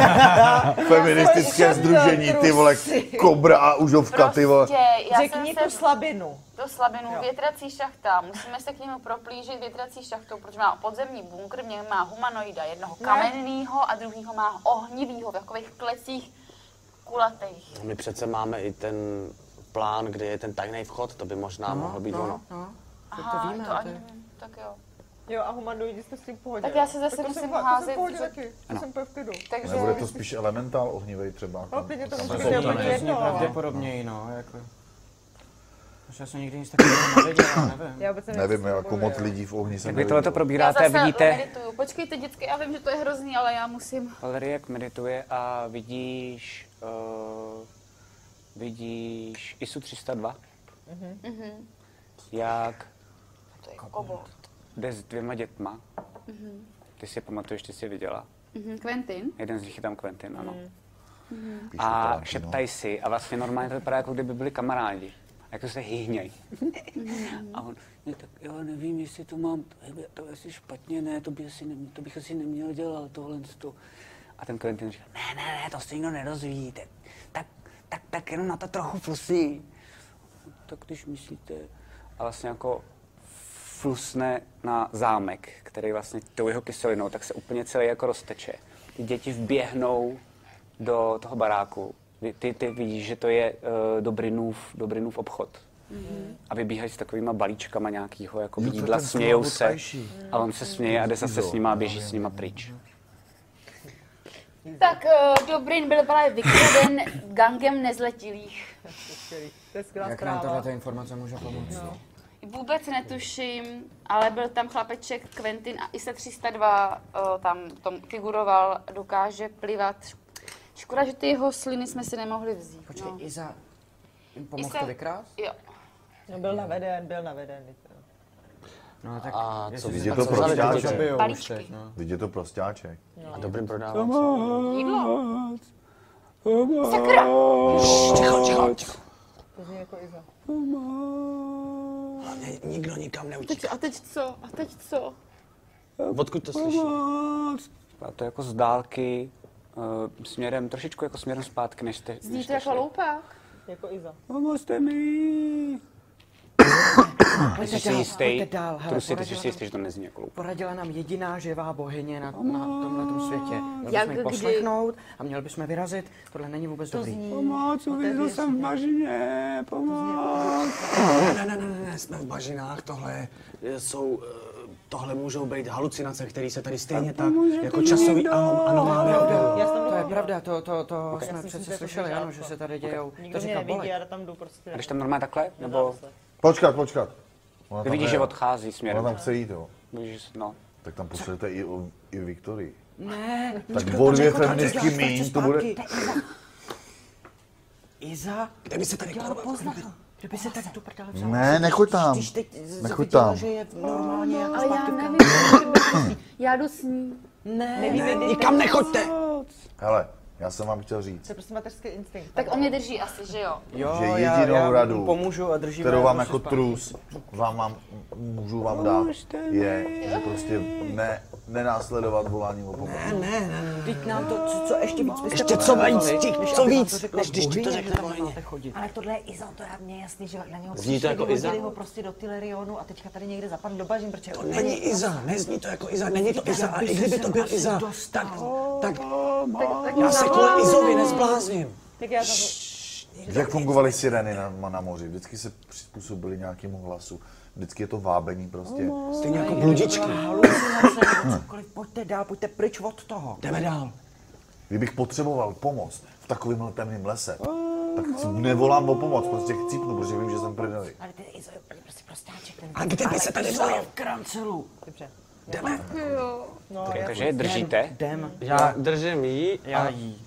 Prostě
Feministické združení, ty vole, kobra a užovka, ty vole.
Prostě, já
Řekni tu
jsem se
slabinu.
do slabinu
Jo.
větrací šachta. Musíme se k němu proplížit větrací šachtou, protože má podzemní bunkr, v něm má humanoida, jednoho kamenného a druhého má ohnivýho v takových klecích kulatých.
My přece máme i ten plán, kde je ten tajný vchod, to by možná no, mohlo být no. ono.
no.
Aha,
to víme,
to
ale to
ani
je-
nevím. Tak jo.
Jo, a humanoidi jste s tím v pohodě.
Tak já se zase
Tak to
musím
jsem v- to jsem
házet
v pohodě
za-
taky, to jsem úplně v klidu.
Takže...
Prostě
Nebude to spíš elementál ohnivej třeba.
No,
Ale klidně to
Tam jako
může
se
být
to-
úplně
Hrozně
jedno. ale-
pravděpodobněji, no, jako. Už já jsem nikdy nic takového nevěděl, nevím.
Já vůbec
Nevím,
co to
jako
bude,
moc
jo.
lidí v ohni jsem
Jak vy tohleto
Já
probíráte,
zase
vidíte,
medituju. Počkejte, dětky, já vím, že to je hrozný, ale já musím.
Valerie, jak medituje a vidíš, uh, vidíš ISU 302, jak
Mhm. To je Mhm. kobold.
jde s dvěma dětma. Ty si je pamatuješ, ty jsi je viděla.
Mhm, Quentin?
Jeden z nich je tam Quentin, ano.
Píšu
A
Tarantino.
šeptají si a vlastně normálně to vypadá, jako kdyby byli kamarádi. A Jako se hýňají. A on, ne, tak já nevím, jestli to mám, to je, to je asi špatně, ne, to, by asi neměl, to bych asi neměl dělat, tohle. To. A ten Quentin říká, ne, ne, ne, to se nikdo nedozví, te- tak, tak, tak jenom na to trochu flusí. Tak když myslíte. A vlastně jako flusne na zámek, který vlastně tou jeho kyselinou, tak se úplně celý jako rozteče. Ty děti vběhnou do toho baráku, kdy ty, ty vidíš, že to je uh, Dobrinův, Dobrinův obchod. A vybíhají s takovýma balíčkama nějakýho jako
Jo, to je
jídla,
ten
smějou
Slobod
se
Ajší.
a on se směje a jde zase s nima a běží s nima pryč.
Tak uh, Dobrin byl právě vykraden gangem nezletilých.
To je skvělá
Jak nám
zpráva.
tahle informace může pomoct? No.
Vůbec netuším, ale byl tam chlapeček Quentin a ISA 302 eh, tam tom figuroval, dokáže plivat. Škoda, že ty jeho sliny jsme si nemohli vzít.
Počkej,
no.
Iza, jim pomohl
Isa-
to vykrást?
Jo.
No, byl naveden, byl naveden. víte.
No tak,
A co
Vždyť je
vidíte?
to prostáček.
Balíčky.
no.
Vždyť je to prostáček.
A dobrým prodávám.
Jídlo.
To zní jako Iza.
Nikdo nikam neutíká.
Teď, a teď co? A teď co?
Odkud to slyší?
A to jako z dálky, eh, směrem, trošičku jako směrem zpátky, než jste,
Zní
než
to
jste šli.
jako loupák.
Jako Iza.
Pomozte mi! Ty jsi si jistý,
pojďte dál, hele,
trusy, ty jsi
poradila
si
nám-
jistý, že to nezní jako loup.
Poradila nám jediná živá bohyně na, na tomhle světě. Měl
No. Jak
bychom ji
kdy?
poslechnout a měl bychom je vyrazit. Tohle není vůbec dobrý.
Pomoc, uvězl jsem v bažině, pomoc!
jako
Ne, ne, ne, ne, jsme v bažinách, tohle je- jsou, eh, tohle můžou být halucinace, které se tady stejně tak, jako časový ano- anomálie objevují.
Já jsem tam
To je
byla.
pravda, to, to, to
Já
jsme
si myslím, že
přece
je to
slyšeli,
pořádku.
ano, že se tady dějou.
Nikdo
To
mě
říká
nevidí,
Bolek.
já tam jdu prostě.
A když tam normálně takhle, nebo
Počkat, počkat. Ona
ty
tam
vidíš,
je.
že odchází
Ona tam
směrem,
chce jít, jo.
vidíš, že- no.
Tak tam pošlete i, o- i Viktorii.
Ne,
Tak
Mičko,
o
to
dvě
nechoď,
feministky
to děláš
míň,
prostě
to bude-
zpátky. Iza. Iza,
Kde by se tady kurva
kdyby se tak do prdele vzala.
Ne, nechoď tam.
Když teď z-
Nechoď
viděla,
tam.
že je normálně jak
No, Ale já
zpátky v
nevím, já jdu s ní.
Ne,
Nikam nechoďte!
Hele, já jsem vám chtěl říct,
To je prostě mateřský instinkt.
Tak on mě drží asi, že jo?
jo,
že
já-
jedinou
já
radu,
pomůžu a držím
kterou
vás
vám
prostě
jako
zpátky.
trus vám, vám můžu vám
No,
dát, je, že prostě ne, nenásledovat volání o pomoc.
Ne, ne, ne,
Teď nám to, co, co ještě víc byste
Ještě co
potřebovali,
víc, ti-
než
co
aby vám
víc,
to řekla
než když ti to
bohyně,
řekne
že tam
bohyně.
máte chodit.
Ale tohle je Iza, to je mě jasný, že na něho
Zní to
přišli,
jako
vyhodili
Iza?
ho prostě do Tylerionu a teďka tady někde zapadl do bažin, protože
to není Iza, nezní to jako Iza, není to Iza, a i
bys
kdyby
se
to byl
asi
Iza,
dostal.
tak, tak, já se kvůli Izovi nezblázním.
Tak já tam...
Jak fungovaly sireny na, na moři? Vždycky se přizpůsobily nějakému hlasu. Vždycky je to vábení prostě.
No,
Stejně jako bludičky.
Halucinace nebo cokoliv, pojďte dál, pojďte pryč od toho.
Jdeme dál.
Kdybych potřeboval pomoc v takovémhle temném lese,
No,
tak si nevolám o pomoc, prostě chcípnu, protože vím, že jsem prdeli.
Ale ten Izo je úplně prostě prostáček. Ten
A kde by se tady vzal?
Krancelu.
Dobře. no,
Takže je držíte,
Jdem.
Já držím jí,
Já vlastně? jí.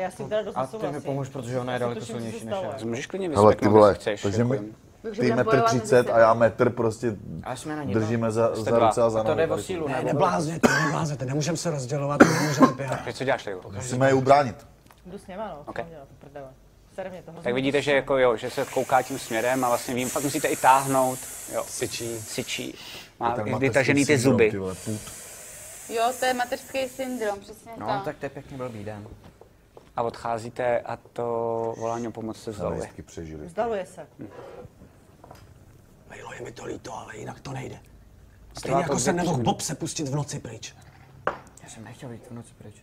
Já s tím teda dost
A ty mi
nesouhlasím.
pomož, protože ona je daleko
Tuším, co se
silnější než
stalo.
já.
můžeš klidně
Hele, ty
vyspeknout,
vole,
jestli chceš.
takže
jako
my,
jen.
Takže
ty
budeme
metr
bojovat mezi
30 a
sebou.
já metr prostě
A jsme na ní,
držíme za,
Jste
za
dva.
ruce a za
To jde
nohy.
o
tady.
sílu,
Ne,
nebo?
neblázněte, neblázněte, nemůžeme se rozdělovat, nemůžeme běhat.
Takže co děláš, Lilo?
Musíme je ubránit.
Jdu s něma, no.
Ok.
Okay. Dělat, prdele. Sere mě to hrozně.
Tak vidíte, že, jako, jo, že se kouká tím směrem a vlastně vím, fakt musíte i táhnout. Jo.
Syčí.
Syčí. Má
Ten
někdy
mateřský
tažený ty
syndrom,
zuby.
Ty vole, put.
Jo, to je mateřský syndrom, přesně
No,
tak.
tak to je pěkně blbý den.
A odcházíte a to volání o pomoc se
Ale
vzdaluje.
jistky přežili.
Vzdaluje se.
Lejlo, No je mi to líto, ale jinak to nejde. Stejně
Trvá to
jako
dvě
jsem nemohl
tři
Bob se pustit v noci pryč.
Já jsem nechtěl jít v noci pryč.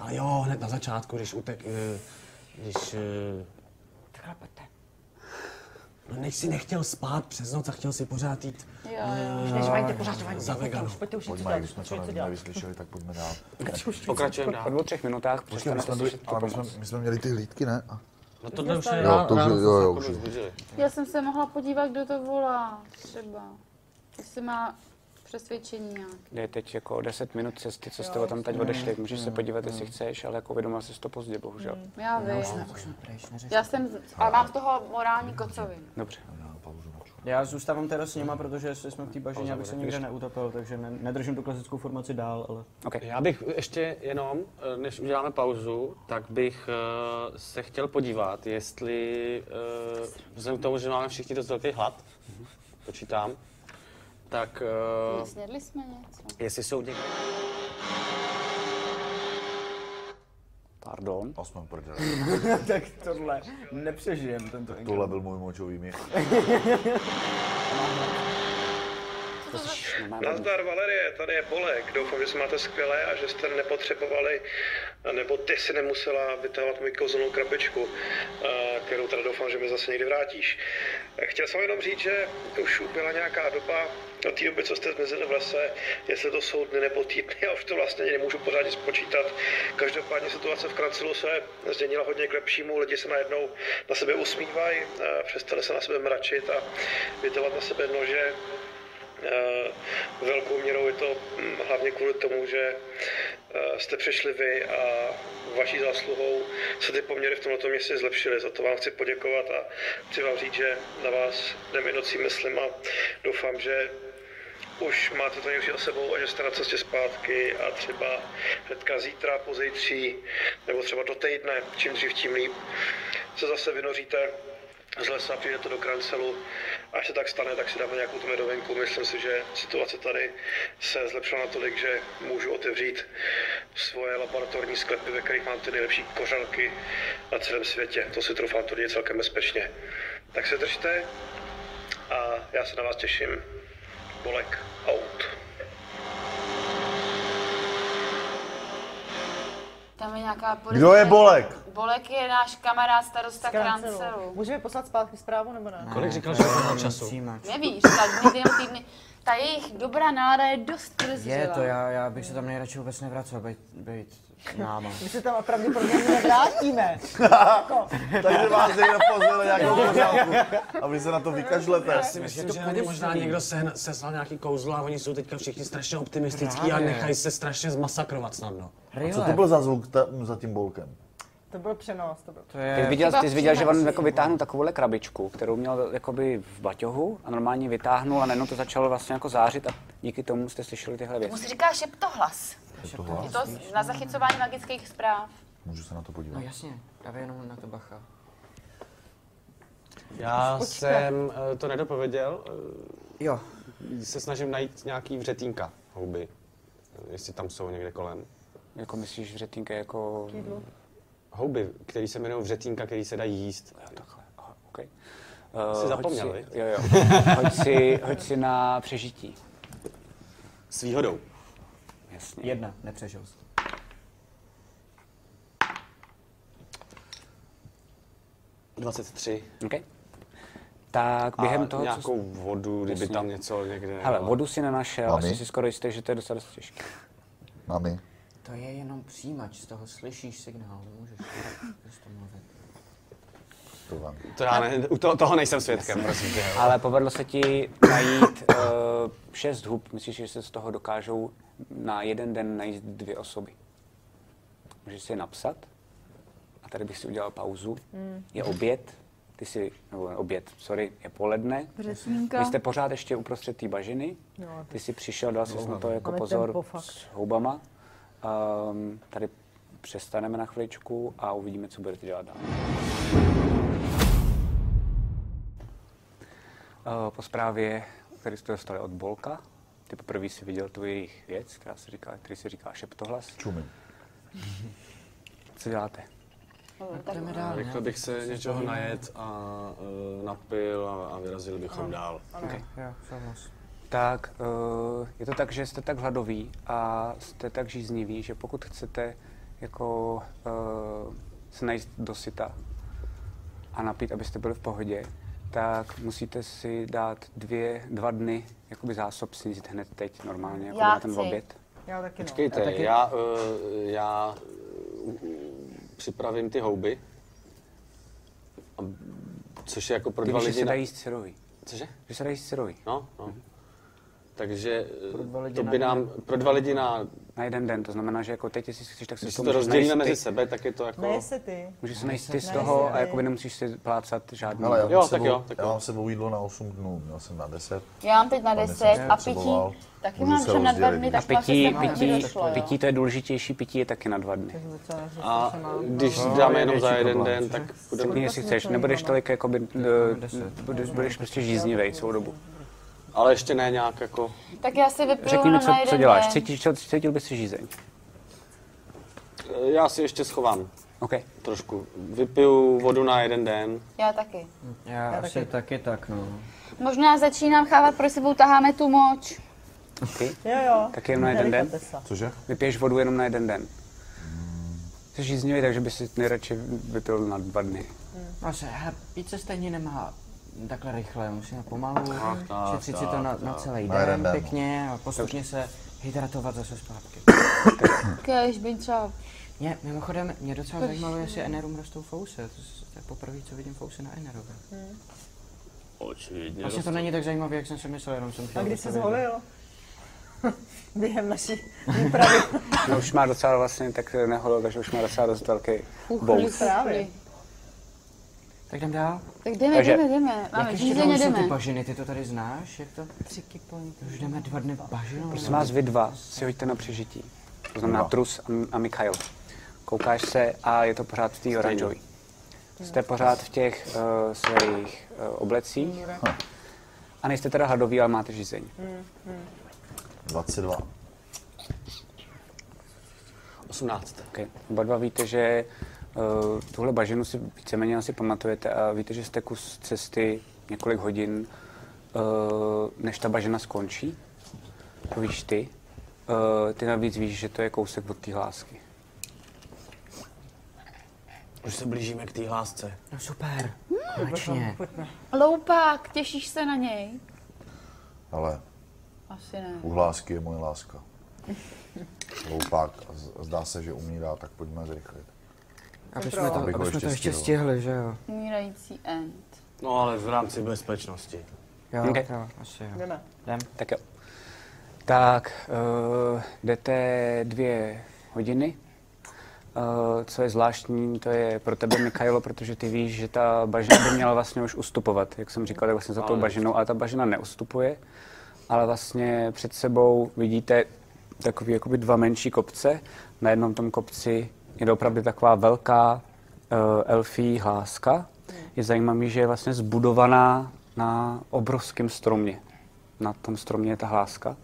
A jo, hned na začátku, když utek... eh, Když... eh,
Takhle pojďte.
No, než si nechtěl spát přes noc a chtěl si pořád jít
Jo, jo.
Než vaňte pořád to
za veganou.
Pojďte už
Pojďme,
něco dělat.
když jsme to
Pojďte co
nevím,
dělat.
nevyslyšeli, tak pojďme dál.
Pokračujeme
Po
dál.
dvou, třech minutách
Počkej, my
přestanete
jsme, byli,
slyšet
ale my
kopot.
jsme, my jsme měli ty hlídky, ne? A-
No tohle už je
Jo,
rá-
to už,
ráno
je-
se
jo, jo, už.
sakra
je.
Zbudili.
Já jsem se mohla podívat, kdo to volá. Třeba. Jestli má přesvědčení nějaké.
Je teď jako 10 minut cesty, co jste ho tam teď odešli, můžeš
Mm.
se podívat, jestli chceš, ale jako uvědomil jsi to pozdě, bohužel.
Mm.
Já vím.
Už jsme pryč, neřeš.
Já jsem, z- a mám z toho morální kocovinu.
Dobře.
Mm.
Já zůstávám teda s nima, protože jsme v té bažině, abych se nikde neutopil, takže ne, nedržím tu klasickou formaci dál, ale...
Já bych ještě jenom, eh, než uděláme pauzu, tak bych eh, se chtěl podívat, jestli, eh, vzhledem k tomu, že máme všichni dost velký hlad, počítám, tak eh,
Snědli jsme něco.
jestli jsou někde...
Pardon.
A jsme prdeli.
tak tohle nepřežijem tento
Tohle byl můj močový měch.
Co
Nazdar Valerie, tady je Bolek. Doufám, že se máte skvěle a že jste nepotřebovali, nebo ty si nemusela vytahovat moji kouzelnou krabičku, eh, kterou teda doufám, že mi zase někdy vrátíš. Chtěl jsem jenom říct, že už ubyla nějaká doba od té doby, co jste zmizeli v lese, jestli to jsou dny nebo týdny, já už to vlastně ani nemůžu pořádně spočítat. Každopádně situace v Krancilu se změnila hodně k lepšímu, lidi se najednou na sebe usmívají, eh, přestali se na sebe mračit a vytovat na sebe nože, Eh, Velkou měrou je to hm, hlavně kvůli tomu, že eh, jste přišli vy a vaší zásluhou se ty poměry v tomto městě zlepšily. Za to vám chci poděkovat a chci vám říct, že na vás jdem i nocí myslím a doufám, že už máte to někdy za sebou a že jste na cestě zpátky a třeba hnedka zítra, pozejtří nebo třeba do týdne, čím dřív, tím líp, se zase vynoříte z lesa, přijde to do Krancelu. Až se tak stane, tak si dáme nějakou tu medovinku. Myslím si, že situace tady se zlepšila natolik, že můžu otevřít svoje laboratorní sklepy, ve kterých mám ty nejlepší kořalky na celém světě. To si troufám tady celkem bezpečně. Tak se držte a já se na vás těším. Bolek out.
Tam je nějaká
Kdo je Bolek?
Bolek je náš kamarád starosta Krancelu.
Můžeme poslat zpátky zprávu nebo ne?
Kolik říkal, že to má času?
Nevíš, tak dny, dny, týdny. Ta jejich dobrá nálada je dost prozřela.
Je to, já, já bych se tam nejradši vůbec nevracel, být, být [laughs] náma.
My se tam opravdu pro nevrátíme.
Takže vás někdo pozvil nějakou pořádku a vy se na to vykažlete.
Já si myslím, že na ně možná někdo sehn- seslal nějaký kouzlo a oni jsou teďka všichni strašně optimistický a
Právě.
nechají se strašně zmasakrovat no. snadno.
A co to byl za zvuk ta, za tím bolkem?
To byl přenos, to byl
Ty jsi viděl, ty jsi viděl že on jako vytáhnul takovouhle krabičku, kterou měl jakoby v baťohu a normálně vytáhnul a najednou to začalo vlastně jako zářit a díky tomu jste slyšeli tyhle
Mu se
věci.
říká šeptohlas.
Šeptohlas.
Je to na zachycování magických zpráv.
Můžu se na to podívat?
No jasně, dávej jenom na to bacha.
Já
Počkej.
jsem eh, to nedopověděl. eh,
Jo.
Se snažím najít nějaký vřetínka houby, eh, jestli tam jsou někde kolem.
Jako myslíš vřetínka jako...
Jídlo. Houby, které se jmenují vřetínka, které se dají jíst. Jo, takhle,
okay.
Jsi zapomněl,
Eh, hoď
viď?
si, jo, jo. Hoď si, hoď si na přežití.
S výhodou.
Jasně.
Jedna, nepřežil jsi.
Okay. Tak během
a
toho, co
nějakou vodu, kdyby
Jasně.
tam něco někde... No,
Hele, vodu si nenašel,
Mami?
asi si skoro jistý, že to je docela dost těžké.
Mami.
To je jenom přijímač, z toho slyšíš signál, nemůžeš z toho mluvit.
To vám.
To já ne, u toho, toho nejsem svědkem, prosím tě.
Ale povedlo se ti najít uh, šest hub. Myslíš, že se z toho dokážou na jeden den najít dvě osoby? Můžeš si je napsat. A tady bych si udělal pauzu.
Mm.
Je oběd. Ty si, nebo oběd, sorry, je poledne.
Vřetínka.
Vy jste pořád ještě uprostřed té bažiny.
No.
Ty jsi přišel, dal jsi na to jako
Ale tempo
pozor
fakt.
s houbama. Um, tady přestaneme na chviličku a uvidíme, co budete dělat dál. Eh, po zprávě, který jste dostali od Bolka, ty poprvé si viděl tu jejich věc, která se říká, který se říká šeptohlas.
Čumím.
Co děláte?
Tak jdeme dál, ne?
Řekl bych se něčeho najet a eh, napil a, a vyrazili bychom dál.
Okay.
Jo, souhlas.
Tak, eh, je to tak, že jste tak hladoví a jste tak žízniví, že pokud chcete jako eh, se najít do syta a napít, abyste byli v pohodě, tak musíte si dát dvě, dva dny jakoby zásob sníst hned teď normálně, jako
Já
na ten
chci.
oběd.
Já taky no.
Počkejte,
taky-
já, eh, já eh, připravím ty houby, a, což je jako pro
Ty
dva
víš, že
lidi...
se
na-
dají jíst syrový.
Cože?
Že se dají jíst syrový.
No, no. Takže eh,
Pro dva lidi
to
na
by
den.
nám, pro dva lidi na,
Na jeden den, to znamená, že jako teď, jestli si chceš, tak si
když se to rozdělíme mezi sebe, tak je to jako...
Ne se No, ty.
Můžeš se najít ty z
Ne
toho
se
a
ty.
jakoby nemusíš si plácat žádný.
Hele, já mám
Jo,
sebou,
tak jo, tak
já
jo.
mám sebou jídlo na 8 dnů, měl jsem na 10.
Já mám teď na
Tam jsem
10 a pití
spotřeboval.
taky
Můžu
mám
se
třeba na dva
rozdělit.
dny,
A
tak
pití,
vlastně se
pití,
došlo, jo.
pití, to je důležitější, pití je taky na dva dny.
A když dáme jenom za jeden den, tak budeme...
Klidně si chceš, nebudeš tolik, jakoby, eh, budeš, budeš prostě žíznivej celou dobu.
Ale ještě ne nějak jako...
Tak já si vypiju
Řekni mi,
jenom
co,
no, na jeden
co děláš,
den.
cítil, co, cítil bys si žízeň.
Já si ještě schovám.
Okay.
Trošku. Vypiju vodu na jeden den.
Já taky.
Já, já asi taky. tak, no.
Možná začínám chávat, proč sebou taháme tu moč.
Ty?
Jo, jo.
Tak jenom na jeden den?
Nerychlete se.
Cože?
Vypiješ vodu jenom na jeden den. Jsi žíznivý, takže by si nejradši vypil na dva dny.
Prosím, hele, pít No se stejně nemá takhle rychle, musíme pomalu,
Tak, tak,
šetřit si to
tak,
na,
tak.
na celý
Na
den
jeden den.
pěkně a postupně se hydratovat zase zpátky.
Kež by třeba...
Mě, mimochodem, mě docela zajímalo, jestli Enerum rostou fouse. To s- to je poprvé, co vidím fouse na Enerovi.
Očividně.
Vlastně to
roste.
není tak zajímavé, jak jsem si myslel, jenom jsem
A
chtěl
kdy
něco
jsi
vědět.
zvolil? [laughs] Během naší výpravy.
No, už má docela vlastně, tak neholil, takže už má docela dost velký bout.
Právě.
Tak jdem dál.
Tak jdeme,
Takže-
jdeme, jdeme. Máme
jak ještě
řízeně,
dlouho jsou ty
jdeme.
bažiny, ty to tady znáš, jak to? Tři kipointy. Už jdeme dva dny bažinou.
Prosím vás, vy dva si hoďte na přežití. To znamená
Dva.
Trus a, a Mikhail. Koukáš se a je to pořád v té oranžový. Jste pořád v těch uh, svých uh, oblecích. A nejste teda hladoví, ale máte žízeň.
22.
18. Okay. Oba dva víte, že uh, tuhle bažinu si víceméně asi pamatujete a víte, že jste kus cesty několik hodin, uh, než ta bažina skončí. To víš ty. Uh, ty navíc víš, že to je kousek od té hlásky.
Už se blížíme k té hlásce.
No super.
Konečně.
Loupák, těšíš se na něj?
Ale
Asi ne.
u hlásky je moje láska. Loupák. a z- a Zdá se, že umírá, tak pojďme zrychlit.
Aby jsme to,
Abych ho
aby jsme to ještě
stihl.
stihli, že jo?
Umírající end.
No ale v rámci bezpečnosti.
Jo,
Okay.
jo, asi jo.
Jdeme.
Jdem.
Tak jo. Tak, uh, jdete dvě hodiny. Uh, co je zvláštní, to je pro tebe, Mikajlo, protože ty víš, že ta bažina by měla vlastně už ustupovat. Jak jsem říkal, tak vlastně za tou
Ale-
bažinou, ale ta bažina neustupuje. Ale vlastně před sebou vidíte takový jakoby dva menší kopce. Na jednom tom kopci je opravdu taková velká uh, elfí hláska. Je zajímavé, že je vlastně zbudovaná na obrovském stromě na tom stromě je ta hláska.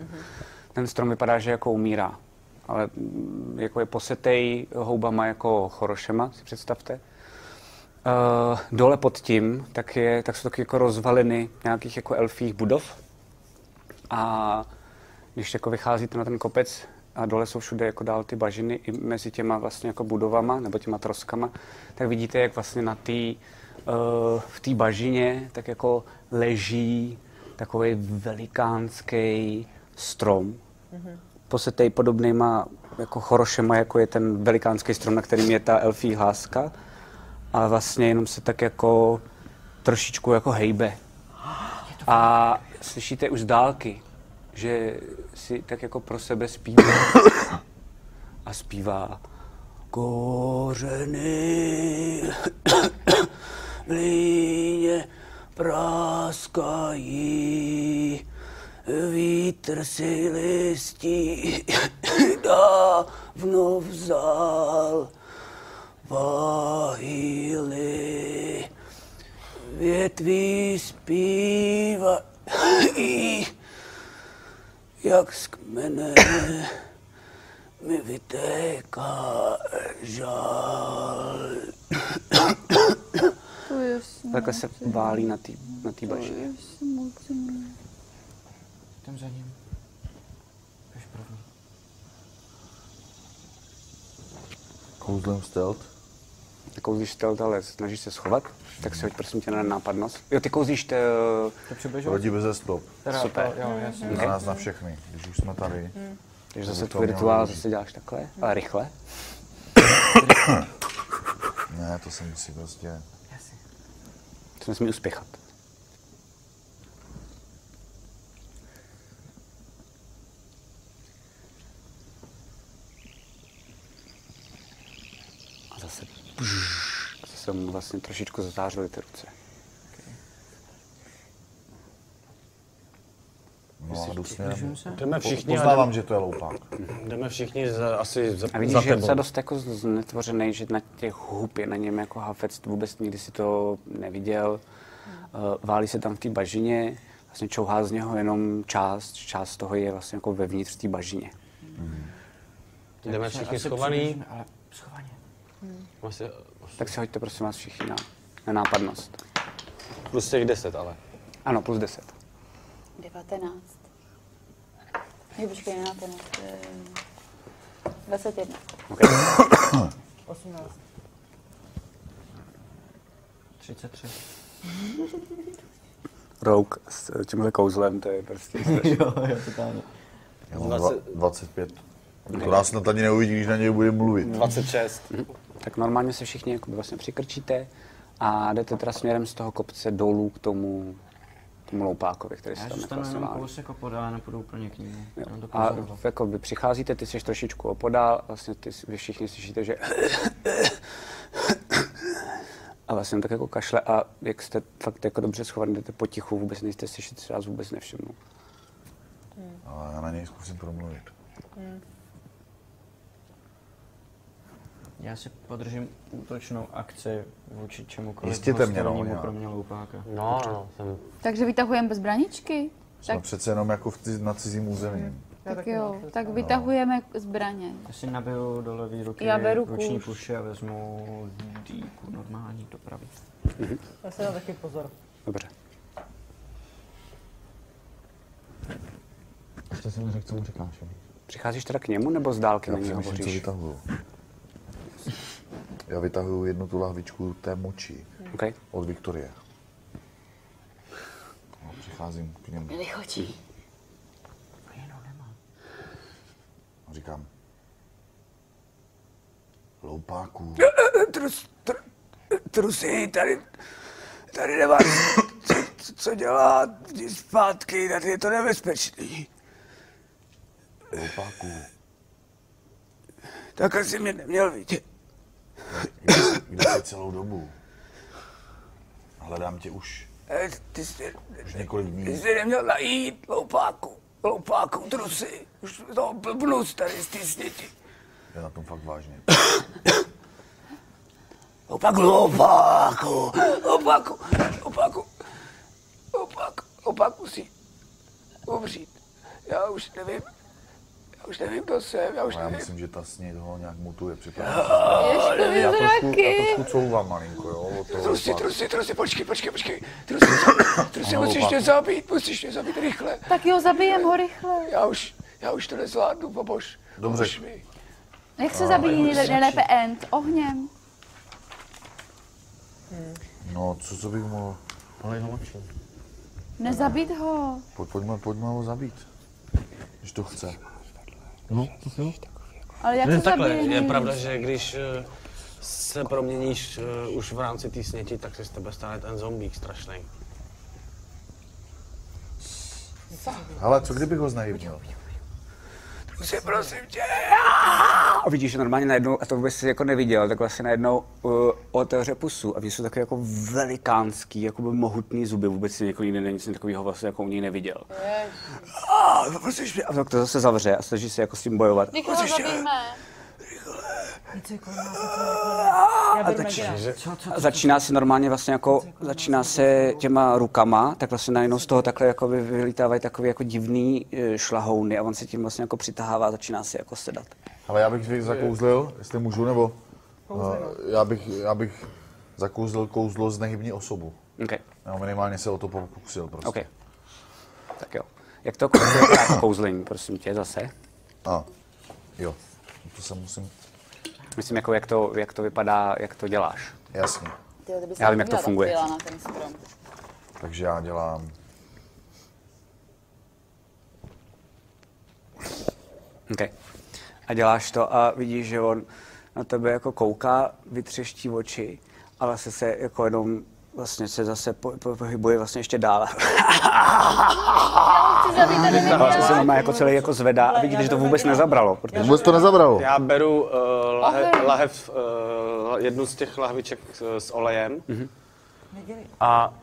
Ten strom vypadá, že jako umírá, ale mm, jako je posetej houbama jako chorošema, si představte. Uh, dole pod tím tak, je, tak jsou taky jako rozvaliny nějakých jako elfích budov. A když jako vycházíte na ten kopec a dole jsou všude jako dál ty bažiny i mezi těma vlastně jako budovama nebo těma troskama, tak vidíte, jak vlastně na tý, uh, v té bažině tak jako leží takový velikánský strom,
Mhm.
posetej podobnýma jako chorošema, jako je ten velikánský strom, na kterým je ta elfí hláska, ale vlastně jenom se tak jako trošičku jako hejbe. A slyšíte už z dálky, že si tak jako pro sebe zpívá. A zpívá kořeny v líně praskají, vítr si listí dávno vzal, váhýly větví zpívají, jak z kmene mi vytéká žál.
To je smutný.
Takhle se válí na té na tý bažině.
To je smutný.
Jdem za ním. Jdeš první.
Kouzlem stealth.
Kouzlíš stealth, ale snažíš se schovat, tak si hoď prosím tě na nápadnost. Jo, ty eh, kouzlíš te...
Rodí beze stop.
Teda to, Super. jo, jasně.
Za nás na všechny, když už jsme tady.
Mm.
tak
Takže zase
by to
tvůj
mělo
rituál
být.
zase děláš takhle, ale rychle.
Ne, to se musí prostě...
To nesmí uspěchat. A zase... pš, Zase mu vlastně trošičku zatářily ty ruce.
No a jdu
Držím
směrem.
se. Jdeme
Po-
všichni a
Poznávám,
jdem-
že to je loupák.
Jdeme všichni za, asi za,
A vidíš,
za
že je
tebou.
docela dost jako z- znetvořený, že na těch hub je na něm jako hafec, vůbec nikdy si to neviděl. Eh, Válí se tam v té bažině, vlastně čouhá z něho jenom část, část toho je vlastně jako vevnitř v té bažině.
Jdeme
se
všichni
asi
schovaný.
přiblížíme, Ale schovaně.
Vlastně
Tak si hoďte prosím vás všichni na, na nápadnost.
plus těch 10 ale.
Ano, plus 10.
19. Ne, počkej, 19. ehm, 21.
Okay.
18.
33.
Rouk s eh, tímhle kouzlem, to je [laughs] prostě
jo, jo, totálně.
Já mám dva- 25. To nás snad ani neuvidí, když na něj bude mluvit.
26. Tak normálně se všichni jako vlastně přikrčíte a jdete teda směrem z toho kopce dolů k tomu, k tomu loupákovi, který se
Já
tam
zůstanu jenom
neplasová.
kousek opodál, nepůjdu úplně k ní.
Jo.
Jenom do
A
pozoru.
jako by přicházíte, ty jsi trošičku opodál, vlastně ty, si- vy všichni slyšíte, že [coughs] a vlastně tak jako kašle a jak jste fakt jako dobře schovaný, jdete potichu, vůbec nejste slyšet, si vás vůbec nevšimnu.
Ale já na něj zkusím promluvit.
Já si podržím útočnou akci vůči čemukoliv
Jistěte mě, no,
hostilnímu,
já.
kromě loupáka.
No, no, jsem...
Takže vytahujeme bezbraničky?
Jsme
Tak,
přece jenom jako v ty, na cizím území.
tak jo, tak vytahujeme zbraně.
Já si nabiju do levý ruky
Já beru
ruční
kůž.
puše a vezmu dýku normální dopravy.
Já se dám taky pozor.
Dobře.
Ještě jsem neřekl, co mu říkáš.
Přicházíš teda k němu nebo z dálky
Já
na něj
přemýšlím, co
hovoříš?
vytahuju. Já vytahuju jednu tu lahvičku té moči
Okay.
od Viktorie. No, přicházím k němu.
Lichočí.
A No, Říkám, loupáků,
Trus, tr, trusy, tady, tady nemá co, co- co dělat, jdi zpátky, tady je to nebezpečný.
loupáků,
Takhle si mě neměl vidět.
kde jsi celou dobu? Hledám tě už,
Eh, Ty jsi,
už několik dní.
ty jsi neměl najít loupáku, loupáku, trusy. Už to blbnus tady z ty sněti.
Je na tom fakt vážně.
Opak, loupáku, loupáku, loupáku, opak, opak musí umřít. Já už nevím, já už nevím, kdo jsem, já už
A No, já
nevím.
myslím, že ta sněd ho nějak mutuje,
Jo,
připravuje.
Ježkovi
Já trošku,
zraky.
já trošku couvám malinko, jo, od toho
Trusy,
loupáku.
trusy, trusy, počkej, počkej, počkej. Trusy, trusy, trusy
Ano,
musíš
loupáku.
mě zabít, musíš mě zabít rychle.
Tak jo, zabijem ho rychle.
Já už, já už to nezvládnu, pomož.
Dobře.
Pomož mi.
Jak se
A,
zabijí
jo,
nejle-
stačí.
nejlépe end? Ohněm.
No, co, co bych mohl? Polej ho
Nezabít ho.
Pojď, pojďme, pojďme ho zabít, když to chce. No, to si
Ale jak
Ne,
to
takhle, je
zabijeme?
pravda, že když eh, se proměníš eh, už v rámci té sněti, tak se z tebe stane ten zombík strašný.
Ale co kdybych ho znajivnil?
Trusy, prosím tě.
A vidíš, že normálně najednou, a to vůbec si jako neviděl, tak vlastně najednou uh, otevře pusu a víš, jsou takové jako velikánský, jako by mohutný zuby, vůbec si jako nikdy nic takového vlastně jako u ní neviděl. A, prosíš mě, a tak to zase zavře a snaží se jako s tím bojovat.
Někoho zabijeme.
Něco je kolem nás, něco je kolem nás. Já
A,
beru
zač-
na děla.
a začíná se normálně vlastně jako, začíná se těma rukama, tak vlastně najednou z toho takhle jako by vylítávají takové jako divný eh, šlahouny a on se tím vlastně jako přitahává a začíná se jako sedat.
Ale já bych zakouzlil, jestli můžu, nebo... Eh, já, bych, já bych zakouzlil kouzlo znehybní osobu.
Okay.
Nebo minimálně se o to pokusil prostě.
OK. Tak jo. Jak to kouzlení, jako kouzlení prosím tě, zase?
A, jo. To se musím...
Myslím, jako jak to, jak to vypadá, jak to děláš.
Jasně.
Tyjo, to by se
Já vím, jak to
podívala,
funguje.
byla na ten strom.
Takže já dělám...
Okay. A děláš to a vidíš, že on na tebe jako kouká, vytřeští oči, ale se se jako jenom vlastně se zase po, po, pohybuje vlastně ještě dál. [laughs]
Chci zabít ten
A vlastně se má jako celý jako zvedá a vidíš, že to vůbec nezabralo. Protože...
Vůbec to nezabralo.
Já beru uh, lahe,
Oheň.
lahev, uh, jednu z těch lahviček eh, s olejem
Mhm.
a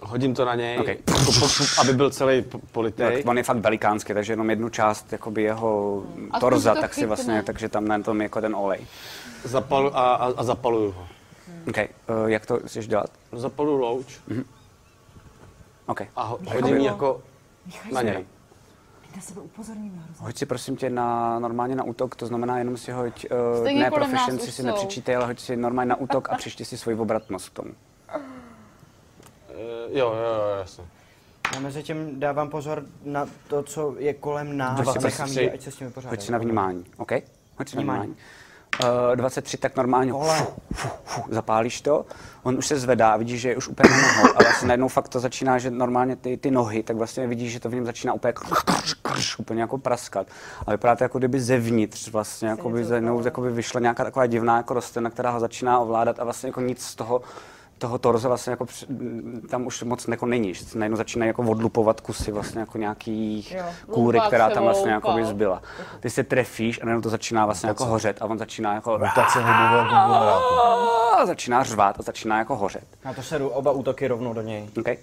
hodím to na něj,
Ok.
jako po- po- aby byl celý po-
Tak
politej.
on je fakt velikánský, takže jenom jednu část jakoby jeho
Aspoň
torza,
si to
tak si
chytne.
vlastně, takže tam na tom je jako ten olej.
Zapalu, a, a, a zapaluju ho.
OK, uh, jak to chceš dělat?
Zapalu louč
Mhm. OK.
a ho, hodím ji jako na něj.
Na sebe upozorním hrozně.
Hoď si prosím tě na, normálně na útok, to znamená jenom si hoď, uh,
Stejně
ne
kolem nás
proficiency
už
si
jsou.
nepřičítej, ale hoď si normálně na útok a přičti si svoji obratnost k tomu.
Eh, jo, jo, jo, jasně.
Já mezi tím dávám pozor na to, co je kolem nás a nechám ji, ať se s tím vypořádá.
hoď si na vnímání, OK? Hoď si na
Vnímání.
vnímání. Uh, 23, tak normálně fu, fu, fu, zapálíš to, on už se zvedá, vidíš, že je už úplně na nohou a vlastně najednou fakt to začíná, že normálně ty, ty nohy, tak vlastně vidíš, že to v něm začíná úplně, krš, krš, krš, úplně jako praskat. A vypadá to jako kdyby zevnitř vlastně, jako by najednou jako by vyšla nějaká taková divná jako rostlina, která ho začíná ovládat a vlastně jako nic z toho toho torza vlastně jako při- m, tam už moc jako není, že se najednou začínají jako odlupovat kusy vlastně jako nějakých
Jo.
kůry,
Loupal
která
se,
tam vlastně
loupal.
jako by zbyla. Ty se trefíš a najednou to začíná vlastně jako
Mutace.
hořet a on začíná jako...
Mutace hubového
A začíná řvát a začíná jako hořet.
Na to se jdu oba útoky rovnou do něj.
Okay.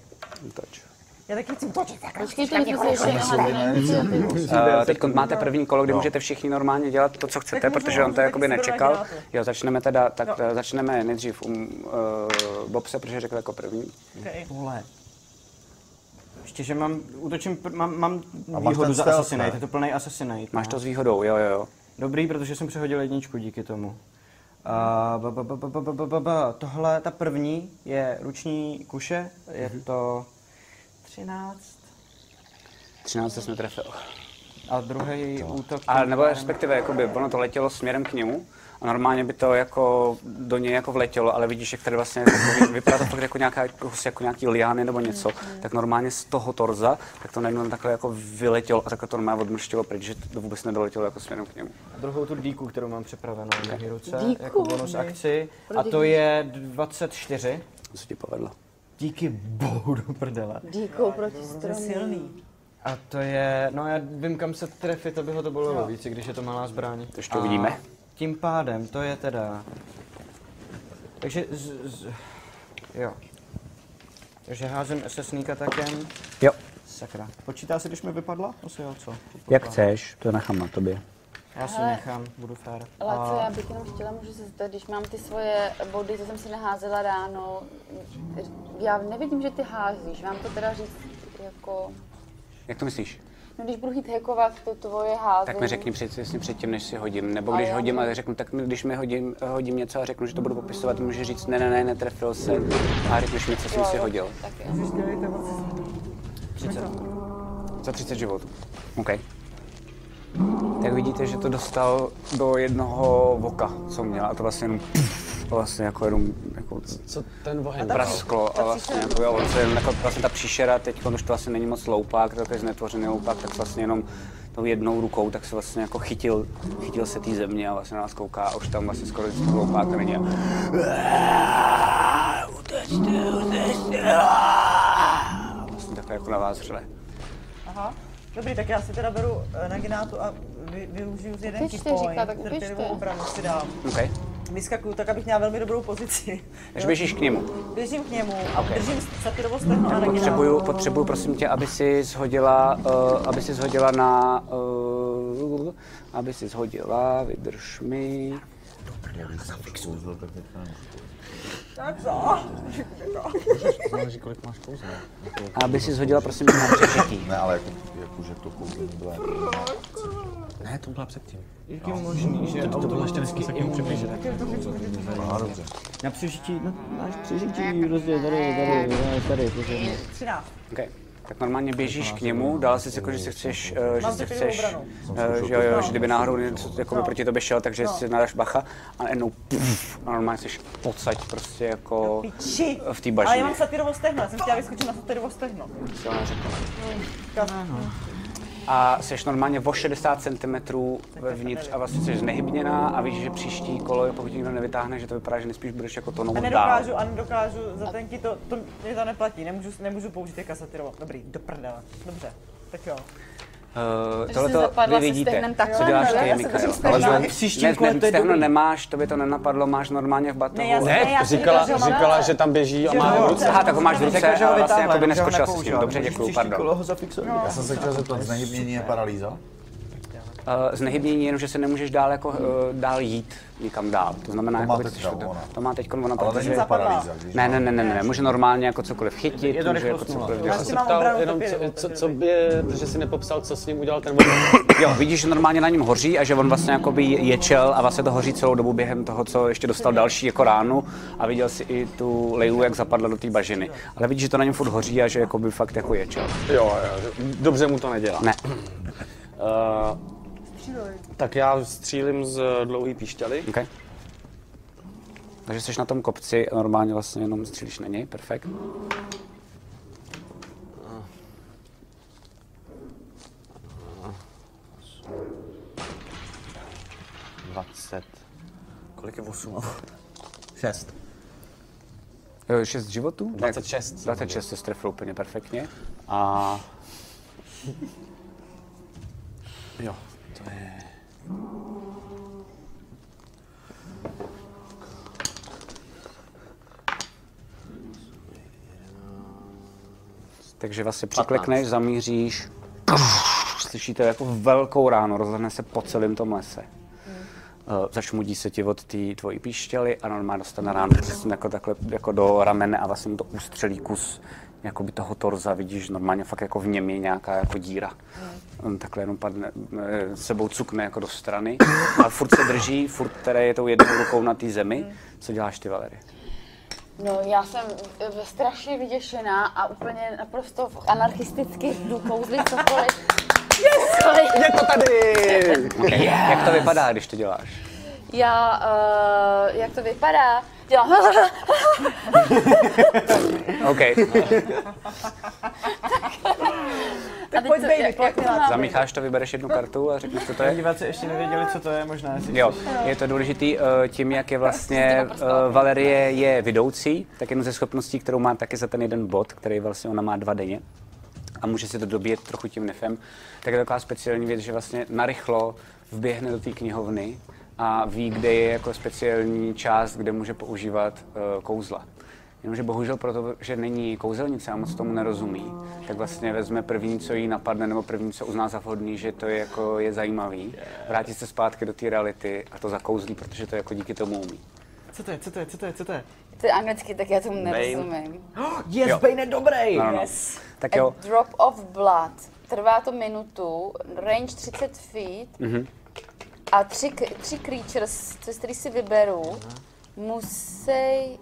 Utoč.
Já taky chci točit. Tak
Počkejte, my jsme si ještě
Eh, Teď máte první kolo, kdy můžete všichni normálně dělat to, co chcete,
můžeme,
protože on to
můžeme
jakoby
taky si No.
nečekal.
zrovna dělat.
Jo, začneme teda, tak
Jo.
eh, začneme nejdřív u uh, Bobse, protože řekl jako první.
Vole. Ještě, že mám, útočím, pr- mám, mám
máš
výhodu
ten
za
stealth,
Assassinate,
ne?
je to plný Assassinate.
Máš
no.
to s výhodou, jo, jo, jo.
Dobrý, protože jsem přehodil jedničku díky tomu. A ba, ba, ba, ba, ba, ba, ba, ba, ba. Tohle, ta první, je ruční kuše, je
Mhm.
to 13.
13 jsi netrefil.
A druhý útok...
Ale nebo respektive, jakoby, ono to letělo směrem k němu a normálně by to jako do něj jako vletělo, ale vidíš, jak tady vlastně jako vy- vypadá to fakt jako, nějaká, jako, jako nějaký liány nebo něco, tak normálně z toho torza, tak to najednou takhle jako vyletělo a takhle to normálně odmrštilo pryč, že to vůbec nedoletělo jako směrem k němu.
A druhou tu díku, kterou mám připravenou na její ruce,
Díku?
jako bonus akci.
Pro
A to
díku.
je 24.
To se ti povedlo.
Díky bohu do prdele.
Díkou proti stromu.
silný.
A to je, no já vím kam se trefit, aby ho to bolelo víc, i když je to malá zbraň. To
ještě uvidíme.
Tím pádem, to je teda... Takže z, z, Jo. Takže házím SS takem.
Jo.
Sakra. Počítá se, když mi vypadla? Asi jo, co?
Jak chceš, to nechám na tobě.
Já si
Hele,
nechám, budu fér.
Ale co já bych jenom chtěla, můžu se zeptat, když mám ty svoje body, co jsem si naházela ráno, já nevidím, že ty házíš, mám to teda říct jako...
Jak to myslíš?
No když budu chtít hackovat to tvoje házení...
Tak mi řekni před, jasně předtím, než si hodím. Nebo
A
když
já
hodím,
můžu-
ale řeknu, tak mi- když mi hodím, hodím něco a řeknu, že to budu popisovat, můžu říct, ne, ne, ne, netrefil se a řekneš mi, co jsem si hodil.
Tak jo.
Dělejte moc.
30.
Za 30 životů. OK. Tak vidíte, že to dostal do jednoho voka, co měl, a to vlastně jenom pff, vlastně jako jenom jako
Co ten vohen?
prasklo a vlastně jako, jo, on se jenom, jako vlastně ta příšera teď už to vlastně není moc loupák, takový znetvořený loupák, tak se vlastně jenom tou jednou rukou, tak se vlastně jako chytil, chytil se té země a vlastně na nás kouká a už tam vlastně skoro vždycky loupák není. a-
Utečte, utečte.
A vlastně takhle jako na vás řve.
Aha. Dobrý, tak já si teda beru eh, naginátu a vy, využiju z jeden
Upište,
key point,
říká, tak
trpělivou
upište.
obranu si dám.
OK.
Vyskakuju tak, abych měla velmi dobrou pozici. [laughs]
Takže běžíš k němu.
Běžím k němu a držím satyrovo stehno a naginátu.
Potřebuju, potřebuju prosím tě, aby si zhodila, uh, aby si zhodila na, uh, aby si zhodila, vydrž mi.
Tak co?
Záleží, kolik máš kouzla.
Aby si zhodila, prosím, na přežití.
Ne, ale jako, jako že to kouzlo bylo.
Ne, to byla předtím.
Jak je možný, že
To, to bylo ještě dneska,
automaticky
tak jenom přepište.
No, dobře.
Na přežití, no, máš přežití, prostě tady, tady, tady, tady, pozorně.
13.
Okay. Tak normálně běžíš k němu, dala si jako, že si chceš, eh, že
Mám
si
trpělivou
chceš,
obranu.
eh, že, jo, jo, že kdyby náhodou něco jako by proti tobě šel, takže
No.
si nadáš bacha a najednou pff, a normálně jsi pocať prostě jako
No, Piči.
v té
Ale já mám
bažině.
satyrovo stehno, já jsem chtěla vyskočit na satyrovo stehno.
Silná řeka.
Tak.
A jsi normálně o 60 cm vevnitř a vlastně jsi znehybněná a víš, že příští kolo, pokud tě nikdo nevytáhne, že to vypadá, že nejspíš budeš jako
A
tonout dál.
nedokážu, a nedokážu za tenky to, to mě to neplatí, nemůžu, nemůžu použít jaka satyrovo. Dobrý, do prdele. Dobře, tak jo.
Uh,
Takže
tohle
jsi
to
zapadla
vy
se
vidíte,
stehnem tak,
co děláš
jo,
ty,
já se
Mikael.
musím Ale stehnout.
ne,
příštím kole
ne,
to je
stehno
dobrý.
nemáš, to by to nenapadlo, máš normálně v batohu.
Ne, já- Ne, ne, já jsem říkala- říkala, že ho mám říkala, ráda. že
tam běží
a Že má ho ho v ruce.
Aha, tak ho máš v ruce,
Řekla, že ho
ale vlastně
vytáhla,
jako by
že ho
neskočila si s tím.
nepoužila.
Dobře,
Takže
děkuju,
příští kolo
pardon.
ho zafixujeme.
Já jsem se chtěl zeptat, znehybnění je paralýza?
eh, znehybnění, jenom že se nemůžeš dál, jako, eh, dál jít nikam dál. To znamená,
To
jako,
má
když
teď
jsi to,
ona.
to má teď ona.
Ale
protože-
není to paralýza, když
ne,
má-
ne, ne, ne, ne, může normálně jako cokoliv chytit,
Je to
může jako
rychlost nula.
cokoliv
Já
dělat.
jsem se ptal jenom, co,
jako
co, co by, protože si nepopsal, co s ním udělal ten voják.
Jo, vidíš, že normálně na něm hoří a že on vlastně jakoby ječel a vlastně to hoří celou dobu během toho, co ještě dostal další jako ránu a viděl si i tu leju, jak zapadla do té bažiny. Ale vidíš, že to na něm furt hoří a že jakoby fakt jako ječel.
Jo, jo, dobře mu to nedělá.
Ne.
Eh, tak já střílím z dlouhý píšťaly.
Okay. Takže jsi na tom kopci a normálně vlastně jenom střílíš na něj, perfekt.
Kolik je 8? 6.
6 Eh, životů?
26 jsem
26 se strefil úplně perfektně. A...
Jo, to je...
Takže vlastně přiklekneš, zamíříš, slyšíte jako velkou ránu, rozhodne se po celém tom lese. Eh, Zašmudí se ti od té tvojí píšťaly a normálně dostane ránu přesně jako takhle jako do ramene a vlastně mu to ústřelí kus jakoby toho torza, vidíš, normálně fakt jako v něm je nějaká jako díra. On takhle jenom padne, eh, sebou cukne jako do strany, ale furt se drží, furt teda je tou jednou rukou na té zemi. Co děláš ty, Valerie?
No, já jsem eh, strašně vyděšená a úplně naprosto anarchisticky jdu kouzlit cokoliv. Yes! Cokoliv.
Je to tady! Okay. Jak to vypadá, když to děláš?
Já, uh, jak to vypadá? Dělám
OK.
[laughs] Tak pojď, baby, pojď,
Zamícháš to, vybereš jednu kartu a řekneš, co to je?
Diváci ještě nevěděli, co to je, možná. jestli-
Jo, je to důležitý eh, tím, jak je vlastně eh, Valerie je vidoucí, tak jednu ze schopností, kterou má taky za ten jeden bod, který vlastně ona má dva denně a může si to dobíjet trochu tím nefem, tak je taková speciální věc, že vlastně narychlo vběhne do té knihovny a ví, kde je jako speciální část, kde může používat eh, kouzla. Jenomže bohužel proto, že není kouzelnice a moc tomu nerozumí, tak vlastně vezme první, co jí napadne, nebo první, co uzná za vhodný, že to je, jako je zajímavý, vrátí se zpátky do té reality a to zakouzlí, protože to jako díky tomu umí.
Co to je, co to je, co to je, co to je?
To je anglicky, tak já tomu
Bane.
nerozumím.
Yes,
Jo.
Bane je dobrý!
No, no, no.
Yes.
Tak jo.
A drop of blood. Trvá to minutu, range 30 feet
Mhm.
a tři, k- tři creatures, co z který si vyberu, musí...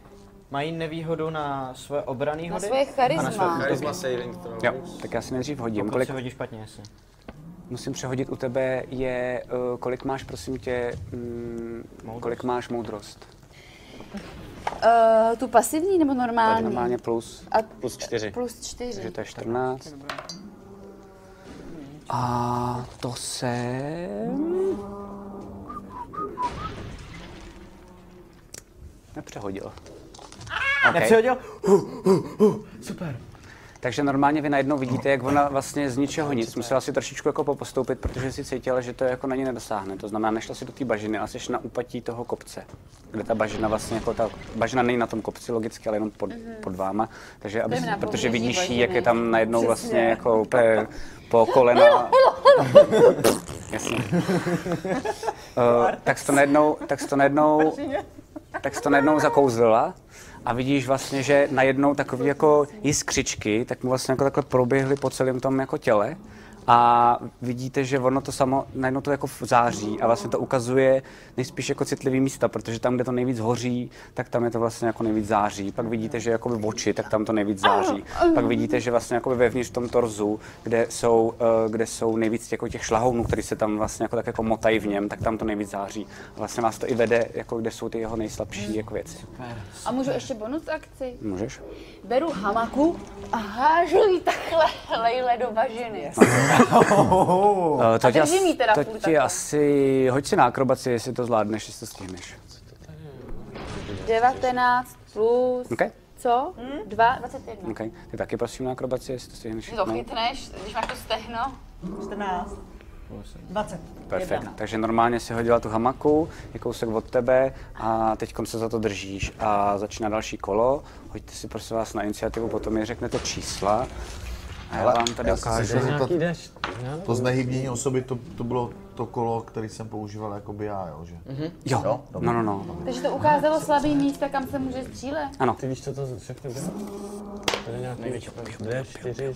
Mají nevýhodu na své obraný
Na
hody?
svoje charisma.
A na své útoky?
Charisma saving throw.
Jo, tak já si nejdřív hodím.
Pokud
Kolik,
se hodí špatně, jasně.
musím přehodit u tebe je, eh, kolik máš, prosím tě, mm, kolik máš moudrost?
Uh, tu pasivní nebo
To je
normální?
normálně plus.
A
Plus čtyři.
Plus čtyři.
Takže to je 14. A to se... Nepřehodil. Okay.
Nepřehodil? Huh, huh, huh, Super.
Takže normálně vy najednou vidíte, jak ona vlastně z ničeho nic musela si trošičku jako popostoupit, protože si cítila, že to jako na ní nedosáhne. To znamená, nešla si do té bažiny, ale jsi na úpatí toho kopce, kde ta bažina vlastně jako ta bažina není na tom kopci logicky, ale jenom pod, pod váma. Takže aby,
Mhm. Jdeme na
protože
pobřeží
vidíš jí,
bažiny.
jak je tam najednou vlastně
Přesně.
jako úplně po kolena.
[laughs]
Jasně. Uh, tak jsi to najednou, tak jsi to najednou, tak jsi to najednou zakouzlila a vidíš vlastně, že najednou takové jako jiskřičky, tak mu vlastně jako takhle proběhly po celém tom jako těle a vidíte, že ono to samo, najednou to jako září a vlastně to ukazuje nejspíš jako citlivý místa, protože tam, kde to nejvíc hoří, tak tam je to vlastně jako nejvíc září. Pak vidíte, že jakoby v oči, tak tam to nejvíc září. Pak vidíte, že vlastně jakoby vevnitř v tom torzu, kde jsou, eh, kde jsou nejvíc jako těch šlahounů, které se tam vlastně jako tak jako motají v něm, tak tam to nejvíc září. A vlastně vás to i vede, jako kde jsou ty jeho
Hmm.
nejslabší jako věci.
A můžu ještě bonus akci?
Můžeš?
Beru hamaku a hážu jí takhle lejle do bažiny.
Eh,
A
ti
držím
asi-
ji teda
to
furt
ti asi, hoď si na akrobaci, jestli to zvládneš, jestli to stihneš.
19 plus...
OK?
Co? 2? 21.
OK. Ty taky prosím na akrobaci, jestli to stihneš.
Hmm? To chytneš, když máš to stehno.
14. 20.
Perfekt.
Jedna.
Takže normálně si hodila tu hamaku, je kousek od tebe a teď se za to držíš. A začíná další kolo. Hoďte si prosím vás na iniciativu, potom mi řeknete čísla. A já
Hele,
vám tady
já jsem si
ukážu.
říkal, že to- To znehybnění osoby, to, to bylo to kolo, který jsem používal jakoby já, jo, že?
Mhm.
Jo.
Dobrý.
No, no, no, no.
Takže to ukázalo slabý místa, kam se může střílet.
Ano.
Ty víš, co to všechno dělá? To je nějaký D, 4,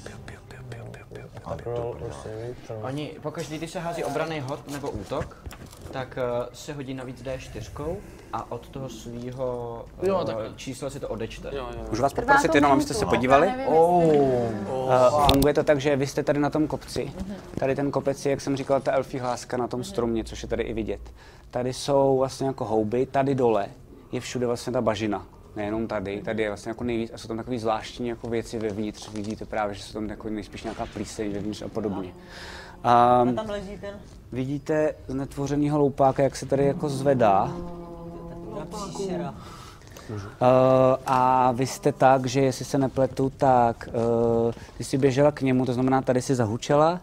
Oni, pokaždý, když se hází obraný hod nebo útok, tak eh, se hodí navíc D4 a od toho svého
Jo, takhle.
čísla si to odečte.
Můžu vás poprosit jenom, abyste
no.
se podívali? Oh.
Eh,
Uh, funguje to tak, že vy jste tady na tom kopci. Tady ten kopec je, jak jsem říkal, ta elfí hláska na tom stromě, což je tady i vidět. Tady jsou vlastně jako houby, tady dole je všude vlastně ta bažina. Nejenom tady, tady je vlastně jako nejvíc a jsou tam takové zvláštní jako věci vevnitř. Vidíte právě, že jsou tam jako nejspíš nějaká plíseň vevnitř a podobně.
A
Um,
tam leží ten
vidíte znetvořenýho loupáka, jak se tady jako zvedá.
příšera.
Uh, a vy jste tak, že jestli se nepletu, tak uh, ty jsi běžela k němu, to znamená, tady si zahučela.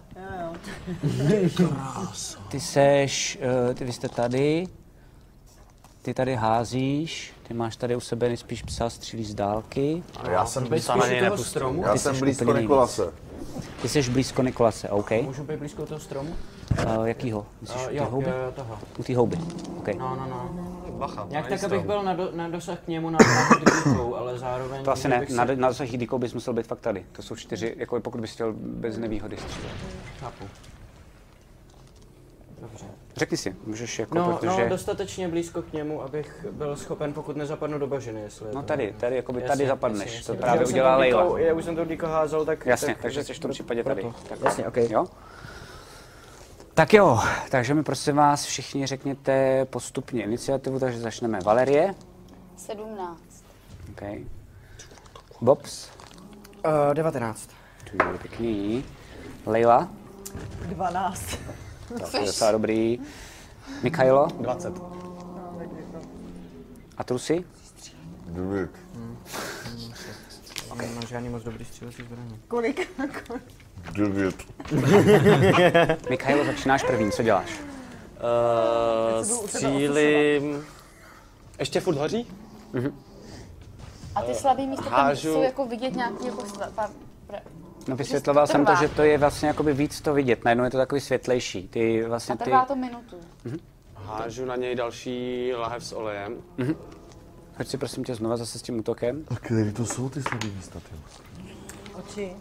Ty seš, uh, ty, vy jste tady, ty tady házíš, ty máš tady u sebe nejspíš psa, střílí z dálky.
A já jsem blízko na něj nepustil. Já
Ty
jsem
seš
blízko
úplně nejvíc.
Nikolase.
Ty jsi blízko Nikolase, OK.
Můžu být blízko toho stromu?
Uh, jakýho? Myslíš
Eh,
u té
jo,
houby?
jo, jo, toho.
U té houby, OK.
No, no, no.
Bacha,
Jak tak,
nejistám.
abych byl na, do, na dosah k němu na, na dýkou, ale zároveň...
To asi ne,
abych
na,
se-
na dosah jídíkou bys musel být fakt tady. To jsou čtyři, jako pokud bys chtěl bez nevýhody střílet.
Chápu. Dobře.
Řekni si, můžeš jako,
No,
protože...
no, dostatečně blízko k němu, abych byl schopen, pokud nezapadnu do bažiny, jestli... je
No
to
tady,
možné.
tady, jakoby
Jasně,
tady zapadneš,
jasně,
to
jasně.
právě
Já už jsem
udělá
tou
Leila.
dýkou- Já už jsem to díko házel, tak...
Jasně,
tak,
takže jsi v tom případě tady. Tak.
Jasně, ok. Jo?
Tak jo, takže mi prosím vás všichni řekněte postupně iniciativu, takže začneme. Valerie,
17.
OK. Bobs,
Uh, 19.
to bylo pěkný. Leila,
12.
to je docela dobrý. Mikhailo,
20.
A Trusy?
Okay. Nemám žádný moc dobrý střílecí zbraně.
Kolik? kolik?
Devět.
Mikhailo, začínáš první, co děláš?
Uh,
Já se jdu u tebe
střílím... Ještě furt hoří?
A
Eh,
ty slabý místa tam
Hážu.
jsou jako vidět nějaký jako slabá...
No vysvětloval jsem to, že to je vlastně jakoby víc to vidět, najednou je to takový světlejší. Ty
A
vlastně ty...
trvá to minutu.
[laughs]
Hážu na něj další lahev s olejem.
Mhm. Hoď si prosím tě znova zase s tím útokem.
A který to jsou ty slabý místa, ty?
Oči.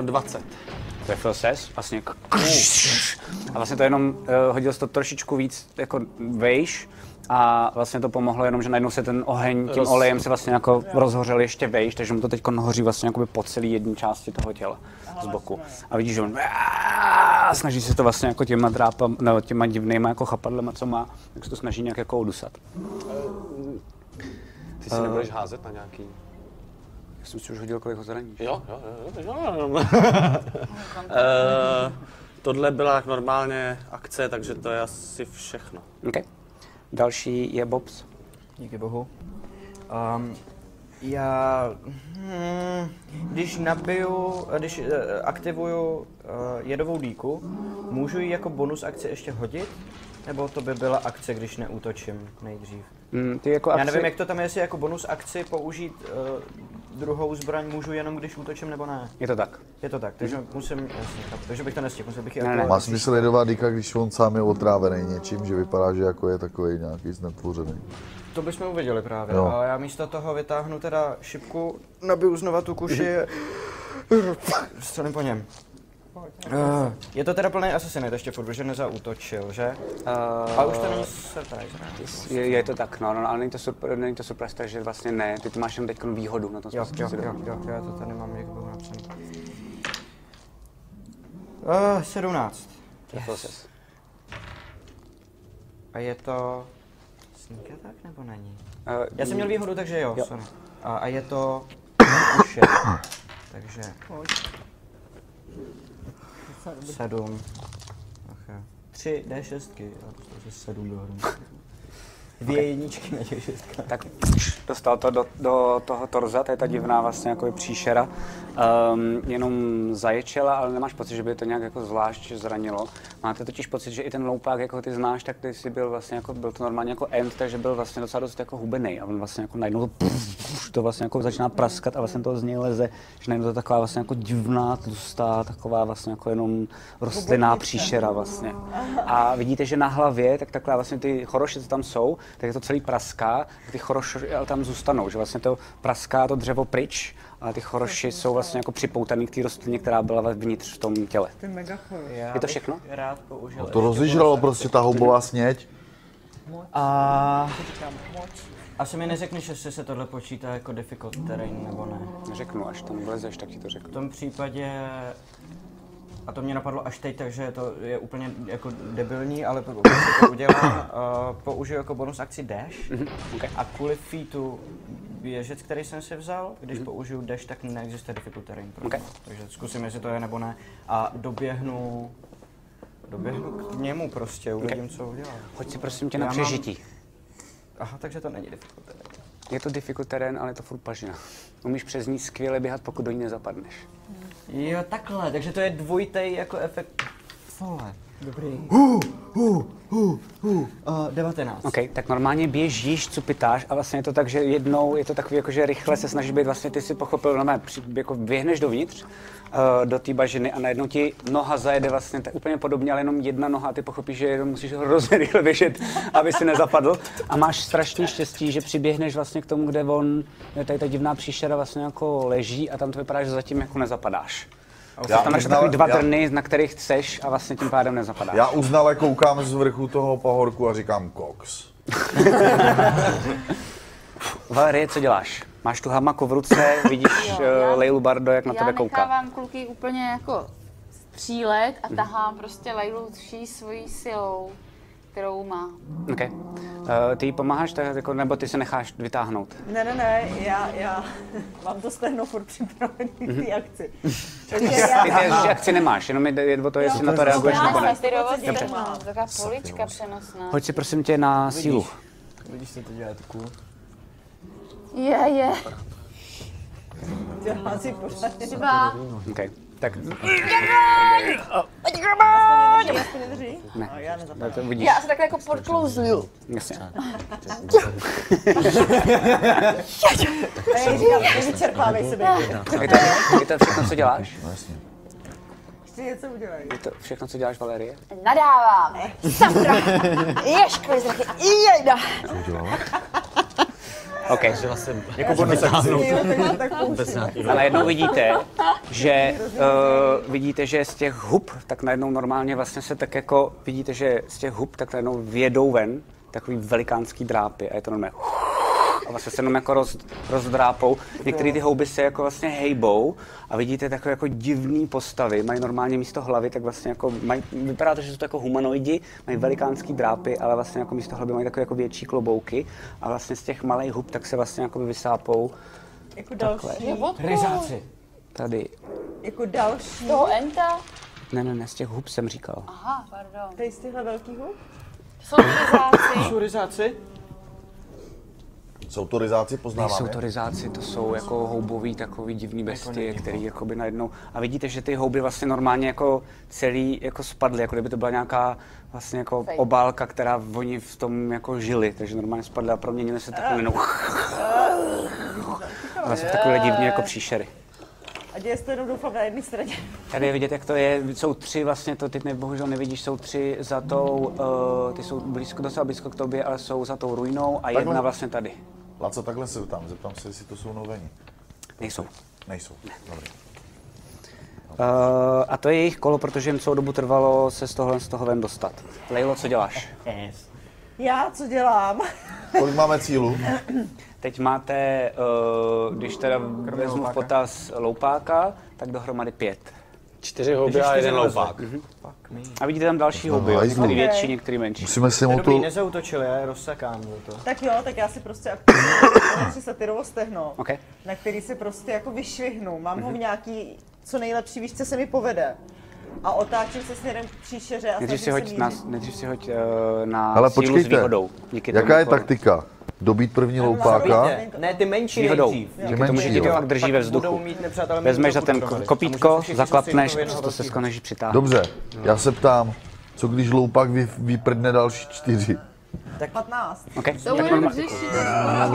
Eh, 20.
Trefil ses, vlastně jako a vlastně to jenom uh, hodil jsi to trošičku víc jako vejš a vlastně to pomohlo jenom, že najednou se ten oheň tím
Roz-
olejem se vlastně jako rozhořel ještě vejš, takže mu to teď hoří vlastně jakoby po celé jedné části toho těla z boku. A vidíš, že on a snaží se to vlastně jako těma drápama, nebo těma divnýma jako chapadlema, co má, tak se to snaží nějak jako odusat.
Ty si
Eh.
nebudeš házet na nějaký...
Já jsem si už hodil, kolik ho zraní.
Jo, jo, jo, jo, jo. Eh, Tohle byla normálně akce, takže to je asi všechno.
Okay. Další je Bobs.
Díky bohu. Um, já, hmm, když nabiju, když uh, aktivuju uh, jedovou dýku, můžu ji jako bonus akci ještě hodit? Nebo to by byla akce, když neútočím nejdřív?
Mm, ty jako
já
akci-
nevím, jak to tam je, jestli jako bonus akci použít uh, druhou zbraň můžu jenom, když útočím, nebo ne?
Je to tak.
Je to tak, takže musím, jasně, chápu, takže bych to nestihl, musel bych ji
Má smysl jedová dýka, když on sám je otrávený něčím, že vypadá, že jako je takový nějaký znetvořený.
To bychom uviděli právě.
Jo.
A já místo toho vytáhnu teda šipku, nabiju znova tu kuši. Střelím po něm. Eh, Je to teda plný assassinate ještě furt, že nezautočil, že?
Eh,
A už to není surprise, ne?
Je, je to tak, no, no ale není to, surpr- není to surprise, takže vlastně ne, ty to máš jenom teď výhodu na tom
Jo, jo,
způsobu.
jo, jo, já to tady mám, jak bylo napsané. Uh, 17.
Trefil ses.
A je to... Sníka tak nebo není?
Eh,
já jsem měl
mm.
výhodu, takže jo,
Jo.
sorry. A, a je to... Uše. takže... Sedm. Ach jo. Tři D6, a to je sedm dohromady. Dvě jedničky na těch šestkách.
Tak dostal to do, do toho torza, to je ta divná vlastně jako příšera. Um, jenom zaječela, ale nemáš pocit, že by to nějak jako zvlášť zranilo. Máte totiž pocit, že i ten loupák, jako ty znáš, tak ty jsi byl vlastně jako, byl to normálně jako end, takže byl vlastně docela dost jako hubený a on vlastně jako najednou to, to vlastně jako začíná praskat a vlastně to z něj leze, že najednou to je taková vlastně jako divná, tlustá, taková vlastně jako jenom rostlinná příšera vlastně. A vidíte, že na hlavě, tak takhle vlastně ty choroše, co tam jsou, tak je to celý praská, tak ty choroše ale tam zůstanou, že vlastně to praská to dřevo pryč, ale ty choroši jsou vlastně jako připoutaný k té rostlině, která byla vevnitř v tom těle.
Ty mega chorý.
Já
Je to
bych
všechno?
Rád použil.
No to rozližralo prostě ta houbová sněď.
A... Asi mi neřekneš, jestli se tohle počítá jako difficult terrain nebo ne.
Řeknu, až tam vlezeš, tak ti to řeknu.
V tom případě... A to mě napadlo až teď, takže to je úplně jako debilní, ale pokud si to udělám, uh, použiju jako bonus akci dash. A kvůli featu běžec, který jsem si vzal, když použiju dash, tak neexistuje difficult terrain. pro
Okay.
mě. Takže zkusím, jestli to je nebo ne. A doběhnu... Doběhnu k němu prostě, uvidím, co udělá.
Hoď si prosím tě na
Já mám-
přežití.
Aha, takže to není difficult terrain.
Je to difficult terén, ale je to furt pažina. Umíš přes ní skvěle běhat, pokud do ní nezapadneš.
Jo, takhle, takže to je dvojitý jako efekt. Vole. Dobrý.
Hů,
hů, hů, hů. Uh, 19.
OK, tak normálně běžíš, cupitáš a vlastně je to tak, že jednou je to takový, jako že rychle se snažíš být, vlastně ty si pochopil, no při, jako běhneš dovnitř eh, do té bažiny a najednou ti noha zajede vlastně tak úplně podobně, ale jenom jedna noha a ty pochopíš, že jenom musíš hrozně rychle běžet, aby si nezapadl a máš strašně štěstí, že přiběhneš vlastně k tomu, kde on, tady ta divná příšera vlastně jako leží a tam to vypadá, že zatím jako nezapadáš.
Já
Já, tam máš
uznávám-
takový dva
já-
drny, na kterých chceš a vlastně tím pádem nezapadáš.
Já uznale koukám z vrchu toho pahorku a říkám koks.
Valerie, co děláš? Máš tu hamaku v ruce,
[laughs]
vidíš
Jo,
uh,
já-
Leilu Bardo, jak na
Já
tebe kouká.
nechávám kluky úplně jako střílet a tahám prostě Lailu vší svojí silou, kterou má.
Okay. Uh, ty jí pomáháš, tak, jako, nebo ty se necháš vytáhnout?
Ne, ne, ne, já, já mám to stejnou furt připravený k
Mhm.
té
[laughs]
akci.
Ty, ty, ty akci nemáš, jenom je, je o to, jestli na to reaguješ nebo ne.
Ty dovodíš,
Dobře.
mám taková polička přenosná.
Hoď si prosím tě na sílu.
Vidíš, co to dělá cool.
Je, je.
Dělá si pořád.
Dva.
Okay. Tak
Ne. Já
No, to vidíš.
Já se takhle jako podklouzňu.
Jasně.
A já jí říkám, nevyčerpávej sebe.
je, to, je to všechno, co děláš?
Ještě něco udělej.
Je to všechno, co děláš, Valerie?
Nadáváme. Safra. Ješkoliv zrachy. Jejda.
OK.
vlastně
Jako bonus akci. A najednou No. vidíte, že uh, vidíte, že z těch hub, tak najednou normálně vlastně se tak jako, vidíte, že z těch hub, tak najednou vědou ven takový velikánský drápy a je to normálně a vlastně se jenom jako roz, rozdrápou. Některé ty houby se jako vlastně hejbou a vidíte takové jako divné postavy, mají normálně místo hlavy, tak vlastně jako mají, vypadá to, že jsou to jako humanoidi, mají velikánský drápy, ale vlastně jako místo hlavy mají takové jako větší klobouky a vlastně z těch malých hub tak se vlastně jako vysápou
Jako
Takhle.
další.
tady.
Jako další.
Toho enta.
Ne, ne, ne, z těch hub jsem říkal.
Aha, pardon.
Tady z těchhle velkých hub?
Jsou ryzáci.
Jsou ryzáci?
Jsou to rizáci, poznáváme.
Nejsou to rizáci, to jsou jako houbový takový divný bestie, který jakoby najednou... A vidíte, že ty houby vlastně normálně jako celý jako spadly, jako kdyby to byla nějaká vlastně jako
Fake.
obálka, která oni v tom jako žili, takže normálně spadly a proměnily se takovou jinou... A vlastně takové divně jako příšery.
A děje se to jenom doufám na jedné straně.
Tady je vidět, jak to je. Jsou tři vlastně, to ty ne- bohužel nevidíš, jsou tři za tou, uh, ty jsou blízko, docela blízko k tobě, ale jsou za tou ruinou a
Takhle-
jedna vlastně tady.
Laco, takhle se tam, zeptám se, jestli to jsou noveni.
Nejsou.
Nejsou, dobrý.
Uh, a to je jejich kolo, protože jim celou dobu trvalo se z tohle z toho ven dostat. Lejlo, co děláš?
No
Já co dělám?
Kolik máme cílu?
Teď máte, uh, když teda vezmu v potaz loupáka, tak dohromady pět.
Čtyři houby a jeden loupák.
A vidíte tam další
No,
houby, jo,
hajzlu.
některý
Ok.
větší, některý menší.
Musíme si
To je
mu
dobrý,
tu...
nezautočil, já je rozsekám za to.
Tak jo, tak já si prostě aktivně [coughs] naše satyrovo stehno,
Ok. Mhm.
na který si prostě jako vyšvihnu. Mám ho v nějaký co nejlepší výšce se mi povede. A otáčím se směrem k příšeře a
Nejdřív si
snažím se
hoď
mířit.
na, nejdřív si hoď, eh, na
Ale
sílu s
počkejte,
výhodou. Díky tomu,
jaká je
jako-
taktika? Dobít první loupáka?
Dobíte. Ne, ty menší
S výhodou.
nejdřív.
Díky
Ty
tomu,
menší,
že tě
jo.
fakt drží
Pak
ve vzduchu.
budou mít nepřátelé
Vezmeš za
minutu
ten
dohromady. A můžete
kopítko,
všichni
zaklapneš,
zůstat jednoho
to se skoneš přitáhnout.
Dobře, já se ptám, co když loupák vy, vyprdne další čtyři?
Tak 15.
Okay.
To
Tak
budeme
normál-
řešit.
Až Jsi
se
tam,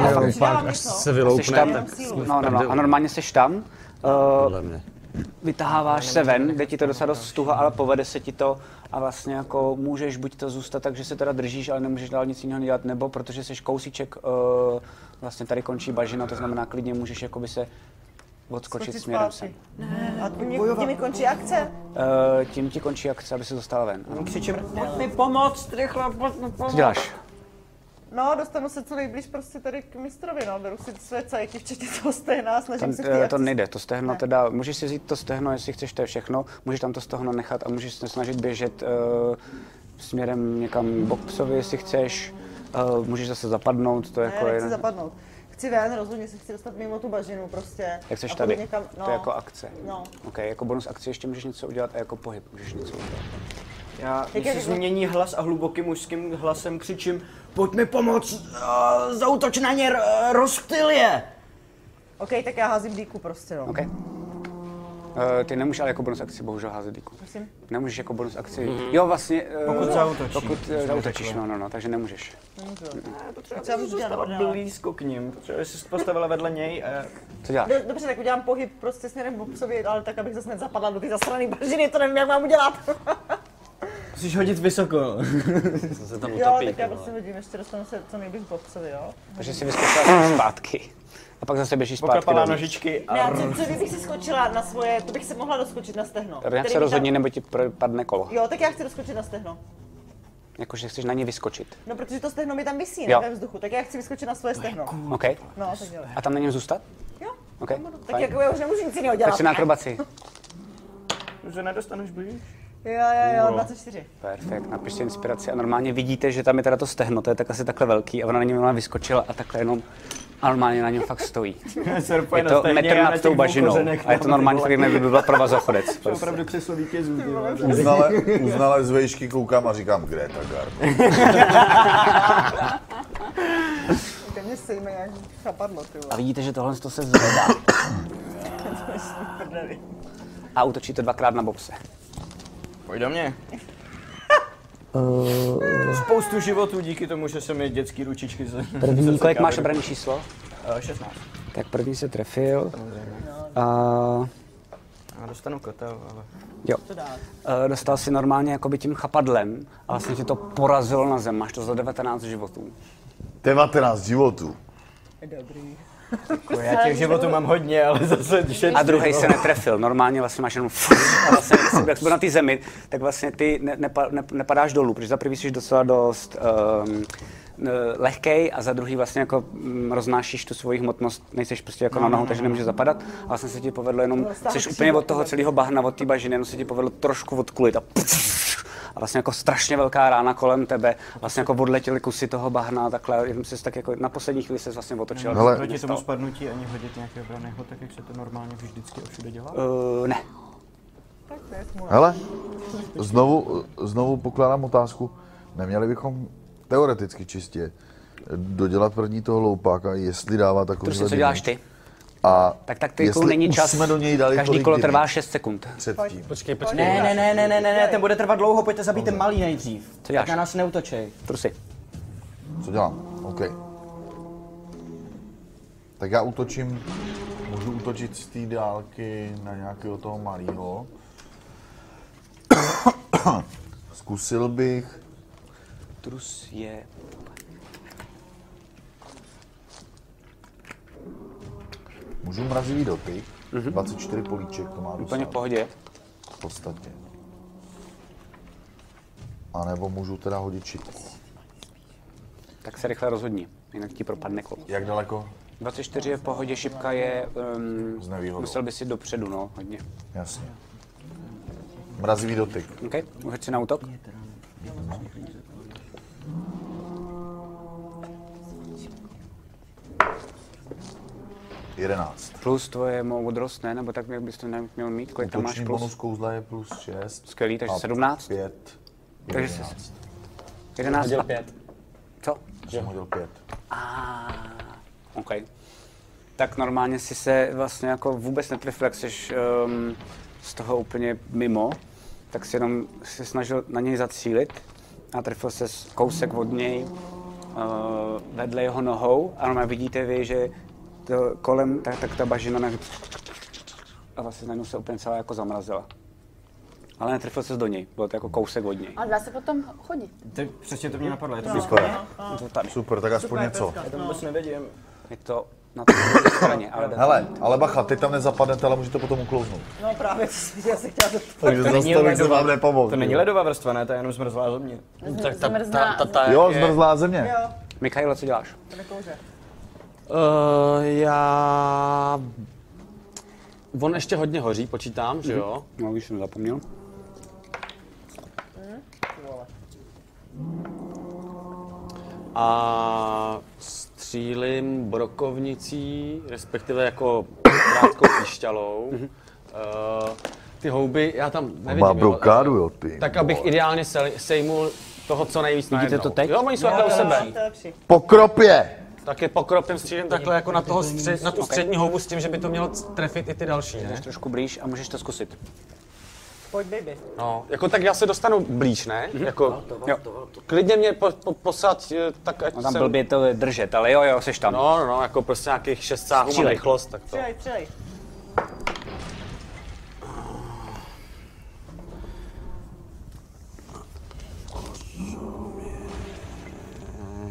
no, no, no, a normálně jsi tam. Uh,
mě.
vytaháváš se ven, kde ti to docela dost stuha, ale povede se ti to a vlastně jako můžeš buď to zůstat, takže se teda držíš, ale nemůžeš dál nic jiného dělat, nebo protože jsi kousíček, uh, vlastně tady končí bažina, to znamená klidně můžeš jakoby se odskočit směrem sem.
Ne, a tím, tím mi končí akce.
Uh, tím ti končí akce, aby se dostala ven. Ano.
Pojď mi pomoct, rychle, pojď mi pomoct.
Co děláš?
No, dostanu se co nejblíž prostě tady k mistrovi, no, beru si své cajky, včetně toho stejná,
To,
snažím se v té
eh, to
akci-
nejde, to stehno teda, můžeš si vzít to stehno, jestli chceš, to je všechno, můžeš tam to stehno nechat a můžeš se snažit běžet uh, směrem někam boxovi, jestli chceš, uh, můžeš zase zapadnout, to je
Ne,
jako
nechci
jeden-
zapadnout. Chci ven, rozhodně se chci dostat mimo tu bažinu prostě.
Jak jsi
A
tady,
půjdu Někam, no,
to je jako akce.
No.
Ok, jako bonus akci ještě můžeš něco udělat a jako pohyb můžeš něco udělat.
Já,
Jak
když se
je to-
změní hlas a hlubokým mužským hlasem křičím, pojď mi pomoct, uh, zautoč na ně, uh, rozptyl je.
OK, tak já házím díku prostě, no.
Okay. Uh, ty nemůžeš ale jako bonus akci bohužel házet díku.
Prosím?
Nemůžeš jako bonus akci.
Mhm.
Jo, vlastně. eh,
Pokud zaútočí,
Pokud
jsem
eh, zautočíš,
řekl.
no, no, no, takže nemůžeš.
Potřeba bych zůstala
no.
blízko k ním, protože jsi se postavila vedle něj. A...
Co děláš?
Do, dobře, tak udělám pohyb prostě směrem k bobsovi, ale tak, abych zase nezapadla do ty zasraný bažiny, to nevím, jak mám udělat.
Musíš hodit vysoko.
se tam
jo, tak já prostě hodím, ještě dostanu se co nejblíž k bobsovi, jo.
Takže si vyskočila zpátky. A pak zase běžíš zpátky.
Poklapala
dolů.
nožičky
Ne, a co, co kdybych si skočila na svoje, to bych se mohla doskočit na stehno.
Nějak
Který
se
mi
rozhodně, nebo ti pr- padne kolo.
Jo, tak já chci doskočit na stehno.
Jakože chceš na ně vyskočit.
No, protože to stehno mi tam vysí, ne,
Jo.
ve vzduchu, tak já chci vyskočit na svoje stehno.
OK.
No, tak dělej.
A tam na něm zůstat?
Jo.
OK.
Tak jako já už nemůžu nic jiného dělat.
Tak si na akrobaci.
Už se nedostaneš [laughs] blíž.
Jo, jo, jo,
Jo.
24.
Perfekt, napište inspiraci a normálně vidíte, že tam je teda to stehno, to je tak asi takhle velký a ona na něm normálně vyskočila a takhle jenom a normálně na něm fakt
[laughs]
stojí.
Serpa
Je
na
to
stehně a
metr
na
nad
těch
tou
dvou
bažinou
kořenek
a je to
tam,
normálně
ty
tak,
vole.
jak by byla
[laughs]
provazochodec.
To je opravdu křeslo vítězů. ty vole.
Uznale, uznale z vejšky koukám a říkám, kde je ta garka?
Kde mě sejme nějaký chapadlo, ty
A
vole.
vidíte, že tohle to
[laughs]
se zvedá
To je s- prdeli.
a útočí to dvakrát na bobse.
Pojď do mě. Spoustu životů díky tomu, že se mi dětský ručičky z...
První.
zasekaly.
Kolik máš obranný číslo?
Eh, 16.
Tak první se trefil. A
A dostanu kotel, ale...
Jo. Eh, Dostal si normálně jakoby tím chapadlem a vlastně ti to porazilo na zem. Máš to za 19 životů.
19 životů.
Dobrý.
Jako já těch životů mám hodně, ale zase šetřím.
A druhý se netrefil. Normálně vlastně máš jenom fuf, a vlastně, jak jsi- jak jsi byl na té zemi, tak vlastně ty ne, nepa, ne, nepadáš dolů, protože za prvý jsi docela dost um, lehkej a za druhý vlastně jako mm, roznášíš tu svoji hmotnost, nejseš prostě jako na nohou, takže nemůžeš zapadat. A vlastně se ti povedlo jenom, jsi úplně od toho celého bahna, od té bažiny, jenom se ti povedlo trošku odkulit a a vlastně jako strašně velká rána kolem tebe, vlastně jako odletěly kusy toho bahna a takhle, jenom jsi tak jako na poslední chvíli se vlastně otočil.
Hele.
Nic
Proti tomu
nestalo.
spadnutí ani hodit nějaké obraného, tak jak se to normálně vždycky a všude dělá?
Eh, ne,
Hele, znovu, znovu pokládám otázku. Neměli bychom teoreticky čistě dodělat první toho loupáka, jestli dává takový
prostě co děláš ty?
A
Tak taktikou není čas.
jsme do něj dali
Každý
tolik
kolo
divin.
trvá 6 sekund.
Předtím.
Počkej,
Ne, ne, ne, ne, ne, ne, ne, ten bude trvat dlouho, pojďte zabít ten malý nejdřív.
Co děláš?
Tak na nás neutočej.
Trusy.
Co dělám? OK. Tak já útočím, můžu útočit z té dálky na nějakého toho malého. [coughs] Zkusil bych,
Trus je...
můžu mrazivý dotyk, 24 políček to má
Mhm. Úplně v
dostat.
pohodě.
V podstatě. A nebo můžu teda hodit šipku.
Tak se rychle rozhodni, jinak ti propadne kolo.
Jak daleko?
24 je v pohodě, šipka je...
S
Um,
nevýhodou.
musel by si dopředu, no, hodně.
Jasně. Mrazivý dotyk.
OK, hoď si na útok.
11.
Plus tvoje moudrost, ne? Nebo tak jak bys to ne- měl mít? Kolik tam máš
Útoční bonus
plus?
kouzla je plus 6.
Skvělý, takže 17.
5.
Takže
11.
11.
Hodil
a-
pět.
Co?
Že jsem hodil 5.
OK. Tak normálně si se vlastně jako vůbec netrefil, jak jsi um, z toho úplně mimo, tak si jenom se snažil na něj zacílit a trefil se kousek od něj uh, vedle jeho nohou a normálně vidíte vy, že to kolem, tak, tak ta bažina ne... a vlastně najednou se úplně celá jako zamrazila. Ale netrefil se do něj, byl to jako kousek od něj.
A dá se potom chodit.
Tak přesně to mě napadlo, je
to No, blízko, ne? no, no.
to tady.
Super, tak aspoň Super, něco. pecka,
Já to vůbec nevidím.
Je to na té straně, ale jde to
Hele,
mít.
ale bacha, teď tam nezapadnete, ale můžete potom uklouznout.
No právě, co jsem já se chtěla zeptat.
Takže zastavit se vám nepomohl.
To není
jo.
ledová vrstva, ne? To je jenom zmrzlá země.
Tak ta- ta- ta- ta-
Jo,
je-
zmrzlá země.
Jo,
Michailo, co děláš?
to nekouře.
Uh, já... On ještě hodně hoří, počítám, že jo?
No, už jsem zapomněl.
A střílím brokovnicí, respektive jako krátkou pišťalou. uh, ty houby, já tam nevidím.
Má
jo,
brokádu, jo, ty.
Tak abych ideálně sej- sejmul toho, co nejvíc najednou.
to teď?
Jo, oni jsou
Jo,
takhle u
to je
sebe.
lepší, to je lepší.
Pokropě!
Tak je pokropem střílím takhle jako na, toho střed, na tu střední houbu s tím, že by to mělo trefit i ty další, ne?
Jdeš trošku blíž a můžeš to zkusit.
Pojď, baby.
No, jako tak já se dostanu blíž, ne? Jako, jo. Klidně mě po, po, posad, eh, tak ať
No tam
jsem...
blbě to držet, ale jo, jo, seš tam.
No, no, no, jako prostě nějakých šest sáhů mám
Střílej.
rychlost, tak to.
Přilej, přilej.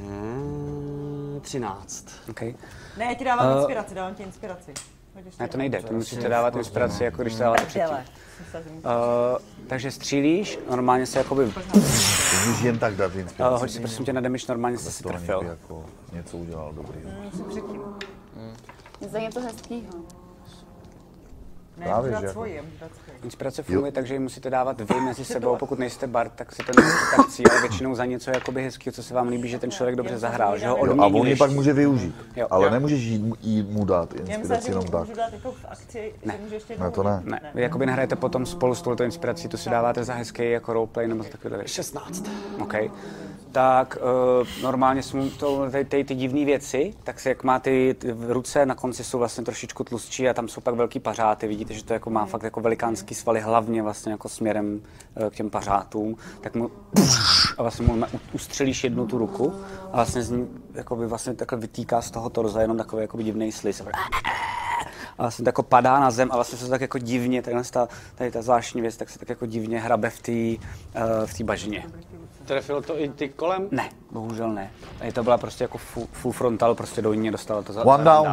Mm, 13.
Okay.
Ne, já ti dávám
Eh,
inspiraci, dávám ti inspiraci. Pojď ještě
Ne, to
jednou.
nejde, to musíte dávat
no.
inspiraci, jako když to dáváte předtím.
Prdele, jsem se zmínila.
Uh, takže střílíš, normálně se jakoby...
Můžeš jen tak dát
Uh,
inspiraci.
hoď si prosím tě na damage, normálně jsi si
To ani by
trefil.
jako něco udělal dobrý.
Musím předtím.
Za něco hezkýho.
Ne,
Právě,
dát
že jako-
svoji, dát svoji.
Inspirace funguje tak, že ji musíte dávat
[laughs]
vy mezi sebou, pokud nejste bard, tak si to nejste tak cíl, ale většinou za něco jakoby hezkýho, co se vám líbí, že ten člověk dobře zahrál, že ho
Jo, a on
odměníš.
ji pak může využít.
Jo.
Ale
Jo.
nemůžeš jí, jí mu dát
Já myslím,
inspiraci
že
jenom
můžu,
tak.
můžu dát jako v akci, že můžu ještě jako
Ne, to
jednou-
ne.
Ne, vy jakoby nehrajete potom spolu s touto inspirací, tu si dáváte za hezký jako roleplay nebo za takové věci.
16.
OK. Tak uh, normálně jsou to ty, ty, ty divné věci, tak se jak má ty, ty v ruce, na konci jsou vlastně trošičku tlustší a tam jsou pak velký pařáty. Vidíte, že to jako má fakt jako velikánský svaly, hlavně vlastně jako směrem eh, k těm pařátům. Tak mu a vlastně mu na- ustřelíš jednu tu ruku a vlastně z ní jakoby vlastně takhle vytýká z toho torza jenom takový jakoby divný sliz a vlastně to jako padá na zem a vlastně se to tak jako divně, tady ta, tady ta zvláštní věc, tak se tak jako divně hrabe v té eh, v té bažině.
Trefil to i ty kolem?
Ne, bohužel ne. Tady to byla prostě jako full, full frontal, prostě do ní dostala to za
One
za-
down.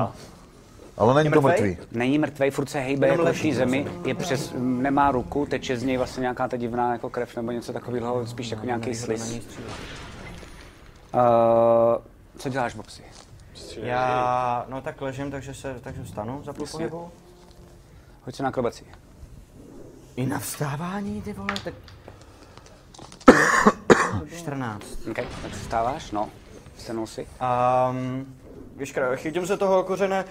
Ale není
Je
to
mrtvej?
mrtvý.
Není mrtvej, furt se hejbe jako leží zemi, je přes, nemá ruku, teče z něj vlastně nějaká ta divná jako krev nebo něco takového, spíš jako nějaký sliz. Uh, co děláš, Bobsi?
Já, no tak ležím, takže se, takže vstanu za půl
Jasně.
pohybu.
Hoď se na akrobaci.
I na vstávání, ty vole, tak... 14.
Okay. Tak se stáváš, no, vstanou si.
Um, Vyškra, chytím se toho kořene,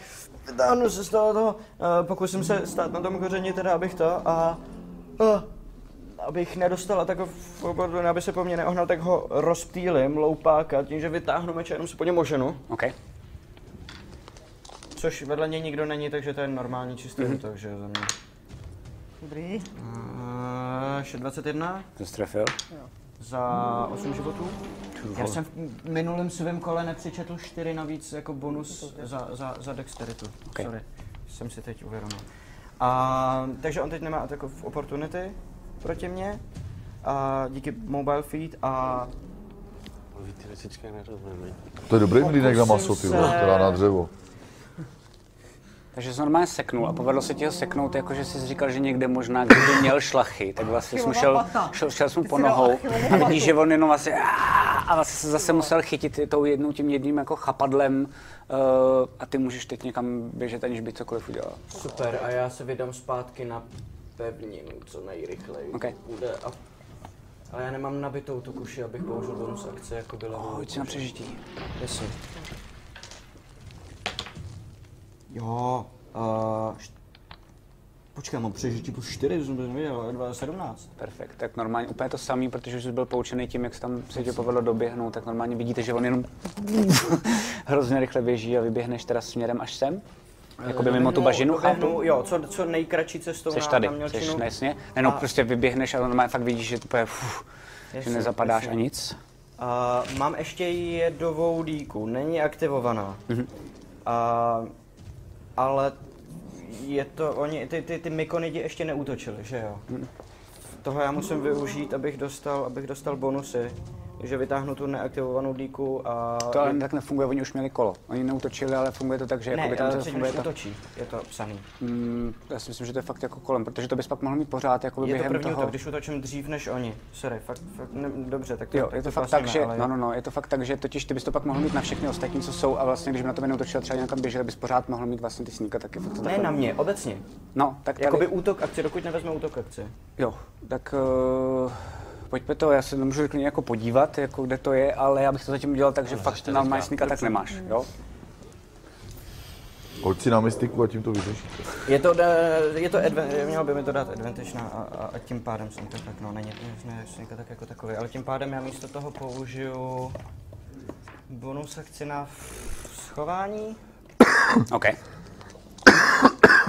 vytáhnu se z toho, toho uh, pokusím se stát na tom kořeni teda, abych to a... Uh, abych nedostal takovou obrdu, aby se po mně neohnal, tak ho rozptýlim, loupáka, tím, že vytáhnu meč a jenom se po něm oženu.
OK.
Což vedle něj nikdo není, takže to je normální čistý mm-hmm. útok, že jo, za mě.
Dobrý.
Uh, 21
To strefil.
za 8 životů. Já jsem v minulém svém kole nepřičetl 4 navíc jako bonus za, za, za dexteritu.
Ok.
Sorry, jsem si teď uvědomil. A, takže on teď nemá takovou opportunity proti mně. A díky mobile feed a
Ty lisičky nerozumí.
To je dobrý mlínek na maso, ty
Pokusím
vole,
se-
teda na dřevo.
Takže jsi normálně seknul a povedlo se ti ho seknout, jakože jsi říkal, že někde možná, kdyby měl šlachy, tak vlastně jsi mu šel, šel, šel jsi mu po
si dal
nohou
Achillovu
a
patu.
vidíš, že on jenom vlastně "Aah!" a vlastně se zase musel chytit tou jednou tím jedním jako chapadlem eh, a ty můžeš teď někam běžet, aniž by cokoliv udělal.
Super, a já se vydám zpátky na pevninu, co nejrychleji.
Ok.
Bude a... Ale já nemám nabitou tu kuši, abych použil bonus akce jako byla.
Hoď si na přežití.
Jestli.
Jo, uh, št... počkej, mám přežití plus 4, to jsem to nevěděl, 217.
Perfekt, tak normálně úplně to samý, protože už jsi byl poučený tím, jak se tam se ti povedlo doběhnout, tak normálně vidíte, že on jenom [laughs] hrozně rychle běží a vyběhneš teda směrem až sem. Jakoby mimo tu
Doběhnu-
No,
bažinu,
doběhnu,
chápu?
Jo, co, co nejkratší cestou
Jsi
na,
tady,
na
jsi
Mělčinu.
nesně. Ne, no,
A-
prostě vyběhneš a normálně fakt vidíš, že, to je, fuh, že
Jasně,
nezapadáš
jasně.
a nic.
Uh, mám ještě jedovou díku, není aktivovaná. Mm-hmm.
Mhm.
Uh, ale je to, oni, ty, ty, ty mykonidi ještě neútočili, že jo?
Mhm.
Tohle já musím využít, abych dostal, abych dostal bonusy. Takže vytáhnu tu neaktivovanou díku a...
To ale tak nefunguje, oni už měli kolo. Oni neutočili, ale funguje to tak, že
ne,
jakoby
tam
tam
předtím
funguje
už
ta-
útočí, je to psaný.
Mm, já si myslím, že to je fakt jako kolem, protože to bys pak mohl mít pořád jakoby
Je to
během
první
toho.
útok, když útočím dřív než oni. Sorry, fakt, fakt ne, dobře, tak to,
Jo,
tak
je to
to
fakt tak,
klasíme,
že,
ale-
no, no, no, je to fakt tak, že totiž ty bys to pak mohl mít na všechny ostatní, co jsou, a vlastně, když by na to neutočil třeba někam běžel, bys pořád mohl mít vlastně ty sníka taky. Fakt to
Ne
takhle-
na mě, obecně.
No, tak tady,
Jakoby útok akci, dokud nevezme útok akci.
jo, tak uh, pojďme to, já se nemůžu klidně jako podívat, jako kde to je, ale já bych to zatím udělal tak, že fakt
ještě
normální
teďka.
sníka tak nemáš, jo?
Hoď si na mystiku a tím to vyřešíte.
Je to, eh, je to adva- mělo by mi to dát advantage na, a, a- a tím pádem jsem to tak, no není to ne, sníka tak jako takový, ale tím pádem já místo toho použiju bonus akci na f- schování.
OK.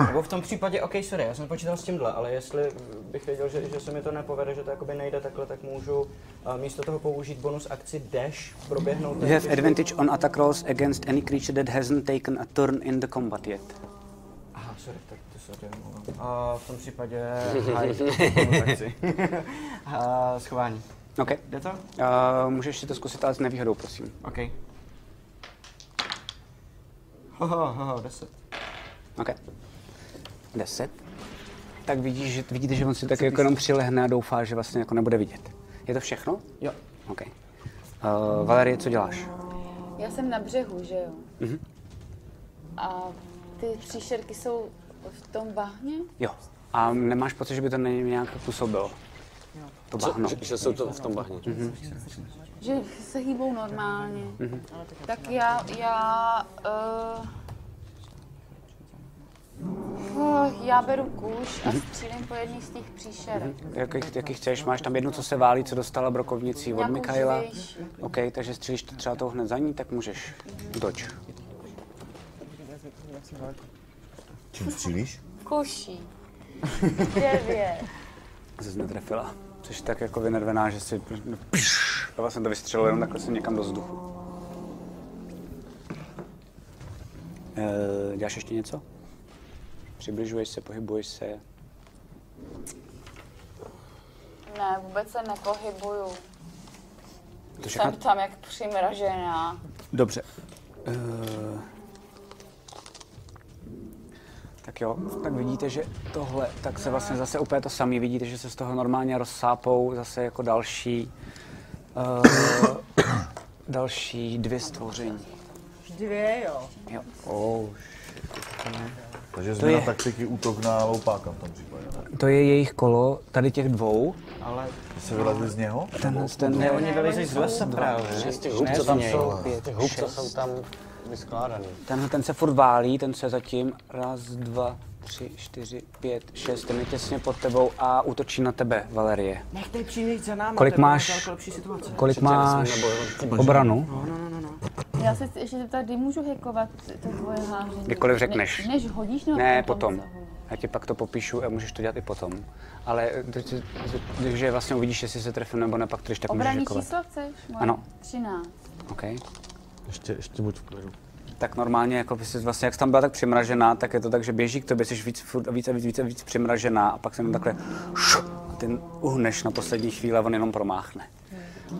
Nebo v tom případě, OK, sorry, já jsem počítal s tímhle, ale jestli bych věděl, že, že se mi to nepovede, že to jakoby nejde takhle, tak můžu eh, místo toho použít bonus akci dash, proběhnout...
You have advantage on attack rolls against any creature that hasn't taken a turn in the combat yet.
Aha, sorry, tak to se tady omlouvám. A v tom případě
[laughs]
hide, akci. [laughs] A schování.
OK.
Jde to?
Uh, můžeš si to zkusit, ale s nevýhodou, prosím.
OK. Hoho, hoho, deset.
OK. Deset. Tak vidíš, že, vidíte, že on si tak jako jenom přilehne a doufá, že vlastně jako nebude vidět. Je to všechno?
Jo.
OK. Uh, Valerie, co děláš?
Já jsem na břehu, že jo?
Mhm.
A ty příšerky jsou v tom bahně?
Jo. A nemáš pocit, že by to na něj nějak působilo? To
Co-
bahno.
že- že jsou to v tom bahně.
Mhm.
Že se hýbou normálně.
Mhm.
Tak já, já, eh, uh, já beru kůž a
Mhm.
střílím po jedný z těch příšerek.
Jakých, jaký chceš? Máš tam jednu, co se válí, co dostala brokovnicí od
Nějakou
Mikhaila.
živější.
OK, takže střílíš to třeba to hned za ní, tak můžeš. Doč.
Čím střílíš?
Kuší. Devět.
Jsi netrefila. Jsi tak jako vynervená, že si... Pš, a vlastně to vystřelil jenom takhle se někam do vzduchu. Eh, děláš ještě něco? Přibližuješ se, pohybuješ se.
Ne, vůbec se nepohybuju.
To všechno-
Jsem tam jak přimražená.
Dobře. Eh, Tak jo, tak vidíte, že tohle, tak se vlastně zase úplně to samý, vidíte, že se z toho normálně rozsápou zase jako další, eh, další dvě stvoření.
Dvě, jo.
Jo.
Oh, Takže
To
změna
je-
taktiky útok na loupáka v tom případě.
To je jejich kolo, tady těch dvou.
Ale...
Se vylezli z něho?
Ten, ten,
Ne, oni vylezli z lesa právě.
Z těch hub, co tam jsou, z těch hub, co jsou tam vyskládaný.
Tenhle ten se furt válí, ten se zatím raz, dva, tři, čtyři, pět, šest, ten je těsně pod tebou a útočí na tebe, Valerie.
Nechte přijít za námi,
Kolik
to bude
máš-
daleko lepší No, situace.
Kolik máš obranu?
Já se chci ještě zeptat, kdy můžu hekovat to tvoje házení?
Kdykoliv řekneš.
Ne, než hodíš nebo
Ne, potom. Já ti pak to popíšu a můžeš to dělat i potom. Ale eh, teď si- takže vlastně uvidíš, jestli se trefím nebo ne, pak když tak můžeš
Obraní
říkovat.
číslo chceš? Moje?
Ano.
13.
OK.
Ještě, ještě buď v klidu.
Tak normálně, jako by jsi vlastně, jak jsi tam byla tak přimražená, tak je to tak, že běží k tobě, jsi víc, furt a víc a víc, víc a víc přimražená a pak se jenom takhle šup, a ty uhneš na poslední chvíli a on jenom promáchne.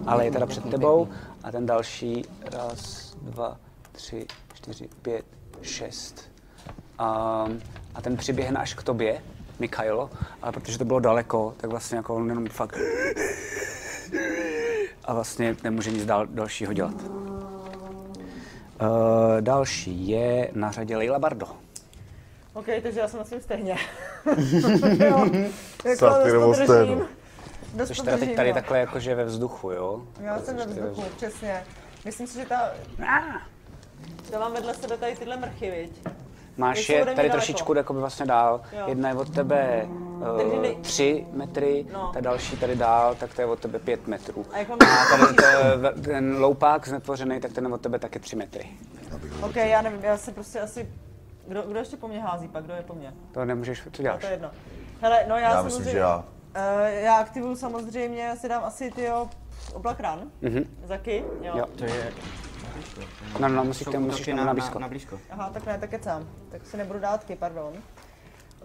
Ale je teda před tebou a ten další raz, dva, tři, čtyři, pět, šest. A, a ten přiběhne až k tobě, Mikhailo, ale protože to bylo daleko, tak vlastně jako on jenom fakt a vlastně nemůže nic dál, dalšího dělat. Uh, další je na řadě Leila Bardo.
OK, takže já jsem na
[laughs]
svém stejně. [laughs] jo, jako
Satyrovou
dost to držím.
sténu.
Dost
Což
to
teda
držím,
teď tady
no.
takhle jakože ve vzduchu, jo?
Já jsem ve
Což tady
vzduchu, přesně. Myslím si, že ta... Já mám vedle sebe tady tyhle mrchy, viď?
Máš
Nejsou
je
ode mě
tady
daleko.
trošičku jakoby vlastně dál.
Jo.
Jedna je od tebe
Takže
eh,
nej-
tři metry,
No.
ta další tady dál, tak to je od tebe pět metrů.
A jak mám
A tady eh, ve- ten loupák znetvořený, tak ten je od tebe taky tři metry.
OK, já nevím, já se prostě asi... Kdo, kdo ještě po mně hází pak? Kdo je po mně?
To nemůžeš, co
No,
děláš?
to je jedno. Hele, no já,
Já myslím,
samozřejmě...
že já.
Eh, já aktivuju samozřejmě, já si dám asi ty oblak ran.
Mhm.
Zaky, jo.
Jo. To je- No, no, musíš
Jsou
k tomu- musíš
útoky
k tomu na blízko.
Aha, tak ne, tak kecám. Tak si nebudu dátky, pardon.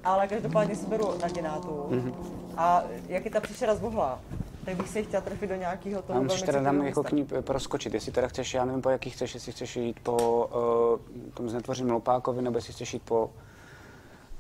Ale každopádně si beru naděnátu.
Mhm.
A jak je ta příšera zbohlá, tak bych si ji chtěla trefit do nějakého toho
A musíš
velmi
teda tam
citlivého
jako k
místa.
ní proskočit, jestli teda chceš, já nevím po jakých chceš, jestli chceš jít po uh, tom znetvořeném loupákovi, nebo jestli chceš jít po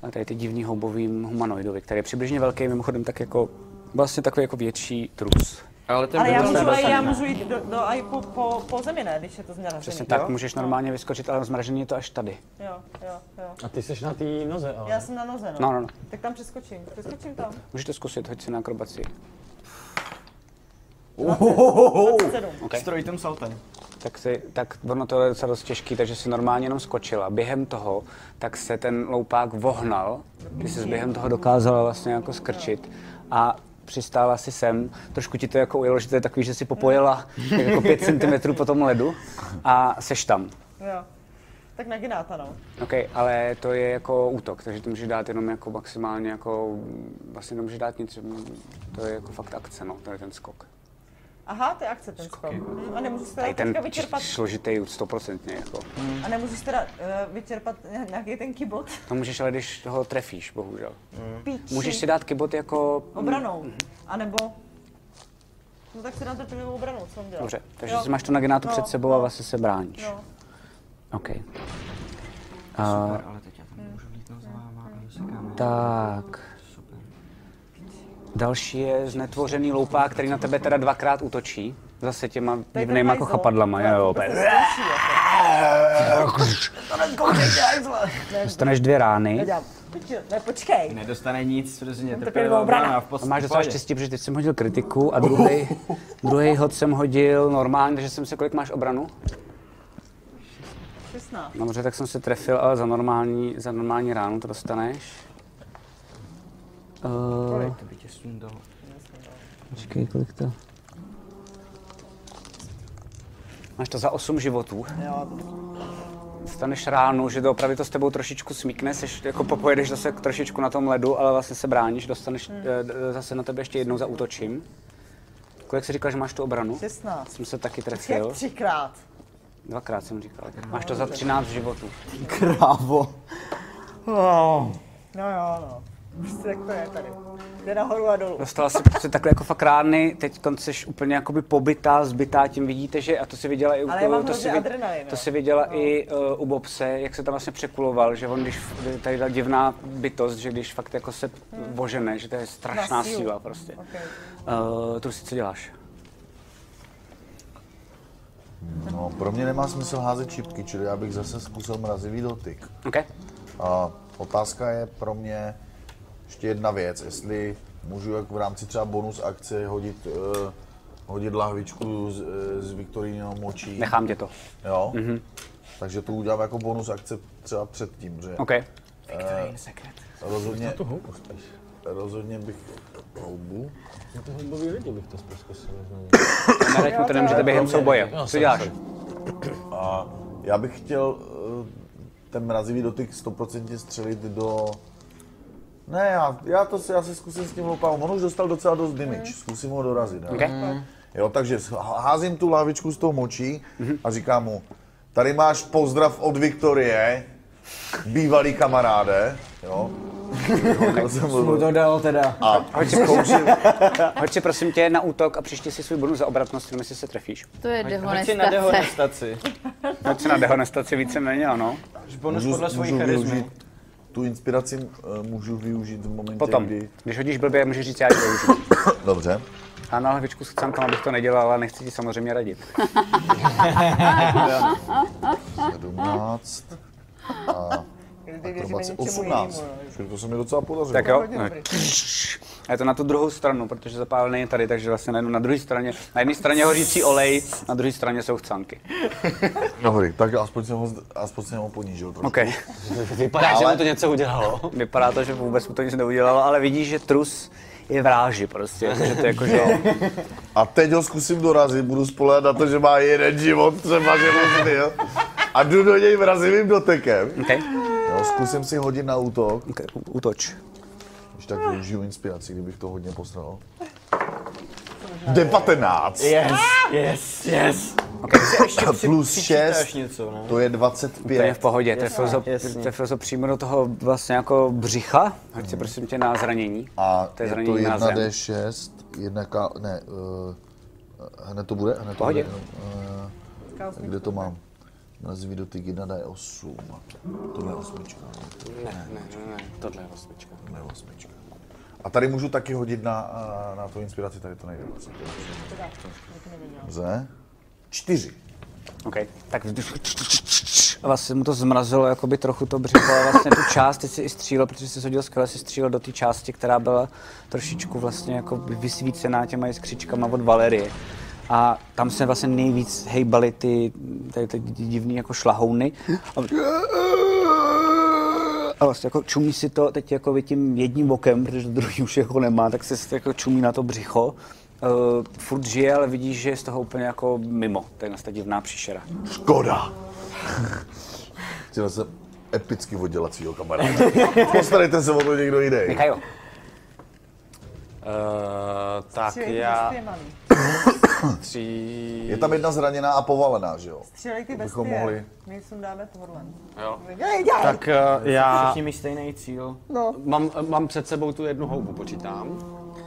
eh, tady ty divný houbovým humanoidovi, který je přibližně velký, mimochodem tak jako vlastně takový jako větší trus.
Ale
Ale já můžu, ale já můžu jít do, do, a i po, po, po zemi, ne, když je to zmražený.
Přesně tak, můžeš normálně vyskočit, ale zmražení je to až tady.
Jo, jo, jo.
A ty jsi na té noze, ale.
Já jsem na noze, no.
No, no, no.
Tak tam přeskočím, přeskočím tam.
Můžeš to zkusit, hoď si na akrobaci.
27.
Okay.
S trojitým saltem.
Tak, si, tak ono to je docela dost těžký, takže si normálně jenom skočila. Během toho tak se ten loupák vohnal, ty jsi během toho dokázala vlastně jako skrčit a přistála si sem. Trošku ti to jako ujelo, že to je takový, že si popojela tak jako 5 cm po tom ledu a seš tam.
Jo. Tak nagináta, no.
OK, ale to je jako útok, takže to můžeš dát jenom jako maximálně jako, mm, vlastně nemůžeš dát nic, mm, to je jako fakt akce, no, to je ten skok.
Aha, to je akce ten skok. Hm, A nemůžu si teda
Tady ten
teďka vyčerpat,
složitý stoprocentně jako.
a nemůžu si teda eh, vyčerpat ně- nějaký ten kybot.
To můžeš, ale když ho trefíš, bohužel.
Píči.
Můžeš si dát kybot jako...
Obranou. A nebo... No tak si dám trpělivou obranou, co mám dělat?
Dobře, takže si máš to na genátu před sebou a vlastně se bráníš.
No.
OK.
Super,
A, Mm.
ale teď já tam můžu lítnout s no, váma a vysekáme.
tak. Další je znetvořený loupák, který na tebe teda dvakrát útočí. Zase těma divnýma jako
hajzl.
chapadlama, jo, jo,
To
úplně.
se zkouší, jako. To nezkoušej, hajzle. Ne,
Dostaneš dvě rány.
nedělám. Pičo, Ne, počkej.
Nedostane nic, rozhodně
trpělivá
trpělivá
obrana.
obrana. v
A
podstatě
máš docela
pohodě.
štěstí, protože teď jsem hodil kritiku a druhý, druhý hod jsem hodil normálně, takže jsem se kolik máš obranu?
16.
No, Dobře, tak jsem se trefil, ale za normální, za normální ránu to dostaneš. Eh,
To by tě sundalo.
Počkej, kolik to? Máš to za 8 životů.
Jo,
Staneš ránu, že doopravdy to s tebou trošičku smíkne, seš, jako popojedeš zase trošičku na tom ledu, ale vlastně se bráníš, dostaneš,
Hmm.
eh, d- zase na tebe ještě jednou zaútočím. Kolik jsi říkal, že máš tu obranu?
16.
Jsem se taky
Jak
trefil.
třikrát.
Dvakrát jsem říkal. Máš to
No,
za
dobře.
13 životů.
Krávo. No.
No jo, no. Prostě tak to je tady. Jde nahoru a dolů.
Dostala si prostě takhle jako fakt rány, teď jsi úplně jakoby pobytá, zbytá, tím vidíte, že a to si viděla i u
Ale já mám
to,
hrozně
si, vid-
adrenalin,
to
jo. No.
si viděla i uh, u Bobse, jak se tam vlastně překuloval, že on když tady ta divná bytost, že když fakt jako se božené, že to je strašná
Hmm. Na sílu.
síla prostě.
Okay.
Uh, tu si co děláš?
No, pro mě nemá smysl házet čipky, čili já bych zase zkusil mrazivý dotyk.
Okay.
A otázka je pro mě ještě jedna věc, jestli můžu jak v rámci třeba bonus akce hodit, eh, hodit lahvičku z, eh, z Viktorínou močí.
Nechám tě to.
Jo?
Mhm.
Mm-hmm. Takže to udělám jako bonus akce třeba předtím, že?
OK.
Eh, Rozhodně, rozhodně bych houbu.
Na ty houbový lidi bych to zkusil.
Nehraď mu to, nemůžete během souboje. Co děláš?
A já bych chtěl eh, ten mrazivý dotyk 100% střelit do... Ne, já, já, to, si- já si zkusím s tím loupám. On už dostal docela dost damage, zkusím ho dorazit. jo.
Mhm. Ok. Mm.
Jo, takže sh- házím tu lávičku s tou močí
Mhm.
a říkám mu, tady máš pozdrav od Viktorie, bývalý kamaráde,
[laughs]
jo. Hodil jsem
Mu to dal teda.
A
Hoď si, prosím, hoď si prosím tě na útok a příště si svůj bonus za obratnost, jenom jestli se trefíš.
To je
Hoď si na
[laughs] dehonestace.
dehonestaci.
Hoď si na dehonestaci víceméně, ano.
Bonus podle svojí charizmy.
využít tu inspiraci eh, můžu využít v momentě,
Potom,
kdy...
když hodíš blbě, můžeš říct, já ji využiju.
Dobře.
A na lahvičku s chcem, abych to nedělal, ale nechci ti samozřejmě radit.
17 a
by věřili
Akrobaci
něčemu
18.
jinému, no.
Čili to se mi docela podařilo.
Tak jo.
Hodně dobrý.
A je to na tu druhou stranu, protože zapálený je tady, takže vlastně najednou na druhé straně, na jedné straně hořící olej, na druhé straně jsou chcanky.
Dobrý, tak aspoň jsem ho, zd- aspoň jsem ho ponížil trošku. [laughs]
OK. udělalo. Vypadá to, že vůbec mu to nic neudělalo, ale vidíš, že trus je v ráži prostě, jakože to jakože...
A teď ho zkusím dorazit, budu spolehat na to, že má jeden život třeba, že možný, jo? A jdu do něj mrazivým dotekem.
Okay.
Jo, zkusím si hodit na útok.
Okay, útoč.
Když tak využiju inspiraci, kdybych to hodně posral. 19.
Yes, yes, yes.
Okay,
ještě při-
Plus
přičítáš
6,
něco, ne?
to je 25.
To je v pohodě,
Jasně.
trefil to,
Jasně.
trefil to přímo do toho vlastně jako břicha, hoď si prosím tě na zranění.
A
to je
je to
zranění na
1D6, jedna k... ne, uh, hned to bude, hned to
Pohodě.
bude. Uh, kde to mám? Mrazivý dotyk 1D8. Tohle je osmička.
Ne, ne, ne, ne, tohle je osmička.
Tohle je osmička. A tady můžu taky hodit na, eh, na tu inspiraci, tady to nejde. vlastně. Dobře. Čtyři.
OK, tak vlastně mu to zmrazilo jakoby trochu to břicho, ale vlastně tu část, teď si i střílel, protože jsi hodil skvěle, si střílel do té části, která byla trošičku vlastně jako vysvícená těma jiskřičkama od Valerie. A tam se vlastně nejvíc hejbaly ty, tady ty divný jako šlahouny. A, a vlastně jako čumí si to teď jako by tím jedním okem, protože druhý už jako nemá, tak se jako čumí na to břicho. Uh, furt žije, ale vidíš, že je z toho úplně jako mimo, to je ta divná příšera.
Škoda! [laughs] Chtěl jsem epicky oddělat svýho kamaráda.
[laughs]
Postarejte se o to někdo jiný.
Michajo.
Uh, tak
Střílej ty
já...
bestie, malý.
Tří...
Je tam jedna zraněná a povalená, že jo?
Střílej ty
Bychom
bestie.
mohli-
My sundáme tvorlem.
Jo.
Dělej, dělej!
Tak uh, já
Všichni mají stejný cíl.
No.
mám, mám před sebou tu jednu houbu, počítám.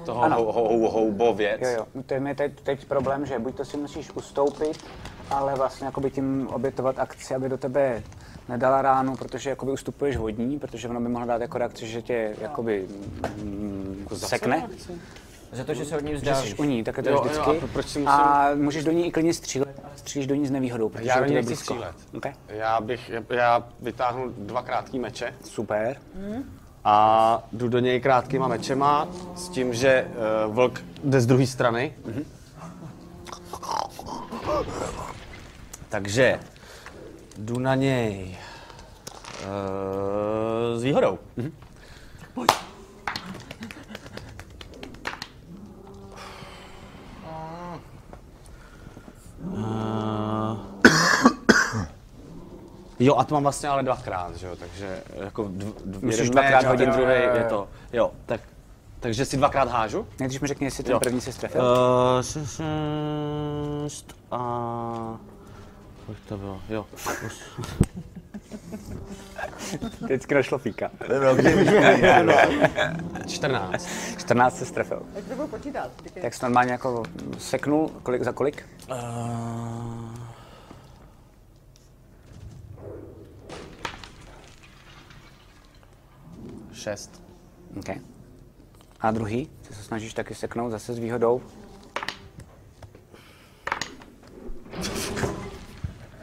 Toho
Ano.
hou, hou, houbověc.
Jo, jo. To je mi teď, teď problém, že buď to si musíš ustoupit, ale vlastně jakoby tím obětovat akci, aby do tebe nedala ránu, protože jakoby ustupuješ vodní, protože ona by mohla dát jako reakci, že tě jakoby mm, sekne.
Za to, že se od ní
Že
vzdáš.
jsi u ní, tak je to
Jo,
jo,
jo,
vždycky.
a pro- proč si musím-
a můžeš do ní i klidně střílet, ale střílíš do ní s nevýhodou, protože
Já
je
do ní
to
nechci
blízko.
střílet.
Okay.
Já bych, já vytáhnu dva krátký meče.
Super.
A jdu do něj krátkýma mečema s tím, že uh, vlk jde z druhé strany. Takže jdu na něj uh, s výhodou. Eh, Eh, Jo, a to mám vlastně ale dvakrát, že jo, takže jako dv, dv,
Musíš
jeden
dvakrát
meč a
hodit.
ten druhý
Jo, jo, jo.
je to, jo, tak, takže si dvakrát hážu.
Nejdřív mi řekni, jestli ten
Jo.
první se strefil.
Eh, šest, šest a... Kolik to bylo? Jo.
Vždycky našlo píka.
Nebyl, [laughs] nebyl.
14.
14 se strefil.
Jak to budu počítat? Díky.
Tak jsi normálně jako seknul, kolik, za kolik?
Eh. Šest.
Okay. A druhý, ty se snažíš taky seknout zase s výhodou.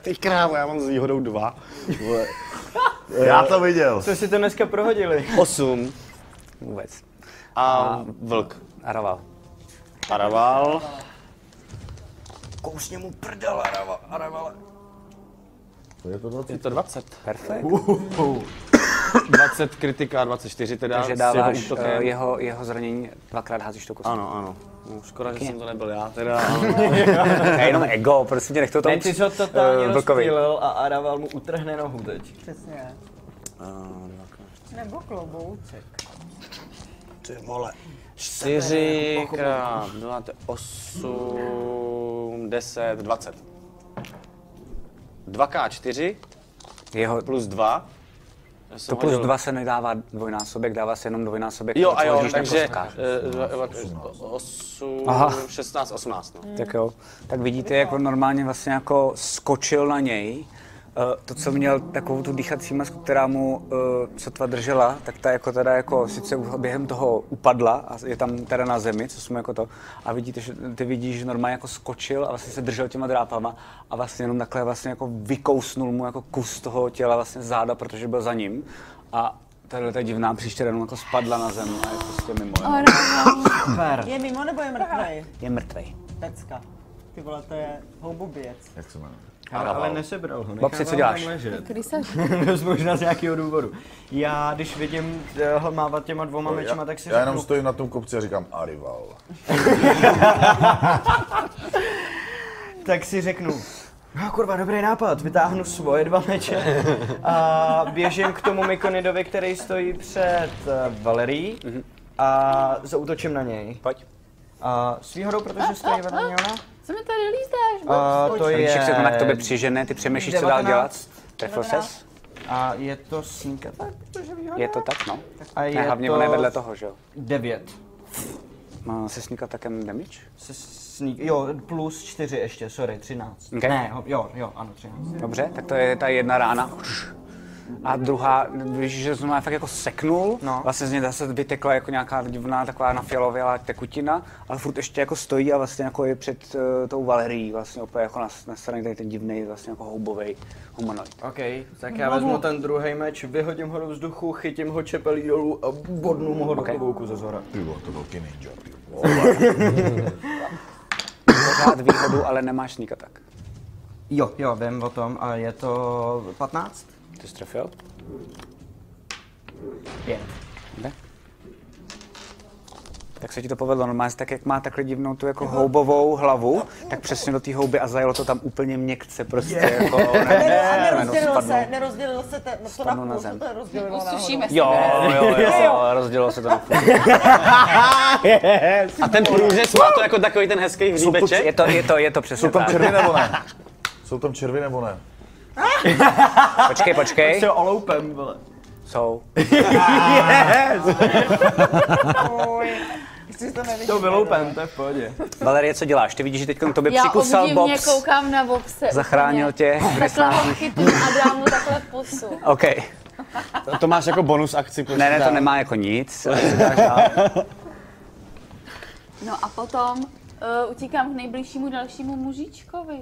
Ty krávo, já mám s výhodou dva.
Já to viděl.
Co si to dneska prohodili?
Osm.
Vůbec.
A vlk.
Araval.
Araval.
Kousně mu prdel, arava, aravale.
Je to 20.
Je to 20.
Perfekt.
20 kritika, 24 teda.
Takže
s
dáváš
jeho
jeho,
útokem.
eh, jeho, jeho zranění, dvakrát házíš tu kostku.
Ano, ano. No, škoda, že
Pěkně.
jsem to nebyl já teda.
[laughs]
ale-
To je jenom ego, prosím tě, nech to tomu
Ne, ty jsi ho
eh,
totálně
Vlkovi.
rozptýlil a Araval mu utrhne nohu teď.
Přesně. Nebo klobouček.
Ty vole. 4 krát 2, 8, 10, 20. 2K4
Jeho,
plus 2. Já jsem
to plus
hodil-
dva se nedává dvojnásobek, dává se jenom dvojnásobek,
Jo,
co
a jo,
hodíš na
takže eh,
kostkách.
8,
Aha.
16, 18. No.
Tak jo, tak vidíte, jak on normálně vlastně jako skočil na něj. Eh, To, co měl takovou tu dýchací masku, která mu eh, sotva držela, tak ta jako teda jako sice u- během toho upadla a je tam teda na zemi, co jsme jako to, a vidíte, že ty vidíš, že normálně jako skočil a vlastně se držel těma drápama a vlastně jenom takhle vlastně jako vykousnul mu jako kus toho těla vlastně záda, protože byl za ním A tahle ta divná příštěra jenom jako spadla na zem a je prostě mimo.
Oh,
jenom. Super.
Je mimo nebo je mrtvej?
Je mrtvej.
Pecka. Ty vole, to je houboběc.
Jak se jmenuje?
Ale, ale nesebral ho,
Babci, co
nechával
děláš?
tam ležet.
Krysař.
[laughs] Možná z nějakého důvodu. Já, když vidím eh, hlmávat těma dvoma mečima,
já,
tak si
já jenom
řeknu,
stojím na tom kopci a říkám Arival.
tak si řeknu, No kurva, dobrý nápad, vytáhnu svoje dva meče a běžím k tomu Mikonidovi, který stojí před eh, Valerií
Mhm.
a zautočím na něj.
Pojď.
A s výhodou, protože stojí vedle něj ona,
Co mi tady lízdáš?
A to je-
Víš, jak No, se to na k tobě přižene, ty přemýšlíš, co dál
19.
dělat. Trefil ses?
a je to sníka.
Je to tak, no.
A
ne,
je
hlavně
to-
on je vedle toho, že jo.
Devět.
Má se sníkat takem damage?
Se sník, jo, plus čtyři ještě, sorry, třináct.
Ok.
Ne, ho- jo, jo, ano, třináct.
Dobře, tak to je ta jedna rána. A druhá, víš, že jsem fakt jako seknul, no. vlastně z něj zase vytekla jako nějaká divná taková nafialovělá tekutina, ale furt ještě jako stojí a vlastně jako je před uh, tou Valerií, vlastně opět jako na, na straně tady ten divný vlastně jako houbovej humanoid.
OK, tak já vezmu ten druhý meč, vyhodím ho do vzduchu, chytím ho čepelí dolů a bodnu mu ho do
Ok.
klobouku ze zhora.
Ty vole, to velký ninja, ty [laughs]
Pořád výhodu, ale nemáš sníka tak.
Jo, jo, vím o tom a je to 15?
Ty jsi trefil?
Pět.
Ne? Tak se ti to povedlo, normálně tak jak má takhle divnou tu jako houbovou hlavu, tak přesně do té houby a zajelo to tam úplně měkce prostě
Je.
[laughs] jako ne,
A nero- a
ne, no,
nerozdělilo
spadnu.
se, nerozdělilo se ten, no to na
Spadnu na
půl,
zem.
co to rozdělilo
Usušíme se.
Eh, Jo, jo, jo, rozdělilo se to na půl.
A ten průřez má to jako takový ten hezký hříbeček?
Je to, je to, je to přesně
Jsou tam
tak.
červy nebo ne? Jsou tam červy nebo ne?
Počkej, počkej.
Se oloupem, vole.
Jsou.
Yes!
Jestli to nevidíte.
To vyloupem, to je v pohodě.
Valerie, co děláš? Ty vidíš, že teď k tobě
Já
přikusal
obdivně
Bobs.
koukám na Bobse.
Zachránil tě.
Takhle ho chytnu a dám mu takhle pusu.
OK.
To, to máš jako bonus akci.
Ne, ne, to
dám.
nemá jako nic.
No a potom uh, utíkám k nejbližšímu dalšímu mužičkovi.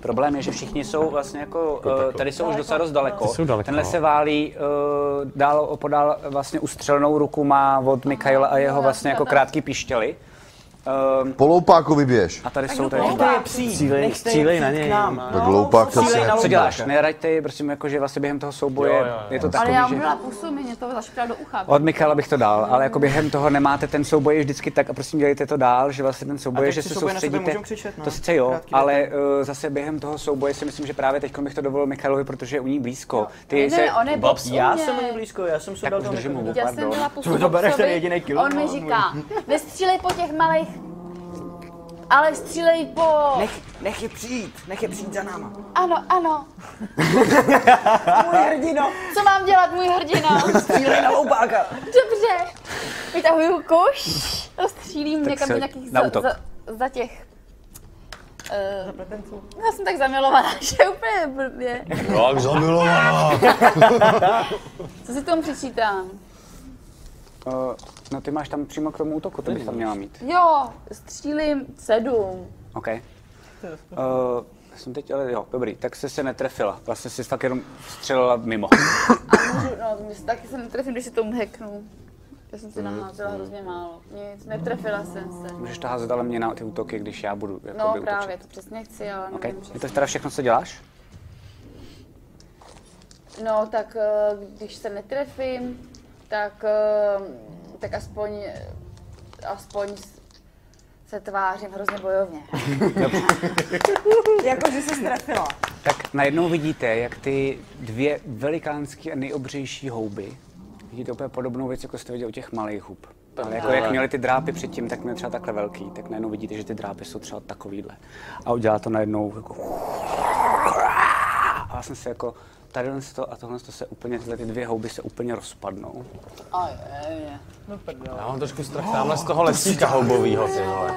Problém je, že všichni jsou vlastně jako, eh, tady jsou už docela dost daleko.
Ty jsou daleko.
Tenhle se válí eh, dál podál vlastně ustřelnou ruku má od Mikhaila a jeho vlastně jako krátký pištěly. Ehm,
Po loupáku vyběž.
A tady jsou tady.
Nechte je přijít,
Střílej-
nechte je
střílej
přijít
na něj.
k nám.
No,
Tak loupák to se...
Co děláš? Nerajte ji, prosím, jako, že vlastně během toho souboje
Jo, jo, jo.
je to
Ale
takový,
já mu
že...
dala pusu, mě to zaškrá do ucha.
Od Michala bych to dal, ale jako během toho nemáte ten souboj je vždycky tak a prosím dělejte to dál, že vlastně ten souboj,
A
je,
teď
že
ty
se
souboje na sebe
soustředíte.
můžem křičet, no.
To sice jo,
Krátký
ale uh, zase během toho souboje si myslím, že právě teď bych to dovolil Michalovi, protože je u ní blízko.
Ne, ne, on je Bobs u
Já
mě.
jsem ani blízko, já jsem se
Tak
dal
už
do
držím
Mikona.
hubu,
Já jsem dala
Ty
pusu
to bereš ten
Bobsovi,
jediný kilo.
On mi
no,
říká, nestřílej po těch malých, ale střílej po... Nech,
nech je přijít, nech je přijít za náma.
Ano, ano.
Můj hrdino.
Co mám dělat, můj hrdino?
Střílej na loupáka.
Dobře. Vytahuju kuš, střílím
Tak
někam do
se
nějakých
na
za,
útok.
za, za těch... Uh, já jsem tak zamilovaná, [laughs] že úplně blbě.
Jak zamilovaná.
Co si tomu přičítám?
Uh, no ty máš tam přímo k tomu útoku, to bych tam měla mít.
Jo, střílím sedm.
OK. Uh, jsem teď, ale jo, dobrý, tak se se netrefila. Vlastně si fakt jenom střelila mimo.
A můžu, no, mě se taky se netrefím, když se tomu heknu. Já jsem si naházela hrozně málo. Nic, netrefila jsem se.
Můžeš to házet ale mě na ty útoky, když já budu jakoby
No
útočit.
právě, to přesně chci, ale
OK,
nevím
je to
přesně.
teda všechno, co děláš?
No tak eh, když se netrefím, tak, eh, tak aspoň, eh, aspoň s- se tvářím hrozně bojovně.
jako, že jsi strefila.
Tak najednou vidíte, jak ty dvě velikánské a nejobřejší houby, vidíte úplně podobnou věc, jako jste viděli u těch malých hub. Ale jako jak měli ty drápy předtím, tak měli třeba takhle velký, tak najednou vidíte, že ty drápy jsou třeba takovýhle. A udělá to najednou jako... A vlastně se jako tady to a tohle to se úplně, tyhle ty dvě houby se úplně rozpadnou.
Aj, aj, aj.
No prdele.
Já mám trošku strach tamhle z toho lesíka houbovýho, ty vole.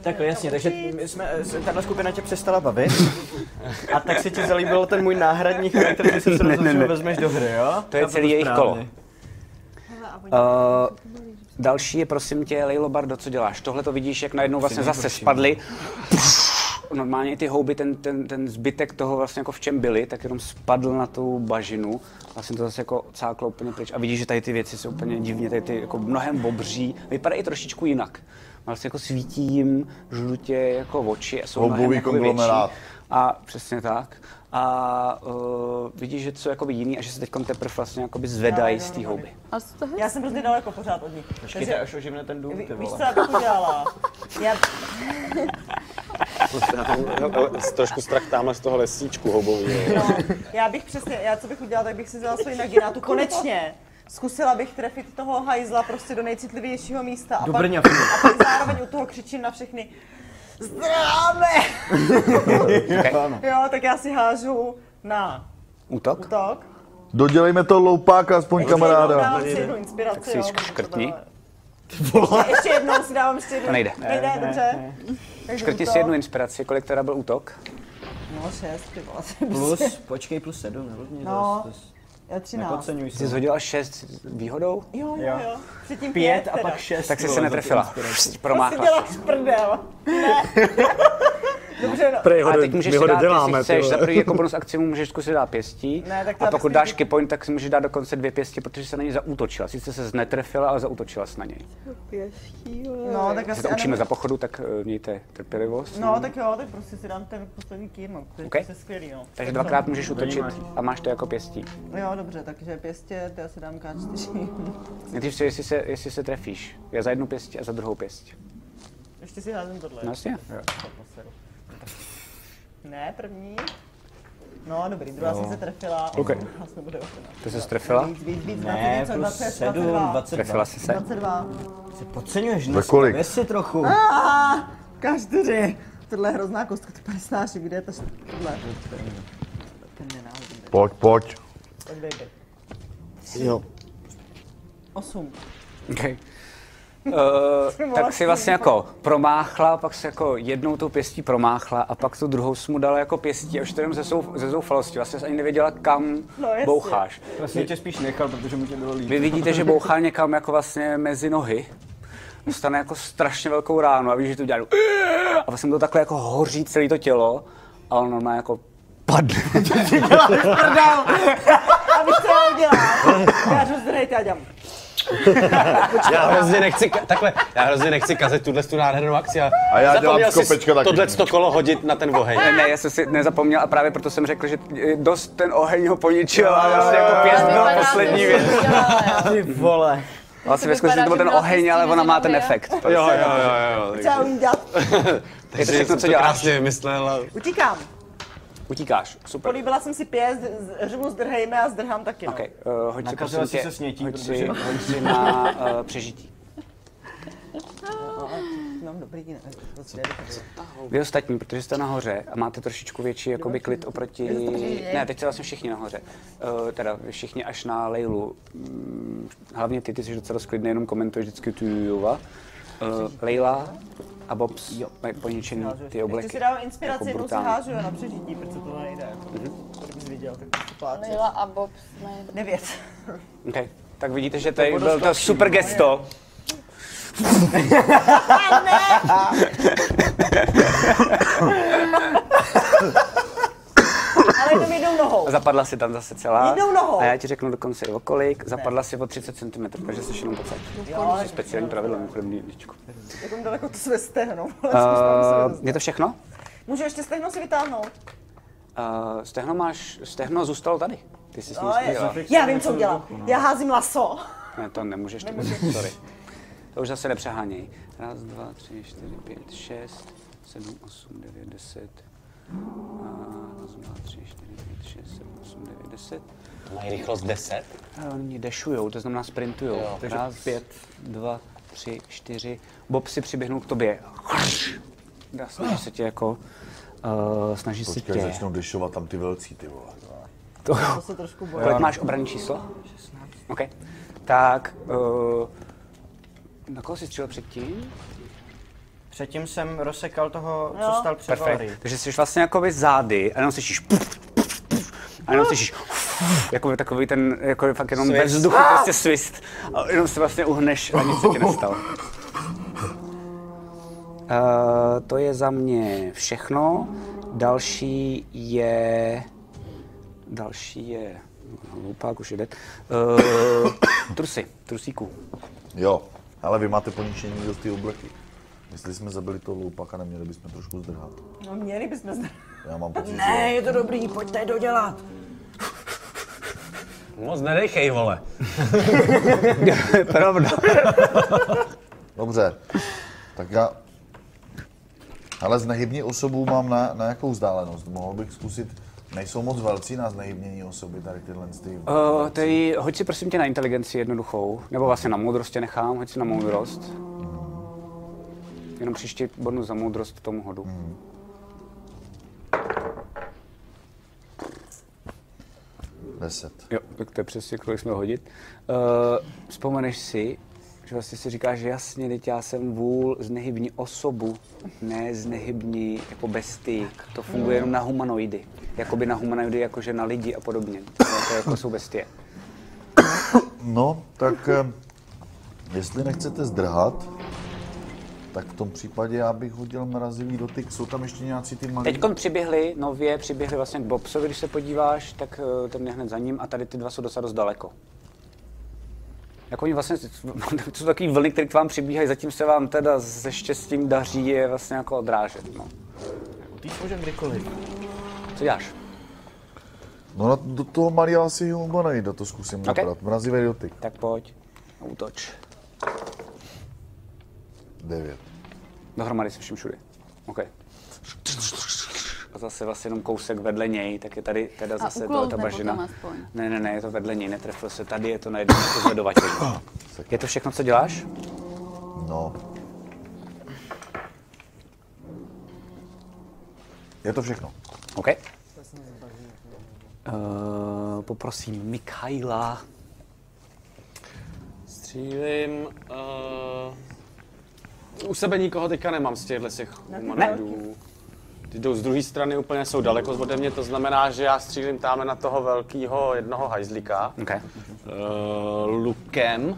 Takhle, jasně, takže my jsme, eh, se- tahle skupina tě přestala [laughs] bavit. A tak se ti zalíbil ten můj náhradní charakter, že se
Ne, ne,
rozhodl, že
ne.
ho vezmeš do hry, jo?
To je
Chápu
celý jejich
správně.
kolo. Eh, další je prosím tě, Lejlo Bardo, co děláš? Tohle to vidíš, jak najednou vlastně
no.
Přijde
zase
nejhorší.
spadly normálně ty houby, ten, ten, ten zbytek toho vlastně jako v čem byly, tak jenom spadl na tu bažinu. Vlastně to zase jako cáklo úplně pryč. A vidíš, že tady ty věci jsou úplně divně, tady ty jako mnohem bobří. Vypadají trošičku jinak. Vlastně jako svítí jim žlutě jako oči a jsou
Houbový
mnohem jakoby
konglomerát.
větší. A přesně tak. A uh, vidíš, že to jsou jakoby jiný a že se teď teprve vlastně jakoby zvedají z té houby.
Já jsem hrozně daleko pořád od ní.
Počkejte, až oživne ten dům,
Ví-
ty
Víš,
vole.
co já bych udělala? Já...
Já tam, hele, No, trošku strach tamhle z toho lesíčku houbového.
No,
já bych přesně, já co bych udělala, tak bych si vzala svoji naginátu. Konečně. Zkusila bych trefit toho hajzla prostě do nejcitlivějšího místa. A
Do
pak,
Brňa.
a pak zároveň u toho křičím na všechny.
[laughs]
Zdráme! jo, tak já si hážu na
Útok?
útok.
Dodělejme to loupáka, aspoň kamaráda.
Dávám si jednu inspiraci,
Tak si
jo,
šk- škrtni.
Ještě- Ještě jednou si dávám ještě jednou.
To nejde.
Nejde,
Ne, ne,
dobře. Takže
Škrtni
útok.
si jednu inspiraci, kolik teda byl útok?
No, šest, ty vole.
Plus, počkej, plus sedm, nerozumím.
No, já
Jako
třináct.
Nepodceňuj
Jsi zhodila 6 s výhodou?
Jo, jo, jo. Předtím
Pět
pět,
a
teda.
pak šest.
no,
Tak jsi se
vole, za ty
netrefila.
inspirace.
To
Promáchla.
si děláš prdel. [laughs] Ne. Dobře, no.
Ale teď můžeš si dát,
doděláme,
jestli chceš,
ty
za
vole.
první jako bonus akci mu můžeš zkusit dát pěstí.
Ne, tak to
a
já
pokud
pěstí-
dáš key point, tak si můžeš dát dokonce dvě pěstí, protože se na něj zaútočila. Sice se netrefila, ale zaútočila se na něj.
Pěstí,
No, tak
Když
asi
se to učíme
ano.
za pochodu, tak eh, mějte trpělivost.
No, tak jo, tak prostě si dám ten poslední kým, no, který
OK.
okay. je skvělý, no.
Takže dvakrát můžeš utočit a máš to jako pěstí.
Jo, dobře, takže pěstě, já si dám K4.
Nejdřív si, jestli se, jestli se trefíš. Já za jednu pěstí a za druhou pěstí.
[laughs] Ještě si házím tohle.
No jasně.
Jo. Ne, první. No, dobrý, druhá
No.
jsem se trefila.
OK.
Nás nebude ochutnat.
Ty se strefila?
Víc, víc, víc,
Ne,
20,
plus
20,
sedm, 22.
Trefila jsi se?
22.
Se podceňuješ
Za
dnes,
kolik?
vez si trochu.
Ah, K4. Tohle je hrozná kostka, to tady snáší, kde je ta š- tohle.
Pojď, pojď.
Tak dej, dej.
Jo.
Osm.
Okay.
[laughs]
Uh, tak si vlastně jako promáchla, pak se jako jednou tou pěstí promáchla a pak tu druhou jsi mu dala jako pěstí a už to jenom ze, zouf- ze zoufalosti. Vlastně jsi ani nevěděla, kam
No, jasně.
boucháš.
Vlastně tě spíš nechal, protože mu tě bylo líto.
Vy vidíte, že bouchá někam jako vlastně mezi nohy. Dostane jako strašně velkou ránu a víš, že to dělá. A vlastně mu to takhle jako hoří celé to tělo a on normálně jako
Prdel! A víš, co já udělám? Já jdu zdrejte a dělám.
já hrozně nechci, ka- takhle, já hrozně nechci kazit tuhle tu nádhernou akci. A,
A já dělám
zapomněl jsi
skopečka taky.
Tohle to kolo hodit na ten oheň.
Ne, ne, já jsem si nezapomněl a právě proto jsem řekl, že eh, dost ten oheň ho poničil a vlastně jako pěst byla poslední věc.
Ty vole.
Vlastně ve skutečnosti to byl ten oheň, ale ona má ten efekt.
Jo, jo, jo, jo, jo.
Co já umím dělat?
Je to
Takže
všechno,
jsem
co
to
děláš.
krásně vymyslel.
Utíkám.
Utíkáš, super.
Políbila jsem si pěst, z- řvu zdrhejme a zdrhám taky. No.
OK, uh, hoď si
Nakazila
prosím
jsi
tě,
se snětí,
hoď, si,
protože-
hoď si na uh, přežití.
No, dobrý, ne.
Vy ostatní, protože jste nahoře a máte trošičku větší jakoby klid oproti... Ne, teď jste vlastně všichni nahoře. Uh, teda vy všichni až na Leilu. Mm, hlavně ty, ty jsi docela sklidný, jenom komentuješ vždycky tu Jujuva. Uh, Leila a Bobs mají poničený ty obleky. jako
Ještě si dávám inspiraci,
jako
jednou si
brutální.
hážu jo, na přežití, protože to nejde.
Mhm.
Kdybys viděl, tak to pláče.
Lila a Bob jsme...
Devět.
Okay. Tak vidíte, že tady
bylo
byl to
slabší,
super
no.
gesto.
[laughs] Ale jenom jednou nohou.
A zapadla si tam zase celá.
Jednou nohou.
A já ti řeknu dokonce i o kolik. Zapadla si o 30 cm, takže jsi jenom pocať.
Jo,
To je speciální pravidlo, mimochodem jedničku.
Jak on daleko to své [laughs] stehno. ale
Uh, je to všechno?
Můžu ještě stehno si vytáhnout?
Uh, stehno máš, stehno zůstalo tady. Ty jsi s ním
No, je-
spíla.
já vím, co
no.
udělám. Já házím laso.
Ne, to nemůžeš, to
Nemůžu.
nemůžeš, [laughs] sorry. To už zase nepřeháněj. Raz, dva, tři, čtyři, pět, šest, sedm, osm, devět, deset. A raz, dva, tři, čtyři, pět, šest, sedm, osm, devět, deset.
Mají rychlost 10?
A Oni dešujou, to znamená sprintujou.
Jo.
Takže Raz, pět, dva, tři, čtyři. Bob si přiběhnul k tobě. Dá snaží se tě jako... Uh, snaží se
Počkej,
tě.
začnou dešovat tam ty velcí, ty vole.
To,
To se trošku bojím.
kolik máš obranné číslo? 16. OK. Tak... Uh, na koho jsi střílel předtím?
Předtím jsem rozsekal toho,
Jo.
co stál před Valery.
Perfekt. Takže jsi vlastně jakoby zády a jenom slyšíš... A jenom slyšíš... Jakoby takový ten, jako fakt jenom
Svist.
ve vzduchu, prostě svist. A jenom se vlastně uhneš a nic se ti nestalo. Uh, to je za mě všechno. Další je... Další je... no, Hlupák už je dead. Uh, trusy, trusíků.
Jo, ale vy máte poničení do ty obleky. Jestli jsme zabili toho loupaka, neměli bychom trošku zdrhat.
No měli bychom zde.
Já mám pocit,
Ne,
že...
je to dobrý, pojďte dodělat.
Moc nedechej, vole.
Pravda.
Dobře, tak já... Ale znehybní osobu mám na, na jakou vzdálenost? Mohl bych zkusit... Nejsou moc velcí na znehybnění osoby tady tyhle ty...
Uh, tady, hoď si prosím tě na inteligenci jednoduchou, nebo vlastně na moudrost tě nechám, hoď si na moudrost. Jenom příští bonus za moudrost tomu hodu.
Deset.
Jo, tak to je přesně, kolik jsme hodit. Uh, vzpomeneš si, že vlastně si říkáš, že jasně, teď já jsem vůl znehybní osobu, ne znehybní jako bestii. To funguje jenom na humanoidy. Jakoby na humanoidy, jakože na lidi a podobně. To je jako jsou bestie.
No, tak eh, jestli nechcete zdrhat, tak v tom případě já bych hodil mrazivý dotyk. Jsou tam ještě nějací ty malí...
Teď přiběhli, nově přiběhli vlastně k Bobsovi, když se podíváš, tak eh, ten je hned za ním a tady ty dva jsou docela dost daleko. Jako oni vlastně, [laughs] to jsou takový vlny, které k vám přibíhají, zatím se vám teda se štěstím daří je vlastně jako odrážet, no.
Utíct můžem kdykoliv.
Co děláš?
No na- do toho malého asi humba nejde, to zkusím napadat. Mrazivý dotyk.
Tak pojď, útoč.
Devět.
Dohromady se vším všude. OK. A zase vlastně jenom kousek vedle něj, tak je tady teda zase tohle ta
uklouzne potom
bažina.
aspoň.
Ne, ne, ne, je to vedle něj, netrefil se. Tady je to najednou jako zvedovatěl.
[coughs]
Je to všechno, co děláš?
No. Je to všechno.
OK.
Eh,
Uh, poprosím Mikhaila.
Střílím... Uh... U sebe nikoho teďka nemám z těchto těch humanoidů. Ty jdou z druhé strany, úplně jsou daleko ode mě, to znamená, že já střílím tamhle na toho velkého jednoho hajzlíka.
Okay.
Uh, lukem.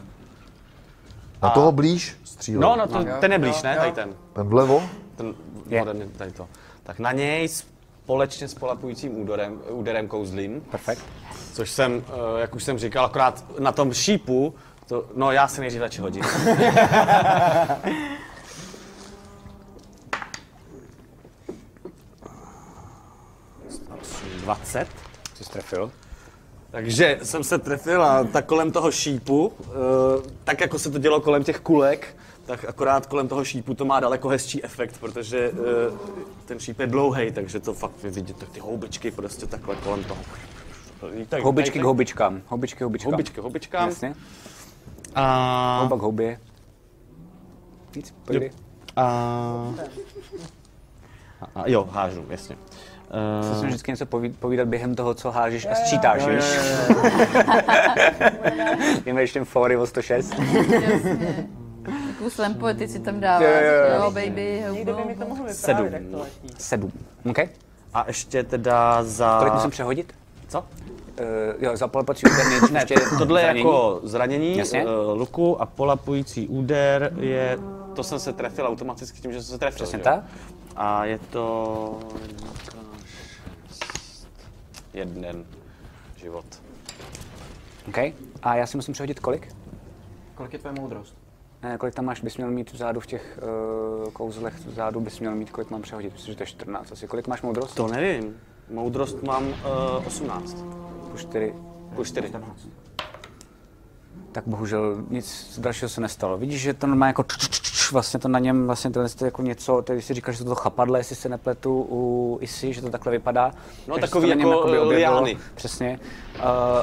Na
A-
toho blíž střílel.
No, no, to, ten je blíž, ne? Tady ten.
Ten vlevo?
Ten, ode mě tady to. Tak na něj společně s polapujícím úderem, úderem kouzlím.
Perfekt.
Což jsem, eh, jak už jsem říkal, akorát na tom šípu, to, no já se nejdřív radši hodím. Osm, 20.
Jsi trefil.
Takže jsem se trefil a tak kolem toho šípu, eh, tak jako se to dělo kolem těch kulek, tak akorát kolem toho šípu to má daleko hezčí efekt, protože eh, ten šíp je dlouhý, takže to fakt je vidět, tak ty houbičky prostě takhle kolem toho. Lítají,
Houbičky k
lítají.
houbičkám. Houbičky k houbičkám.
Houbičky k houbičkám.
Jasně.
A...
Houba k houbě. Nic, pojdi.
A... A jo, hážu, jasně.
Chci si
Eh,
vždycky něco poví- povídat během toho, co hážeš a sčítáš,
jo,
víš?
jo,
[laughs] Jdeme ještě fóry o 106.
Takovou slam poetici tam dáváš,
Jo, jo, jo.
jo, baby, help, Někdo by mi to mohl
Sedm.
Sedm. Okay.
A ještě teda za...
Kolik musím přehodit?
Co?
Uh, jo, za polopací úderný,
Ne,
ještě
tohle je
zranění.
jako zranění
Jasně.
eh, luku a polapující úder je... To jsem se trefil automaticky tím, že jsem se trefil.
Přesně
že jo?
tak.
A je to... Jeden život.
Okay. A já si musím přehodit kolik?
Kolik je tvoje moudrost?
Ne, kolik tam máš, bys měl mít vzadu v těch uh, kouzlech, vzadu bys měl mít, kolik mám přehodit, myslím, že to je 14 asi. Kolik máš moudrost?
To nevím. Moudrost mám
eh,
uh, 18.
Plus 4.
Jako
Plus 4.
Tak bohužel nic dalšího se nestalo. Vidíš, že to má jako tč, tč, tč, vlastně to na něm vlastně tohle je jako něco, tedy si říkáš, že to chapadle, jestli se nepletu u Isi, že to takhle vypadá.
No,
Takže
takový
se to na něm
jako,
jakoby
eh,
objevilo.
liány.
Přesně. Uh,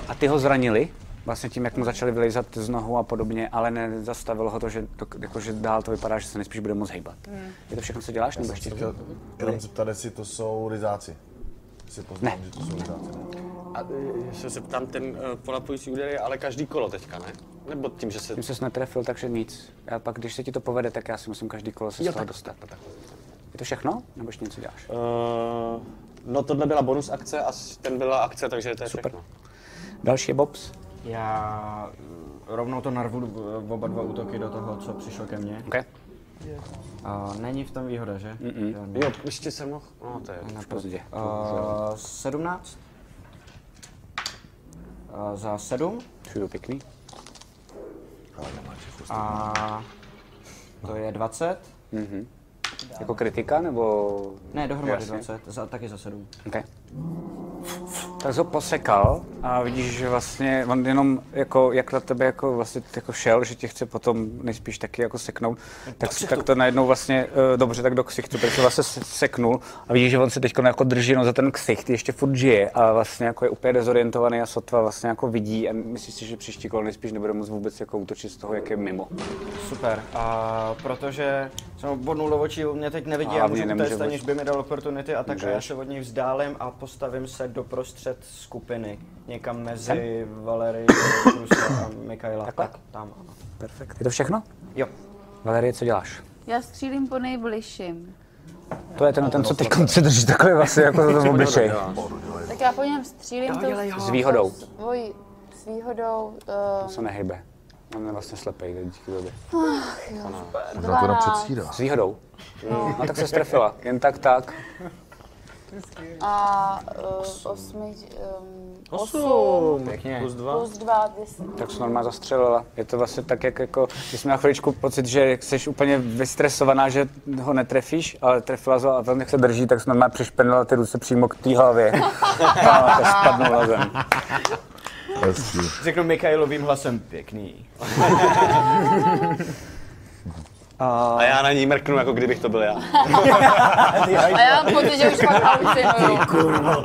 a ty ho zranili, vlastně tím, jak mu začali vylejzat z nohu a podobně, ale nezastavilo ho to, že, to, jako, že dál to vypadá, že se nejspíš bude moc hejbat.
Hmm.
Je to všechno, co děláš?
Já
Nebo
jsem
ještě?
se chtěl jenom zeptat, jestli to jsou ryzáci. Jestli poznám, že to jsou ryzáci. ne?
A eh, ještě se ptám, ten
eh,
uh, polapující úder je ale každý kolo teďka, ne? Nebo tím, že se...
eh,
Tím ses netrefil, takže nic. A pak, když se ti to povede, tak já si musím každý kolo se z
Jo,
toho
tak,
dostat. Je to všechno? Nebo ještě něco děláš?
Uh, no tohle byla bonus akce a s- ten byla akce, takže to je Super. všechno.
Další je Bobs.
Já eh, rovnou to narvu eh, oba dva útoky do toho, co přišlo ke mně.
Okay.
A není v tom výhoda, že?
Mm-mm. Jo, ještě jsem mohl. No, to je
Na
už
pozdě.
pozdě.
Uh, 17. Uh, za 7.
Všudu pěkný.
A to je 20.
Mhm. Jako kritika nebo...
Ne, dohromady
Jasně.
20, za, taky za 7.
Okay. Tak jsi ho posekal a vidíš, že vlastně on jenom jako, jak na tebe jako vlastně jako šel, že tě chce potom nejspíš taky jako seknout, tak,
ksichtu.
tak to najednou vlastně, eh, dobře, tak do ksichtu, protože vlastně se seknul a vidíš, že on se teď jako drží no, za ten ksicht, ještě furt žije a vlastně jako je úplně dezorientovaný a sotva vlastně jako vidí a myslíš si, že příští kolo nejspíš nebude moc vůbec jako útočit z toho, jak je mimo.
Super, a protože jsem ho bodnul do očí, on mě teď nevidí
A
a, a
mě
můžu
nemůže
utéct,
vůbec.
aniž by mi dal opportunity a takže
Můžeš.
já se od něj vzdálím a postavím se doprostřed skupiny. Někam mezi Valery, Rusa a Mikaela. Takhle? Tak, tam, ano.
Perfekt. Je to všechno?
Jo.
Valerie, co děláš?
Já střílím po nejbližším.
To je ten, ten co teď se drží takhle vlastně jako [laughs] za ten obličej.
Tak já po něm střílím
Jo,
tou
dělej ho. S výhodou.
tou Svojí, s výhodou. Uh,
se nehybe. On je vlastně slepej, teď díky tobě.
ach, jo.
Ona-
Ona akorát předstírá.
S výhodou.
No.
No tak se strefila, jen tak tak.
A uh, osmi, um,
Osm. Pěkně.
Plus
Plus
dva.
dva.
Plus dva, deset.
Tak se normálně zastřelila. Je to vlastně tak, jak jako, že jsem měl chviličku pocit, že jak jsi úplně vystresovaná, že ho netrefíš, ale trefila se a velmi jak se drží, tak se normálně přišpenila ty ruce přímo k té [laughs] hlavě. a ta spadnula zem.
Řeknu Mikailovým hlasem, pěkný.
A... a já na ní mrknu, jako kdybych to byl já.
A já mám pocit, že už pak halucinuju.
kurvo.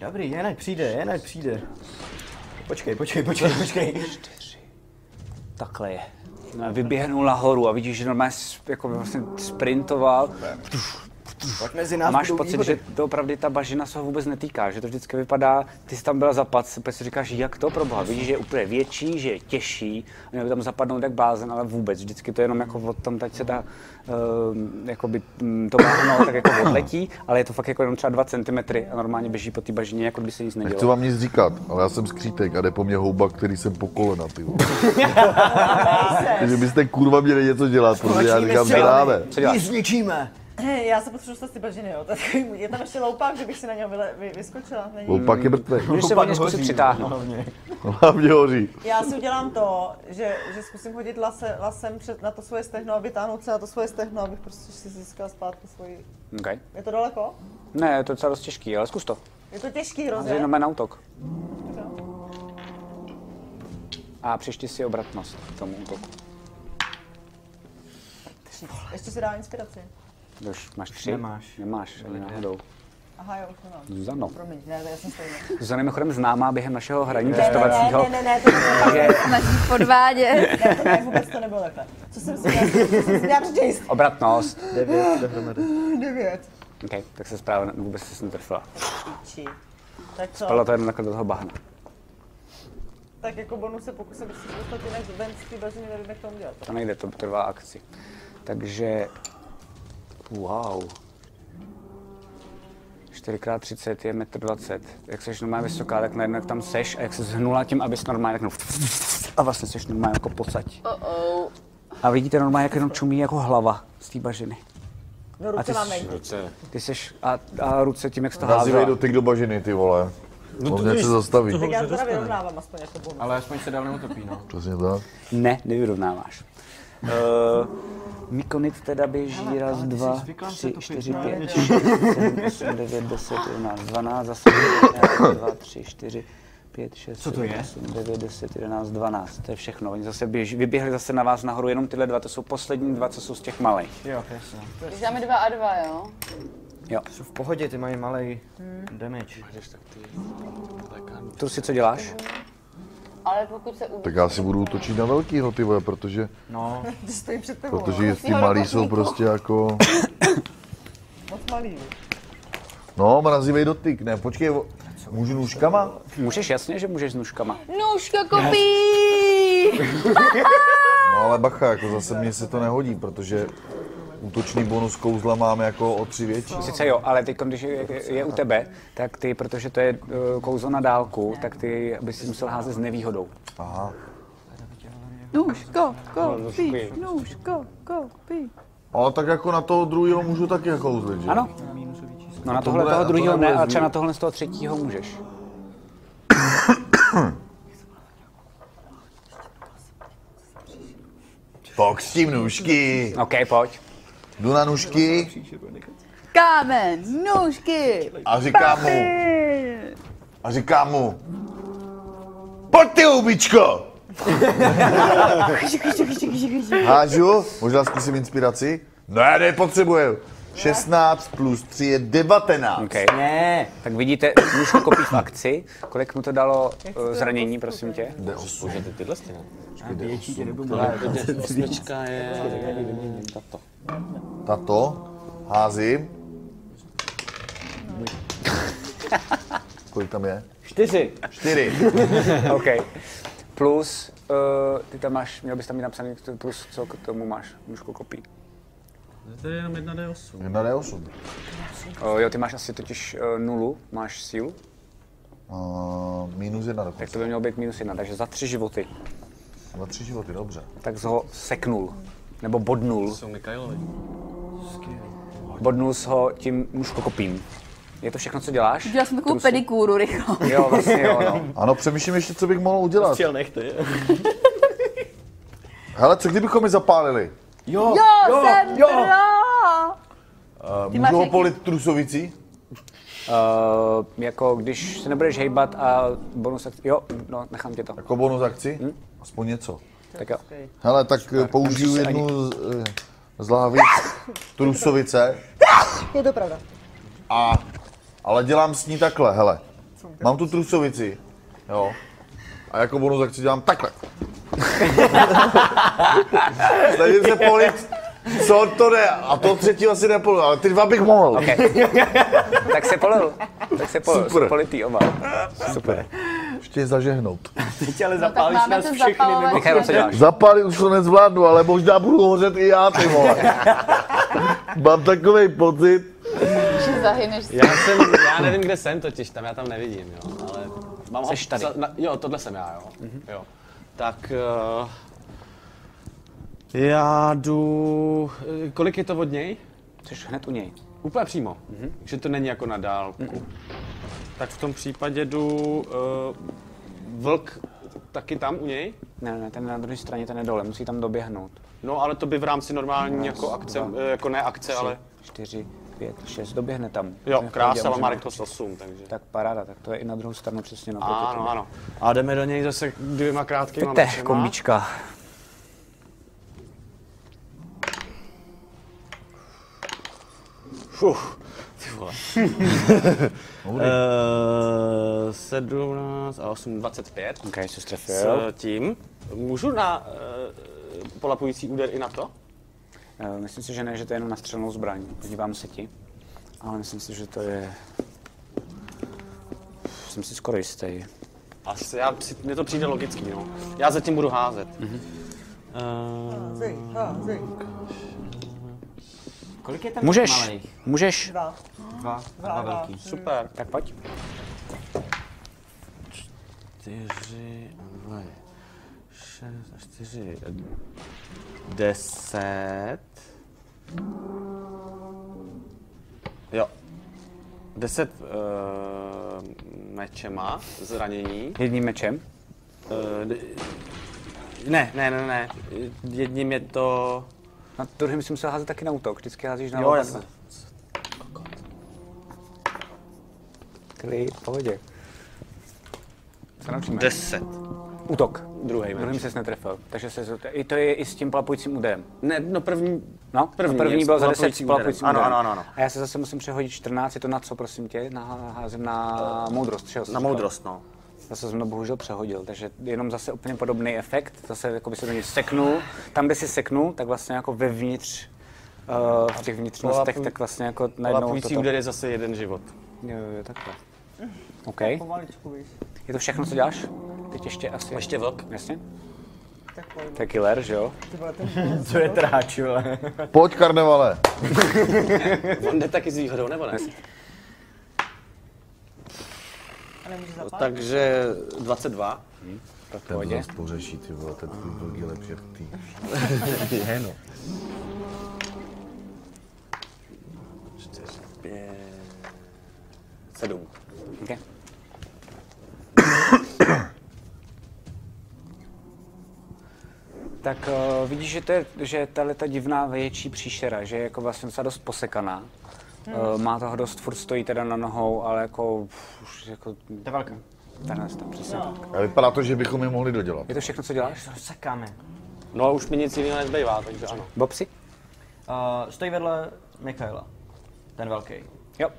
Dobrý, jen ať přijde, jen ať přijde. Počkej, počkej, počkej,
[laughs]
počkej.
Takhle je. No, a vyběhnul nahoru a vidíš, že normálně s- jako vlastně sprintoval.
Pak mezi
A
nás
máš
budou
pocit,
výhody.
že to opravdu ta bažina se ho vůbec netýká, že to vždycky vypadá, ty jsi tam byla zapad, pak si říkáš, jak to proboha, vidíš, že je úplně větší, že je těžší, a měl by tam zapadnout jak blázen, ale vůbec, vždycky to je jenom jako od tam, teď se ta, uh, jakoby, mm, to bahno tak jako odletí, ale je to fakt jako jenom třeba 2 cm a normálně běží po té bažině, jako by se nic
Nechci
nedělo.
vám nic říkat, ale já jsem skřítek a jde po mně houba, který jsem po kolena, ty vole. Takže byste kurva měli něco dělat, protože já říkám, zdravé.
zničíme.
Hej, já se potřebuji dostat z ty bažiny, jo. Tak je tam ještě loupák, kdybych si na něho vyle, vy, vyskočila. Není.
Houpak je mrtvý.
[laughs]
Můžeš se o ně zkusit přitáhnout.
Hlavně hoří.
Já si udělám to, že, že zkusím hodit lase, lasem před, na to svoje stehno a vytáhnout se na to svoje stehno, abych prostě si získala zpátky svoji...
Okay.
Je to daleko?
Ne, je to docela dost těžký, ale zkus to.
Je to těžký
A
hrozně.
jenom na útok. A příště si obratnost k tomu útoku.
Ještě si dá inspiraci.
Už máš tři?
Nemáš.
Nemáš, ani náhodou.
Aha, jo, už nemám.
Zuzano.
Promiň, ne, já jsem stejně.
Zuzana je mimochodem známá během našeho hraní
Ne, ne, ne,
testovacího.
ne, ne, ne, to
Takže
Snaží podvádět.
Ne, to ne, vůbec to nebylo takhle. Co jsem si dělala? Co jsem si dělala vždy?
obratnost.
Devět dohromady.
Devět.
OK, tak se správně, vůbec se netrfila.
Piči. Tak co?
Spadla to jenom takhle do toho bahna.
Tak jako bonus se pokusím si dostat jinak ven z té bažiny, nevím, jak to mám dělat.
To nejde, to trvá akci. Takže... Wow. 4x30 je 1,20 m. Jak seš normálně vysoká, tak najednou jak tam seš a jak se zhnula tím, abys normálně tak A vlastně seš normálně jako pocať.
Oh,
A vidíte normálně, jak jenom čumí jako hlava z té bažiny.
No
A ty
ruce
jsi-
máme.
Ty seš a, a ruce tím, jak jsi to
Nazývej
házela.
do ty do bažiny, ty vole. No to se zastaví.
Tak já to teda vyrovnávám aspoň jako bonus.
Ale aspoň se dál neutopí, no.
Přesně tak.
Ne, nevyrovnáváš. Uh, Mikonit teda běží ale, raz, dva, tři, čtyři, pět, šest, sedm, osm, devět, deset, jedenáct, dvanáct, zase raz, dva, tři, čtyři, pět, šest,
Co to
sedm,
je?
osm, devět, deset, jedenáct, dvanáct. To je všechno. Oni zase běží, vyběhli zase na vás nahoru, jenom tyhle dva, to jsou poslední dva, co jsou z těch malých.
Jo, jasně.
Když dáme dva a dva, jo?
Jo.
Jsou v pohodě, ty mají malý
Hmm.
damage.
Tu si co děláš?
Ale pokud se uvidí.
Tak já si budu útočit na velkýho, ty vole, protože,
[laughs]
No.
Když stojí před tebou. no.
protože
jo.
jest- ty malí jsou prostě jako...
[coughs] Moc malý.
No, mrazivej dotyk, ne, počkej, o- můžu nůžkama?
Můžeš, jasně, že můžeš s nůžkama.
Nůžka kopí!
No ale bacha, jako zase mně se to nehodí, protože Útočný bonus kouzla máme jako o tři větší.
Sice jo, ale teď, když je, je u tebe, tak ty, protože to je eh, kouzlo na dálku, tak ty bys si musel házet s nevýhodou.
Aha.
Nůž, go,
No,
go,
nůž,
píš,
píš.
nůž, go, go, píš.
Ale tak jako na toho druhého můžu taky jako uzlit, že?
Ano. No na
To
tohle
bude-
toho
to
druhého
nebude
ne, ale
zlý.
třeba na tohle z toho třetího můžeš.
Pok s tím nůžky.
OK, pojď.
Jdu na nůžky
Eh,
Kámen, nůžky,
A říká mu-
papír.
a říkám mu, pojď ty hubičko! Hážu, možná zkusím inspiraci. Ne, nepotřebuju. 16 plus 3 je 19.
Okay. Ne. Tak vidíte, nůžku kopí v akci. Kolik mu to dalo eh, zranění, prosím tě?
D8.
Bože, ty tyhle stejné.
Osmička je...
Tato.
Tato, házím. Kolik tam je?
Čtyři.
Čtyři.
OK. Plus, uh, ty tam máš, měl bys tam mít napsaný, to plus co k tomu máš, nůžku kopí.
To je jenom 1D8.
1D8.
Uh, jo, ty máš asi totiž uh, nulu, máš sílu.
Uh, minus jedna dokonce.
Tak to by mělo být minus jedna, takže za tři životy.
Za tři životy, dobře.
Tak jsi ho seknul, nebo bodnul.
Jsou Mikailovi.
Bodnul jsi ho tím nůžkokopím. Je to všechno, co děláš?
Udělal jsem takovou
Trusy.
pedikúru rychlo.
Jo, vlastně jo, no.
Ano, přemýšlím ještě, co bych mohl udělat.
Chtěl nechty.
[laughs] Hele, co kdybychom je zapálili?
Jo, jsem jo. pro!
Uh,
Ty máš
můžu ho
jaký-
polit trusovicí?
Uh, jako když se nebudeš hejbat a bonus akci, jo, no, nechám tě to.
Jako bonus akci? Hm? Aspoň něco.
Tak jo.
Hele, tak eh, použiju
Musíš se
jednu z, eh, z lahví trusovice,
Je to pravda.
a, ale dělám s ní takhle, hele. Mám tu trusovici, jo. A jako bonus akci dělám [laughs] takhle. Snažím se polit, co to jde, a to třetí asi nepolu, ale ty dva bych mohl.
Okay. Tak se polil. Tak se polil.
Super.
Super. Politý oba. Super.
Ještě je zažehnout.
Teď ale
zapálíš máme nás to všechny zapalovat. mimo-
Michal, co děláš?
Zapálit už to nezvládnu, ale možná budu hořet i já, ty [laughs] vole. Mám takový pocit,
Že zahyneš.
Já jsem, já nevím, kde jsem totiž, tam já tam nevidím, jo, ale mám
Seš tady.
na, jo, tohle jsem já, jo. jo. Tak uh, já jdu, eh, kolik je to od něj?
Jsi hned u něj.
Úplně přímo,
Mhm.
že to není jako na dálku. Tak v tom případě jdu uh, vlk taky tam u něj?
Ne, ne, ten je na druhé straně, ten je dole, musí tam doběhnout.
No, ale to by v rámci normální jako akce,
dva,
eh, jako ne akce,
tři,
ale...
čtyři, pět, šest, doběhne tam.
Jo,
Ten je v pohodě,
krása, ale
můžeme-
má rychlost 8, takže...
Tak paráda, tak to je i na druhou stranu přesně na
Ano, ano. A jdeme do něj zase dvěma krátkýma
Pojďte,
mečema.
kombička.
Fuh, ty
[laughs]
vole. Eh, 17 a 8, 25.
OK, jsi
S
strefil.
tím. Můžu na eh, polapující úder i na to?
Eh, Myslím si, že ne, že to je jenom na střelnou zbraň. Podívám se ti. Ale myslím si, že to je... Jsem si skoro jistý.
Asi, já, si- mně to přijde logický, no. Já zatím budu házet. Mm-hmm.
Házej, házej.
Kolik je tam těch
Můžeš,
malých?
můžeš.
Dva.
Dva, dva velký.
Super.
Tak pojď.
čtyři, dva, šest, a čtyři, deset. Jo. Deset uh, mečema zranění.
Jedním mečem.
Eh, d- ne, ne, ne, ne. Jedním je to...
Na druhým si musel házet taky na útok. Vždycky házíš na
Jo,
oba
jasně.
dva. Klid, v pohodě. Se naučíme.
Deset.
Útok.
Druhý
Druhým
meč.
ses netrefil. Takže se, zot- i to je i s tím plapujícím úderem.
Ne, no první...
No, první,
První
první
je
byl
s
za 10 s
plapujícím
plapujícím
úderem.
úderem.
Ano, ano, ano, ano.
A já se zase musím přehodit 14, je to na co, prosím tě? Na, házím na moudrost, že jo, jsi
Na
říkal?
moudrost, no.
Zase jsem to bohužel přehodil, takže jenom zase úplně podobný efekt, zase jako by se do něj seknul. Tam, kde si seknul, tak vlastně jako vevnitř, eh, v těch vnitřnostech,
Polapuj-
tak vlastně jako najednou
Lapující
toto.
úder je zase jeden život.
Jo, jo, takhle. OK.
Pomaličku, víš.
Je to všechno, co děláš? Teď ještě asi.
Ještě vlk.
Jasně. To je killer, že jo?
Ty vole, ten
Co je tráč, vole?
Pojď, karnevale.
On jde taky s výhodou, nebo ne?
A nemůže zapálit.
Takže 22.
Tak
v pohodě.
zas pořeší, ty vole, ten tvůj blg je lepší jak ty.
Je, no. 4, 5, 7.
Okay. tak uh, vidíš, že, to je, že je tahle ta divná větší příšera, že je jako vlastně docela dost posekaná.
Hmm.
Eh, má toho dost, furt stojí teda na nohou, ale jako... pff, Už jako to je velká. Tenhle tam, přesně
No.
tak.
A vypadá to, že bychom je mohli dodělat.
Je to všechno, co děláš?
Rozsekáme.
No a už mi nic jiného nezbývá, takže ano.
Bobsi?
Uh, stojí vedle Michaela. Ten velký.
Jo.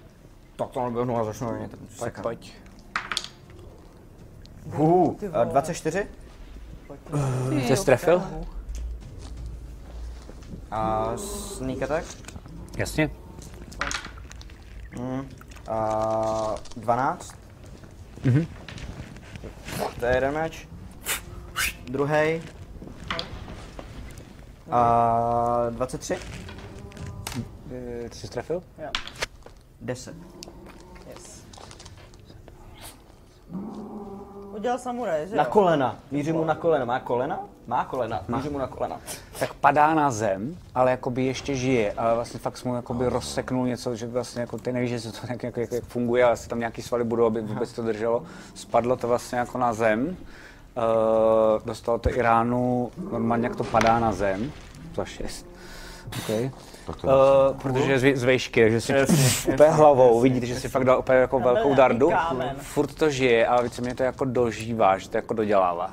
Tak to naběhnu a začnu mě ten
Pojď,
sekat.
pojď.
Huhu, eh, 24?
Ty Jsi jo, strefil? kámo.
A sneak attack?
Jasně.
Mm. A 12?
Mhm.
To je jeden meč. Druhý. A 23?
Eh, Ty jsi strefil?
Jo.
10.
Yes. Udělal samuraj, že
Na
jo?
kolena. Mířím mu na kolena. Má kolena? Má kolena. Mířím mu na kolena.
tak padá na zem, ale jakoby ještě žije, ale vlastně fakt jsme mu jakoby rozseknul něco, že vlastně jako ty nevíš, jestli to nějak, jak, jak, jak funguje, ale jestli tam nějaký svaly budou, aby vůbec to drželo. Spadlo to vlastně jako na zem, uh, dostalo to i ránu, normálně jak to padá na zem, za šest. Okay.
to-
Uh, protože je z vě- z vejšky, takže si úplně hlavou, vidíte, že si fakt dal úplně jako
Tam byl
velkou
nějaký
dardu.
kámen.
Furt to žije, ale více mě to jako dožívá, že to jako dodělává.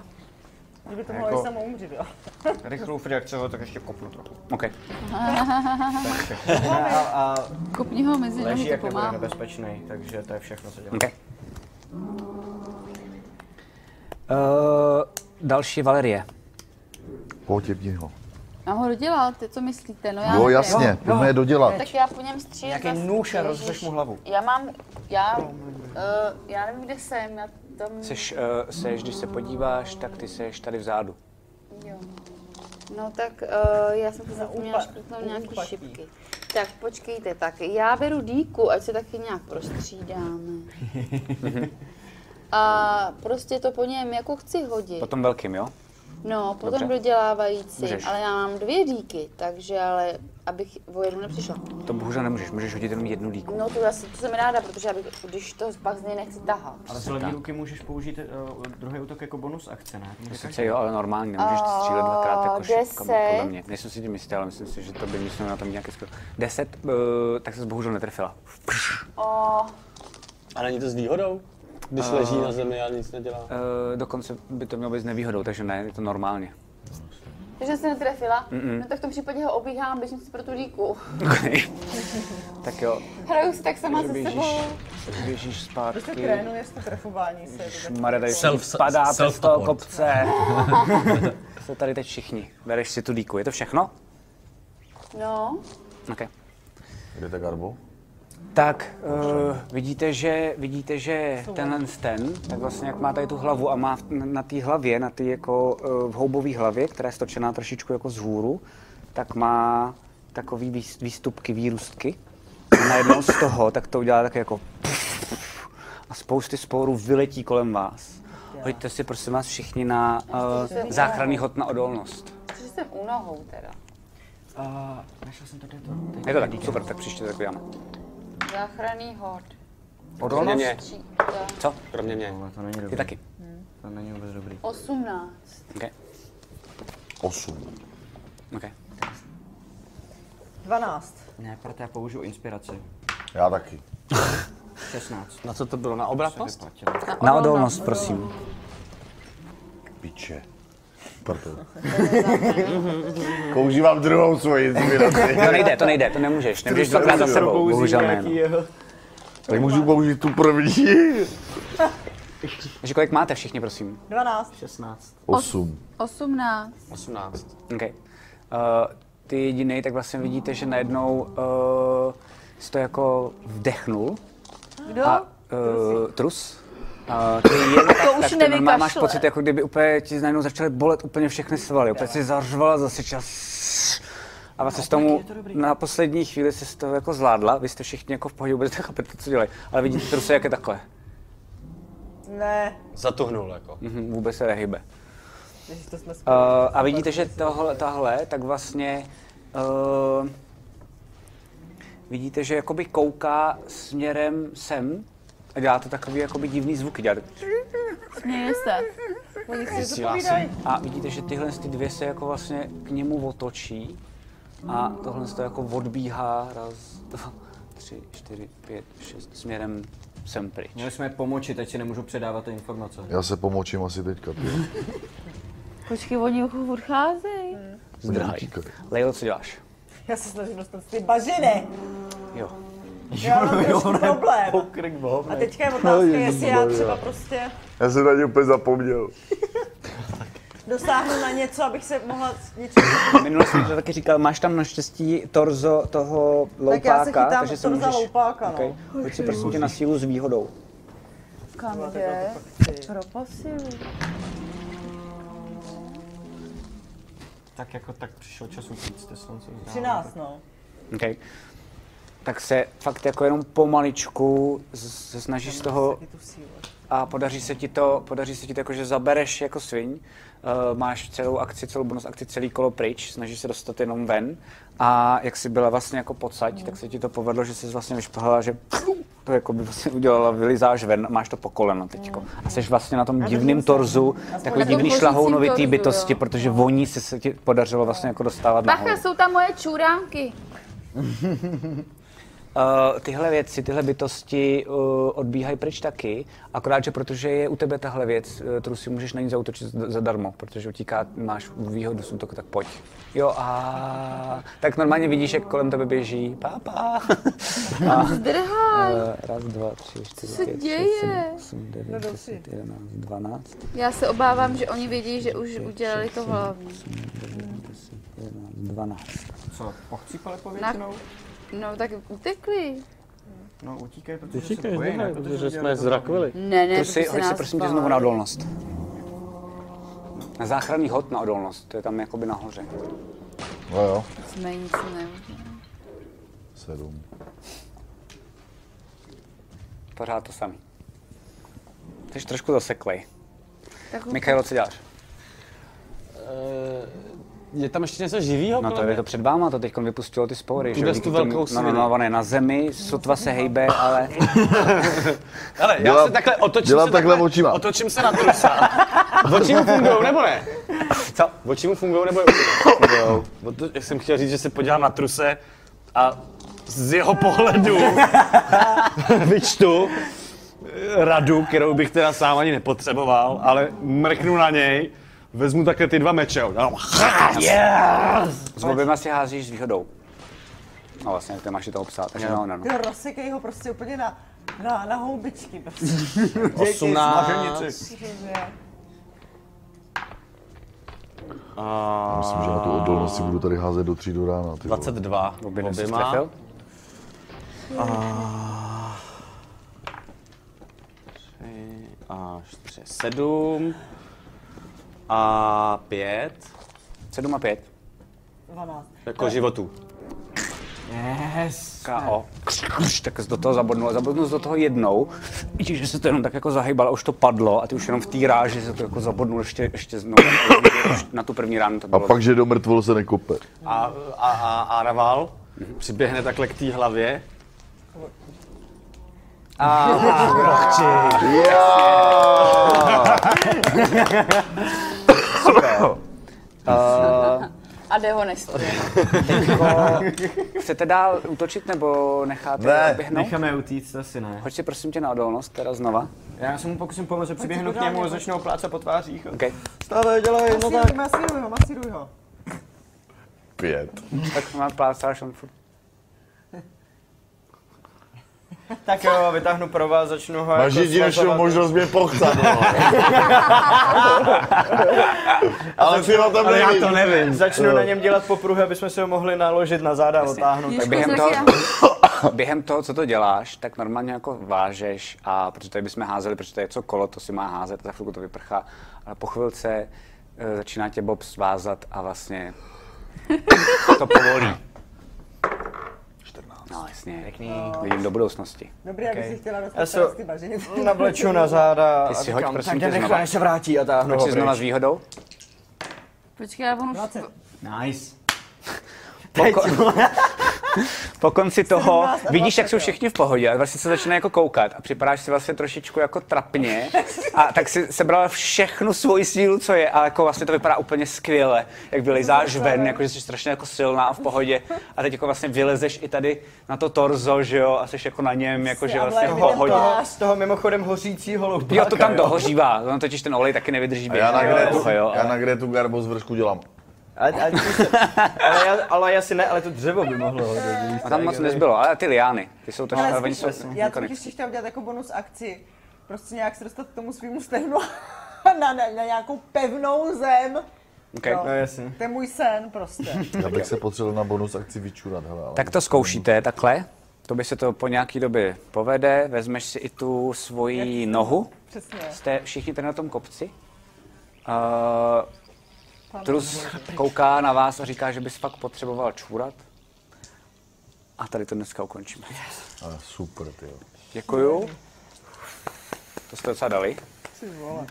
Kdyby to mohlo jako...
Jako-
i samo umřít, jo.
Rychlou reakci, tak ještě kopnu trochu.
OK.
A, a
Kopni ho mezi nohy,
leží,
to
jak nebude
pomáhá.
nebezpečný, takže to je všechno, co dělám.
OK. Eh, Uh, další je Valerie.
Pojď, jebni ho.
A ho dodělal, ty co myslíte? No já
Jo,
nevím.
jasně, Jo, pojďme jo. je dodělat.
Tak já po něm střílím.
Nějaký
zase,
nůž a
Ježiš.
rozřeš mu hlavu.
Já mám, já, uh, já nevím, kde jsem, já tam,
Seš, uh, seš, když se podíváš, tak ty seš tady vzadu.
jo. No tak uh, já jsem to zapomněla
Upa-
škrtnout nějaký
upatí.
šipky. Tak počkejte, tak já beru dýku, ať se taky nějak
[laughs]
prostřídáme. A prostě to po něm jako chci hodit.
Potom velkým, jo?
No, potom
Dobře.
dodělávající,
Můžeš.
ale já mám dvě díky, takže ale abych o jednu nepřišla.
To bohužel nemůžeš, můžeš hodit jenom jednu díku.
No to, já si, to jsem ráda, protože já bych, když to pak z něj nechci tahat.
Ale z levý ruky můžeš použít uh, druhý útok jako bonus akce, ne?
To
Může
sice
každý.
jo, ale normálně, nemůžeš střílet dvakrát jako
A,
šipka, podle
deset?
mě. Nejsem si tím jistý, ale myslím si, že to by myslel na tom nějaké skvěl. Deset, uh, tak se bohužel netrefila.
O,
A není to s výhodou? Když
Eh,
leží na zemi a nic nedělá.
Uh, dokonce by to mělo být s nevýhodou, takže ne, je to normálně.
takže jsem se netrefila,
Mm-mm.
no tak v tom případě ho obíhám, běžím si pro tu díku.
Tak jo,
[laughs] Hraju si tak sama
že
se
běžíš,
sebou.
běžíš
Prostě
zpátky.
trénuješ to trefování se. to tak-
Šmare, tady
Self-
self, padá
self
přes toho
support.
kopce. Jsou tady teď všichni. Bereš si tu díku. Je to všechno?
No,
Okay.
Jdete garbu?
Tak uh, vidíte, že, vidíte, že tenhle ten, tak vlastně jak má tady tu hlavu a má v- na té hlavě, na té jako uh, v houbové hlavě, která je stočená trošičku jako z hůru, tak má takový výs- výstupky, výrůstky. A najednou z toho, tak to udělá tak jako a spousty sporů vyletí kolem vás. Hoďte si prosím vás všichni na uh, záchranný hod na odolnost.
protože jsem u nohou teda.
Uh, našel jsem tady to. Teď
Je to tak, super, tak příště tak uděláme.
Záchranný hod.
Odolnost?
Kromě mě.
Příkaz.
Co?
Kromě mě.
to není dobrý.
Ty taky.
To není vůbec dobrý.
18.
Okay.
Osm.
Okay.
12.
Ne, proto já použiju inspiraci.
Já taky.
16.
Na co to bylo? Na obratnost?
Na odolnost, prosím.
Piče. Proto. Používám druhou svoji inspiraci.
To nejde, to nejde, to nemůžeš. Nemůžeš dvakrát za sebou, bohužel ne. No.
Tak můžu použít tu první.
Takže kolik máte všichni, prosím?
12.
16.
Osm.
18.
18.
Okay. Uh, Eh, ty jediný, tak vlastně vidíte, že najednou eh, uh, jsi to jako vdechnul.
Kdo?
A, uh, trus. Uh, to je
[laughs]
jen tak,
To už
tak, normálně máš
nevykašle.
pocit, jako kdyby úplně ti najednou začaly bolet úplně všechny svaly. Úplně si zařvala zase čas. A vlastně z tomu na poslední chvíli se z toho jako zvládla. Vy jste všichni jako v pohodě, vůbec nechápete, co dělají. Ale vidíte truse, jak je takhle.
Ne,
Zatuhnul jako.
Mhm, vůbec se nehybe.
Ježiš, to jsme
Uh,
spolu.
a vidíte, že tohle, tahle, tak vlastně uh, vidíte, že jakoby kouká směrem sem a dělá to takový jakoby divný zvuky. Dělá to,
Směje se.
Oni
Vysílá se. A vidíte, že tyhle ty dvě se jako vlastně k němu otočí a tohle to jako odbíhá raz, dva, tři, čtyři, pět, šest směrem sem pryč.
Měli jsme pomoci, teď si nemůžu předávat ty informace.
Já se pomočím asi teďka. ty.
Počkej, oni odcházejí.
Zdrhaj. Lejlo, co děláš?
Já se snažím dostat z
[laughs]
ty bažiny.
Jo.
Já mám trošku problém.
Pokrk, boh,
A teďka je
No,
otázka,
je to
jestli já
blbý,
třeba
jo.
prostě
Já jsem na ně úplně zapomněl.
dosáhnu na něco, abych se mohla
[laughs]
s něčím...
Minule jsem to taky říkal, máš tam naštěstí torzo toho
Tak já
loupáka,
se chytám
takže si
torza
můžeš...
loupáka, no.
Okej. Hoď si prosím tě na sílu s výhodou.
Kam jde? Pro posilu.
Tak jako tak přišel čas utíct, to slunce vzdálo.
13, no.
Okay. Tak se fakt jako jenom pomaličku z- se snažíš z toho a podaří se ti to, podaří se ti to jako, že zabereš jako sviň, uh, máš celou akci, celou bonus akci, celý kolo pryč, snažíš se dostat jenom ven a jak jsi byla vlastně jako pocať,
No.
tak se ti to povedlo, že jsi vlastně vyšplhala, že to jako by vlastně udělala, vylizáš ven, máš to po koleno
No.
teďko. A jsi vlastně na tom divným torzu, takový
na tom
divný
kožícím
šlahounovitý
torzu,
bytosti,
jo. No.
protože voní se, se ti podařilo vlastně jako dostávat nahoru.
Bacha, jsou tam moje čuránky.
Uh, tyhle věci, tyhle bytosti uh, odbíhají pryč taky, akorát, že protože je u tebe tahle věc, uh, kterou si můžeš na ní zautočit za- zadarmo, protože utíká, máš výhodu z útoku, tak pojď. Jo a tak normálně vidíš, jak kolem tebe běží
[laughs]
pápa. A,
Zdrhaj.
eh, raz, dva, tři, čtyři,
se
pět,
děje?
šest, sedm, osm,
No,
devět,
jdou
deset, jedenáct, dvanáct.
Já se obávám, že oni vědí, že už udělali to hlavní.
12.
Co, pochcípali
Na...
povětšinou?
No tak utekli.
No utíkají, protože
Utíkají,
se bojí,
dobré,
ne?
protože
udělali
jsme
to
je
tam.
zrakvili.
Ne, ne,
tu si,
protože
hoď si
nás
prosím tě
spálí.
znovu na odolnost. Na záchranný hod na odolnost, to je tam jakoby nahoře.
No jo,
Jsme nic neudělali.
sedm.
Pořád to samý. Ty jsi trošku zaseklej.
Tak
Michailo, co děláš?
Je tam ještě něco živého?
No to je to před váma, to teď vypustilo ty spory.
Tu
že?
bez
Díky
tu
tomu-
velkou
No, no,
svinu.
no, on je na zemi, sotva se hejbe, ale...
Hele, já
Dělám-
se takhle otočím
dělám
se
takhle očima.
Otočím se na trusa. Oči mu fungujou, nebo ne?
Co?
Oči mu fungujou, nebo fungujou? Já jsem chtěl říct, že se podívám na truse a z jeho pohledu [laughs] vyčtu radu, kterou bych teda sám ani nepotřeboval, ale mrknu na něj, vezmu takhle ty dva meče. a-
Yes! S oběma si házíš s výhodou. No vlastně, ty máš i to obsát, takže no, no, no.
Ty rozsekej ho prostě úplně na, na, na houbičky. Prostě.
Osmnáct.
Já myslím, že na tu odolnost si budu tady házet do tří do rána. Ty
22.
Oběma.
Oběma.
A...
Tři a čtyři, sedm a pět.
Sedm a pět.
12.
Jako životů.
Yes. K.O. Kř, kř, Tak jsi do toho zabodnul, zabodnul jsi do toho jednou. Vidíš, že se to jenom tak jako zahybalo, už to padlo a ty už jenom v té ráži se to jako zabodnul ještě, ještě znovu. Už na tu první ránu to
A
bylo.
pak, že do mrtvol se nekope.
A, a, a, a Raval přiběhne takhle k té hlavě.
A
Rohči.
Uh,
A jde ho nestuduje.
chcete dál útočit nebo necháte
Ne,
je odběhnout?
No. necháme utíct, asi ne.
Hoď si prosím tě na odolnost, teda znova.
Já se mu pokusím pomoct, přiběhnu k
pořádně,
němu a
pojď.
začnu ho plácat po tvářích.
Okay.
Stave, dělej, no tak.
Masíruj, masíruj ho, masíruj ho.
Pět.
Tak má plácáš, on furt
Tak jo, vytáhnu pro vás, začnu ho
Jako
jako
Máš jedinečnou
svazovat.
možnost mě pochcat, [laughs] no. Ale ty ho tam
Ale
nevidíš.
Začnu
Jo.
na něm dělat popruhy, aby jsme si ho mohli naložit na záda a otáhnout.
Tak během toho, během toho, co to děláš, tak normálně jako vážeš a protože tady bychom házeli, protože to je co kolo, to si má házet, za chvilku to vyprchá, ale po chvilce eh, začíná tě Bob svázat a vlastně to povolí. 14. No jasně, pěkný. Vidím do budoucnosti.
Dobrý, okay. já bych si chtěla dostat
Já se ho
z ty bažiny.
No,
[laughs]
navleču na záda
Ty
a
si hoď,
říkám,
prosím
tak
tě,
jde rychle,
znova.
než se vrátí a táhnu
Hoď
ho
si znova
pryč.
s výhodou.
Počkej, já ono...
[laughs] Nice. Po, kon... po konci toho
17 a
vidíš, jak
20,
jsou
jo.
všichni v pohodě a vlastně se začne jako koukat a připadáš si vlastně trošičku jako trapně a tak si sebrala všechnu svoji sílu, co je a jako vlastně to vypadá úplně skvěle, jak vylizáš ven, jako že jsi strašně jako silná a v pohodě a teď jako vlastně vylezeš i tady na to torzo, že jo, a jsi jako na něm, jako že vlastně v
toho,
pohodě.
toho, z toho mimochodem hořícího loupáka.
Jo, to tam
jo.
dohořívá, on totiž ten olej taky nevydrží
A já na
běžně,
Gretu,
jo,
já
ale-
na Gretu Garbo z vršku dělám.
A, a, ale, já, ale asi ne, ale to dřevo by mohlo
[laughs]
hodit.
A tam moc nezbylo, ale ty liány, ty jsou to
Ale
šarvení, jsou
spíš, já to
nekonečné.
bych chtěla udělat jako bonus akci. Prostě nějak se dostat k tomu svýmu stehnu [laughs] na, na, na nějakou pevnou zem.
Okay. No, jasně.
To je můj sen prostě.
Já bych se potřeboval na bonus akci vyčurat, hele, ale...
Tak to zkoušíte takhle. To by se to po nějaký době povede. Vezmeš si i tu svoji nohu.
Přesně.
Jste všichni tady na tom kopci. Uh, Trus kouká na vás a říká, že bys fakt potřeboval čůrat. A tady to dneska ukončíme.
Ale super, ty jo.
Děkuju. To jste docela dali.
Ty vole.
Uh,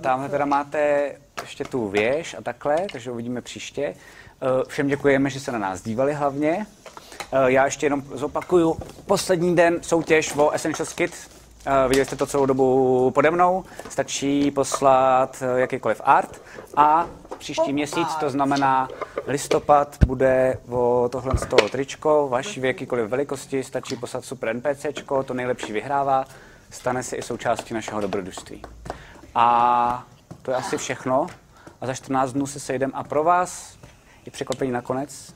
tamhle teda máte ještě tu věž a takhle, takže uvidíme příště. Uh, všem děkujeme, že se na nás dívali hlavně. Uh, já ještě jenom zopakuju poslední den soutěž o Essentials Kit. Uh, viděli jste to celou dobu pode mnou. Stačí poslat uh, jakýkoliv art a příští měsíc, to znamená listopad, bude o tohle z toho tričko, vaší v jakýkoliv velikosti, stačí poslat super NPCčko, to nejlepší vyhrává, stane se i součástí našeho dobrodružství. A to je asi všechno. A za 14 dnů se sejdeme a pro vás je překvapení nakonec.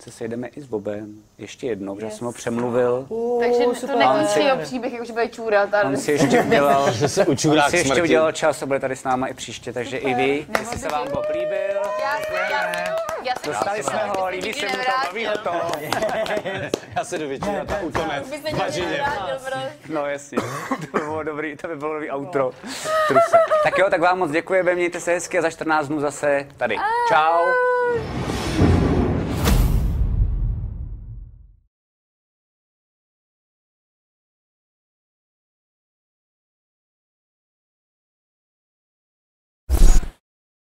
Se sejdeme i s Bobem. Ještě jednou, protože já jsem ho přemluvil.
Takže to
super.
nekončí jeho příběh, jakože bude čůrat. ale-
On si ještě udělal,
[laughs] Že se
on
učurá
si
k
ještě
smrti.
udělal čas a bude tady s náma i příště, takže i vy,
Nebo
jestli se
bych-
vám Bob líbil,
Já jsem- já jsem- já jsem-
dostali
já
jsme
jsem-
ho,
já jsem
líbí
nikdy
se mu to,
nevrátil.
baví ho to.
Já se jdu vyčírat a utonec.
By se nikdy nevrátil, prostě.
No jasně, to by bylo dobrý, to by bylo dobrý outro. Truse. Tak jo, tak vám moc děkujeme, mějte se hezky a za 14 dnů zase tady. Čau.